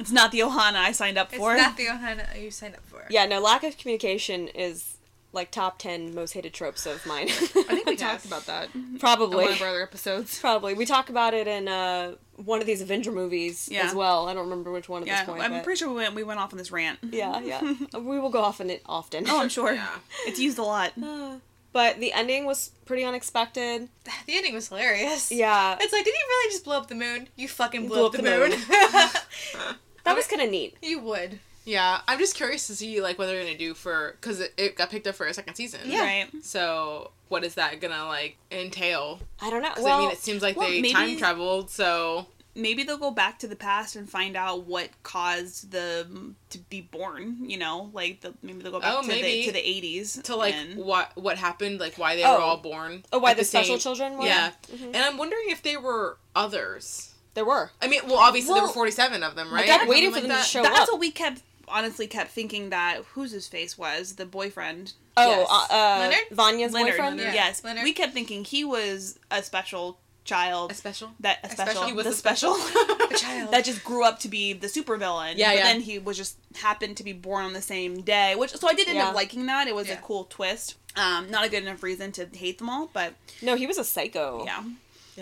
S4: it's not the Ohana I signed up
S2: It's
S4: for.
S2: not the Ohana you signed up for.
S1: Yeah, no, lack of communication is like top 10 most hated tropes of mine.
S4: I think we
S3: Yes.
S4: talked about that in
S1: Probably.
S4: one of our other episodes.
S1: Probably. We talk about it in uh, one of these Avenger movies
S4: Yeah.
S1: as well. I don't remember which one at
S4: Yeah,
S1: this point.
S4: I'm
S1: but-
S4: pretty sure we went, we went off on this rant.
S1: Yeah, yeah. we will go off on it often.
S4: Oh, I'm sure.
S3: Yeah.
S4: It's used a lot.
S1: But the ending was pretty unexpected.
S2: The ending was hilarious.
S1: Yeah.
S2: It's like, did you really just blow up the moon? You fucking blew,
S1: blew
S2: up
S1: up
S2: the
S1: the
S2: moon.
S1: That was kind of neat.
S2: you would.
S3: Yeah, I'm just curious to see, like, what they're gonna do for, because it, it got picked up for a second season.
S2: Yeah.
S4: Right.
S3: So, what is that gonna, like, entail?
S1: I don't know.
S3: Because,
S1: Well,
S3: I mean, it seems like
S4: well,
S3: they
S4: maybe-
S3: time traveled, so.
S4: maybe they'll go back to the past and find out what caused the to be born. You know, like the, maybe they'll go back
S3: Oh,
S4: to
S3: maybe.
S4: the to the eighties
S3: to like
S4: and,
S3: what what happened, like why they
S1: Oh.
S3: were all born.
S1: oh, why
S3: at
S1: the, special
S3: same-
S1: children were? Mm-hmm.
S3: Yeah, and I'm wondering if they were others.
S1: There were.
S3: I mean, well, obviously there
S1: Well,
S3: were 47 of them, right?
S1: kept
S3: Or something
S1: waiting for them to show
S4: that's
S1: up.
S4: what we kept honestly kept thinking that whose his face was the boyfriend
S1: Oh,
S3: Yes.
S1: uh, uh,
S2: Leonard?
S1: Vanya's
S4: Leonard.
S1: boyfriend?
S2: Leonard. Yeah.
S4: Yes,
S2: Leonard.
S4: we kept thinking he was a special child.
S3: A special.
S4: that a special,
S2: special?
S3: He was
S4: the
S3: a
S4: special,
S2: A child.
S4: that just grew up to be the supervillain.
S3: Yeah,
S4: but
S3: yeah.
S4: Then he was just happened to be born on the same day, which so I did end
S1: Yeah.
S4: up liking that. It was a
S2: Yeah.
S4: cool twist. Um, not a good enough reason to hate them all, but
S1: No, he was a psycho.
S4: yeah.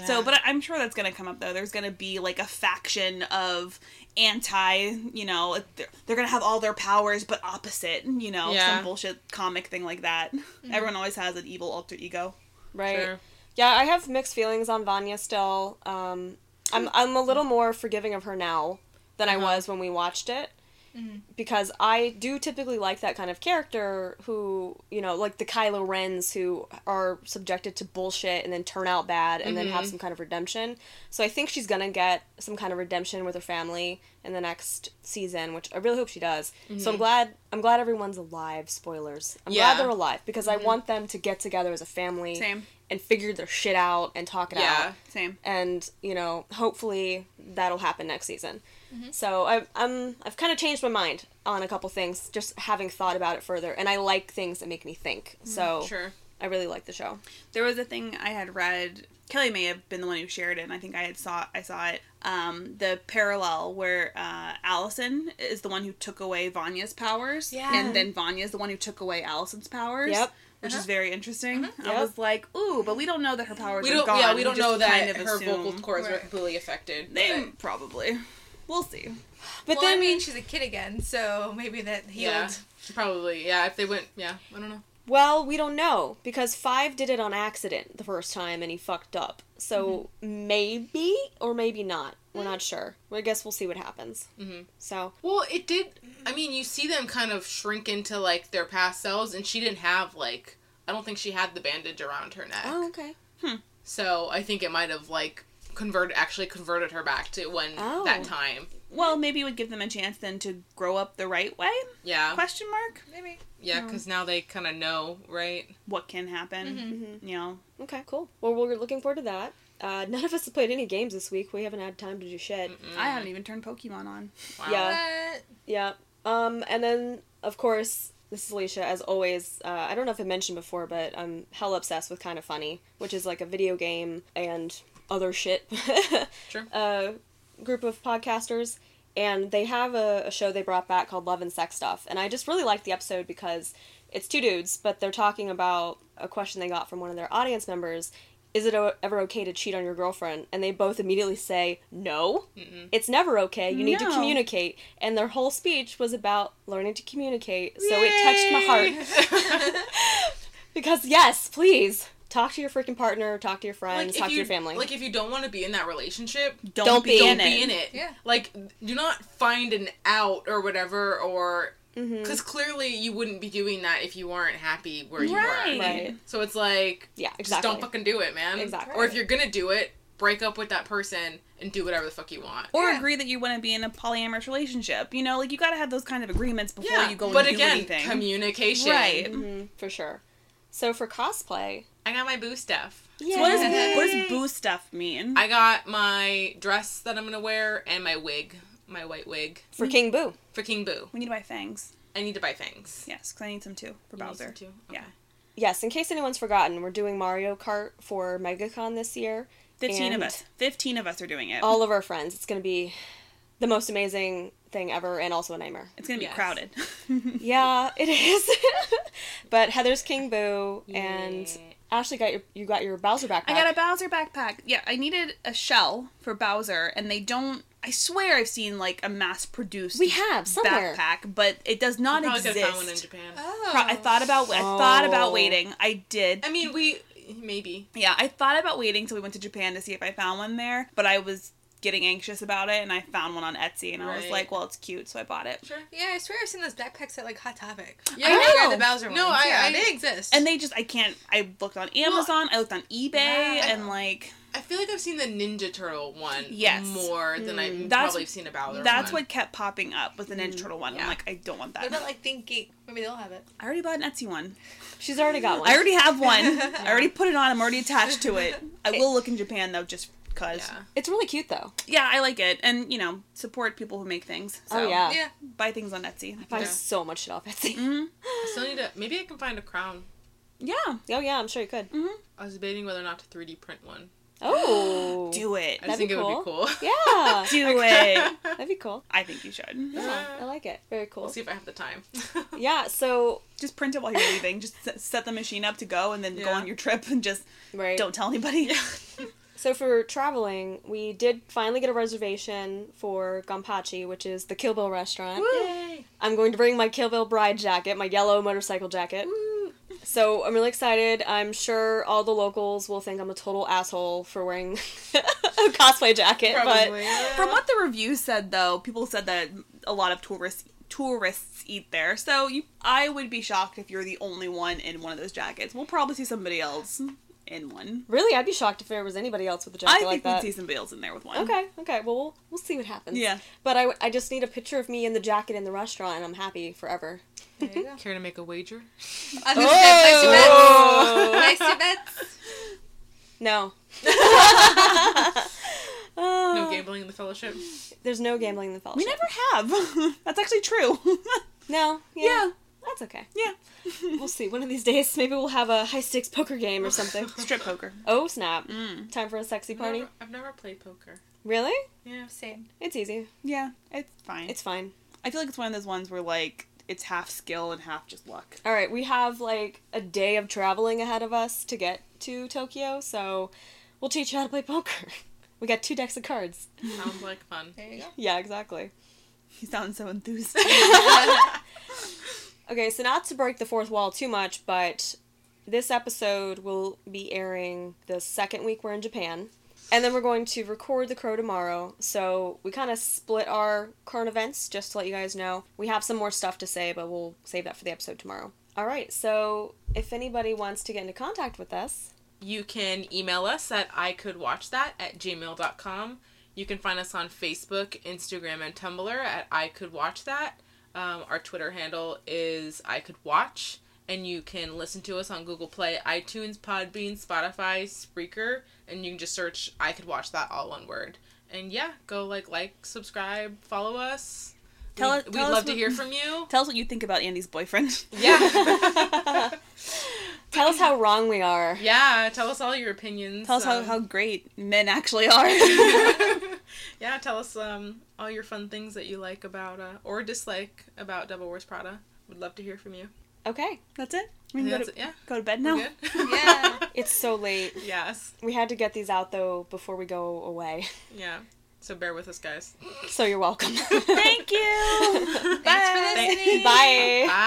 S4: So, but I- I'm sure that's gonna come up though. There's gonna be like a faction of anti, you know, like, they're, they're gonna have all their powers but opposite, you know,
S3: Yeah.
S4: some bullshit comic thing like that. Everyone always has an evil alter ego.
S1: Right.
S3: Sure.
S1: Yeah, I have mixed feelings on Vanya still. Um, I'm I'm a little more forgiving of her now than I
S3: Uh-huh. Mm-hmm.
S1: was when we watched it. because I do typically like that kind of character who, you know, like the Kylo Rens who are subjected to bullshit and then turn out bad and then
S3: Mm-hmm.
S1: have some kind of redemption. So I think she's gonna get some kind of redemption with her family in the next season, which I really hope she does. So I'm glad I'm glad everyone's alive, spoilers. I'm
S3: Mm-hmm. Yeah.
S1: glad they're alive because I want them to get together as a family
S4: Same.
S1: and figure their shit out and talk it
S3: Yeah.
S1: out
S4: Same.
S1: and you know hopefully that'll happen next season so I've, I'm, I've kind of changed my mind on a couple things just having thought about it further and i like things that make me think so
S3: Sure.
S1: i really like the show
S4: There was a thing I had read. Kelly may have been the one who shared it, and I think I had saw I saw it. Um, the parallel where uh, Allison is the one who took away Vanya's powers,
S2: Yeah.
S4: and then Vanya is the one who took away Allison's powers.
S1: Yep.
S4: Which is
S2: Uh-huh.
S4: very interesting.
S1: Yep.
S4: I was like, ooh, but we don't know that her powers
S3: We
S4: are
S3: don't.
S4: gone.
S3: Yeah, we don't
S4: just
S3: know that
S4: kind of
S3: her
S4: assume-
S3: vocal cords were
S2: Right.
S3: really affected.
S4: They
S3: but-
S4: probably. We'll see.
S1: but
S2: well,
S1: then
S2: I mean, she's a kid again, so maybe that healed.
S3: yeah, probably. Yeah, if they went. Yeah, I don't know.
S1: well we don't know because five did it on accident the first time and he fucked up so maybe or maybe not we're not sure i guess we'll see what happens
S3: Mhm.
S1: so
S3: Well, it did. I mean, you see them kind of shrink into like their past selves, and she didn't have like. I don't think she had the bandage around her neck.
S1: oh okay
S3: So I think it might have like converted, actually converted her back to when
S1: Oh.
S3: that time.
S4: Well, maybe it would give them a chance then to grow up the right way?
S3: Yeah,
S4: Question mark.
S2: Maybe.
S3: yeah, because now they kind of know, right?
S4: What can happen?
S3: Mm-hmm.
S4: You know.
S1: okay cool well we're looking forward to that uh, none of us have played any games this week we haven't had time to do shit
S3: Mm-hmm.
S4: I haven't even turned Pokemon on.
S3: Wow.
S1: Yeah.
S2: But
S1: Yeah. Um, and then of course, this is Alicia, as always. Uh, I don't know if I mentioned before, but I'm hell obsessed with Kind of Funny, which is like a video game and other shit.
S3: Sure.
S1: uh, group of podcasters, and they have a, a show they brought back called Love and Sex Stuff, and I just really liked the episode because it's two dudes, but they're talking about a question they got from one of their audience members. Is it o- ever okay to cheat on your girlfriend? And they both immediately say, No, it's never okay. You need to
S4: No.
S1: communicate. And their whole speech was about learning to communicate. So it touched my heart. Because, yes, please talk to your freaking partner, talk to your friends, talk
S3: if
S1: to
S3: you-
S1: your family.
S3: Like if you don't want to be in that relationship,
S4: Don't,
S1: Don't
S4: be,
S1: be-
S4: in,
S3: don't be
S4: it.
S3: in it.
S2: Yeah.
S3: Like, do not find an out or whatever, or
S1: Mm-hmm.
S4: Mm.
S3: because clearly you wouldn't be doing that if you weren't happy where you
S4: Right.
S3: were.
S1: Right.
S3: So it's like,
S1: yeah, exactly.
S3: just don't fucking do it, man.
S1: Exactly.
S3: Or if you're gonna do it, break up with that person and do whatever the fuck you want.
S4: Or
S2: Yeah.
S4: agree that you want to be in a polyamorous relationship. You know, like you got to have those kind of agreements before you go
S3: but
S4: and
S3: again,
S4: do anything.
S3: communication.
S4: right.
S1: Mhm, for sure. So for cosplay,
S3: I got my boo stuff.
S1: yeah.
S4: So what does what does boo stuff mean?
S3: I got my dress that I'm gonna wear and my wig, my white wig
S1: for King Boo?
S3: for King Boo.
S4: we need to buy fangs.
S3: I need to buy fangs.
S4: Yes, because I need some too for
S3: You need
S4: Bowser.
S3: some too?
S4: Yeah.
S3: Okay.
S1: Yes, in case anyone's forgotten, we're doing Mario Kart for MegaCon this year.
S4: 15
S1: And-
S4: of us. 15 of us are doing it.
S1: All of our friends. It's going to be the most amazing thing ever and also a nightmare.
S4: it's going to be
S3: Yes.
S4: crowded.
S1: Yeah, it is. but Heather's King Boo and
S3: Yeah.
S1: Ashley got your you got your Bowser backpack.
S4: I got a Bowser backpack. Yeah, I needed a shell for Bowser, and they don't. I swear I've seen like a mass produced
S1: We have somewhere.
S4: backpack, but it does not
S3: Probably could
S4: exist.
S3: have found one in Japan.
S2: oh,
S4: Pro- I thought about I thought
S1: Oh.
S4: about waiting. I did.
S3: I mean, we maybe.
S4: Yeah, I thought about waiting till we went to Japan to see if I found one there, but I was getting anxious about it, and I found one on Etsy, and I was
S3: Right.
S4: like, "Well, it's cute," so I bought it.
S3: Sure.
S2: Yeah, I swear I've seen those backpacks at like Hot Topic.
S3: Yeah,
S2: I
S1: know.
S2: know. the Bowser
S3: No,
S2: ones.
S3: I-
S2: yeah,
S3: I-
S2: they exist.
S4: And they just, I can't. I looked on Amazon, I looked on eBay,
S2: Yeah.
S4: and like
S3: I feel like I've seen the Ninja Turtle one
S4: Yes.
S3: more than I
S1: Mm.
S3: have
S4: That's-
S3: probably have seen a Bowser
S4: that's
S3: one.
S4: what kept popping up was the Ninja Turtle one. I'm
S2: Yeah.
S4: like, I don't want
S2: what
S4: that.
S2: about like Think Geek? Maybe they'll have it.
S4: I already bought an Etsy one.
S1: She's already got one.
S4: I already have one. I already put it on. I'm already attached to it. I will look in Japan though, just cause.
S3: Yeah.
S4: Yeah,
S1: It's really cute though. Oh,
S4: I like it, and you know, support people who make things. So.
S1: oh yeah.
S2: Yeah.
S4: buy things on Etsy.
S1: Buy
S3: Yeah.
S1: so much shit off Etsy.
S4: hmm
S3: I still need to. Maybe I can find a crown.
S4: Yeah, mm-hmm.
S1: Oh yeah, I'm sure you could.
S3: I was debating whether or not to 3D print one.
S1: Oh.
S4: do
S3: I
S4: it.
S3: just
S1: That'd
S3: think
S1: be
S3: it would be cool.
S1: Yeah.
S4: Do it.
S1: That'd be cool.
S4: I think you should.
S1: Yeah, I like it. Very cool.
S3: We'll see if I have the time.
S1: Yeah, so
S4: Just print it while you're leaving. Just set- set the machine up to go, and then go
S3: Yeah.
S4: on your trip, and just
S1: right.
S4: don't tell anybody.
S1: So for traveling, we did finally get a reservation for Gompachi, which is the Kill Bill restaurant.
S3: Yay.
S1: I'm going to bring my Kill Bill bride jacket, my yellow motorcycle jacket. So I'm really excited. I'm sure all the locals will think I'm a total asshole for wearing a cosplay jacket,
S3: Probably.
S1: but
S3: yeah.
S4: From what the review said, though, people said that a lot of tourists tourists eat there. So you, I would be shocked if you're the only one in one of those jackets. We'll probably see somebody else in one.
S1: Really, I'd be shocked if there was anybody else with a
S4: I
S1: jacket
S4: think
S1: like
S4: we'd
S1: that.
S4: see somebody else in there with one.
S1: Okay, okay. Well, we'll we'll see what happens.
S4: Yeah.
S1: But I, w- I just need a picture of me in the jacket in the restaurant, and I'm happy forever.
S2: There you go.
S3: Care to make a wager?
S2: I was gonna say
S1: Oh!
S2: place your bets. Place your bets.
S1: No.
S3: No
S1: Oh,
S3: gambling in the fellowship.
S1: There's no gambling in the fellowship.
S4: We never have. That's actually true.
S1: No.
S4: yeah.
S1: That's okay.
S4: Yeah.
S1: We'll see. One of these days, maybe we'll have a high stakes poker game or something.
S4: Strip poker.
S1: oh snap!
S4: Mm.
S1: Time for a sexy
S3: I've
S1: party.
S3: never, I've never played poker.
S1: Really?
S3: Yeah.
S2: Same.
S1: It's easy.
S4: Yeah, it's fine.
S1: It's fine.
S4: I feel like it's one of those ones where like it's half skill and half just luck.
S1: All right, we have like a day of traveling ahead of us to get to Tokyo, so we'll teach you how to play poker. We got two decks of cards.
S3: Sounds like fun.
S2: There you go.
S1: Yeah, exactly.
S4: He sounds so enthused.
S1: Okay, so not to break the fourth wall too much, but this episode will be airing the second week we're in Japan. And then we're going to record The Crow tomorrow. So we kind of split our current events just to let you guys know. We have some more stuff to say, but we'll save that for the episode tomorrow. All right, so if anybody wants to get into contact with us,
S3: You can email us at I could watch that at gmail.com. You can find us on Facebook, Instagram, and Tumblr at I could watch that. Um, our Twitter handle is I could watch, and you can listen to us on Google Play, iTunes, Podbean, Spotify, Spreaker, and you can just search I could watch that all one word. And yeah, go like, like, subscribe, follow us.
S4: Tell
S3: we,
S4: us-
S3: We'd
S4: tell us
S3: love to
S4: what-
S3: hear from you.
S4: Tell us what you think about Andy's boyfriend.
S3: Yeah.
S1: tell us how wrong we are.
S3: yeah, tell us all your opinions.
S4: Tell us how,
S3: um,
S4: how great men actually are.
S3: yeah, tell us um, all your fun things that you like about uh, or dislike about Double Wars Prada. Would love to hear from you.
S1: Okay,
S4: That's it. We
S3: And
S4: can go
S3: That's
S4: to,
S3: it. Yeah.
S4: go to bed
S3: we're
S4: now.
S3: Good?
S2: Yeah.
S1: it's so late.
S3: yes.
S1: We had to get these out though before we go away.
S3: Yeah. So bear with us, guys.
S1: So you're welcome.
S4: Thank you.
S2: Thanks for listening.
S1: Bye.
S3: Bye.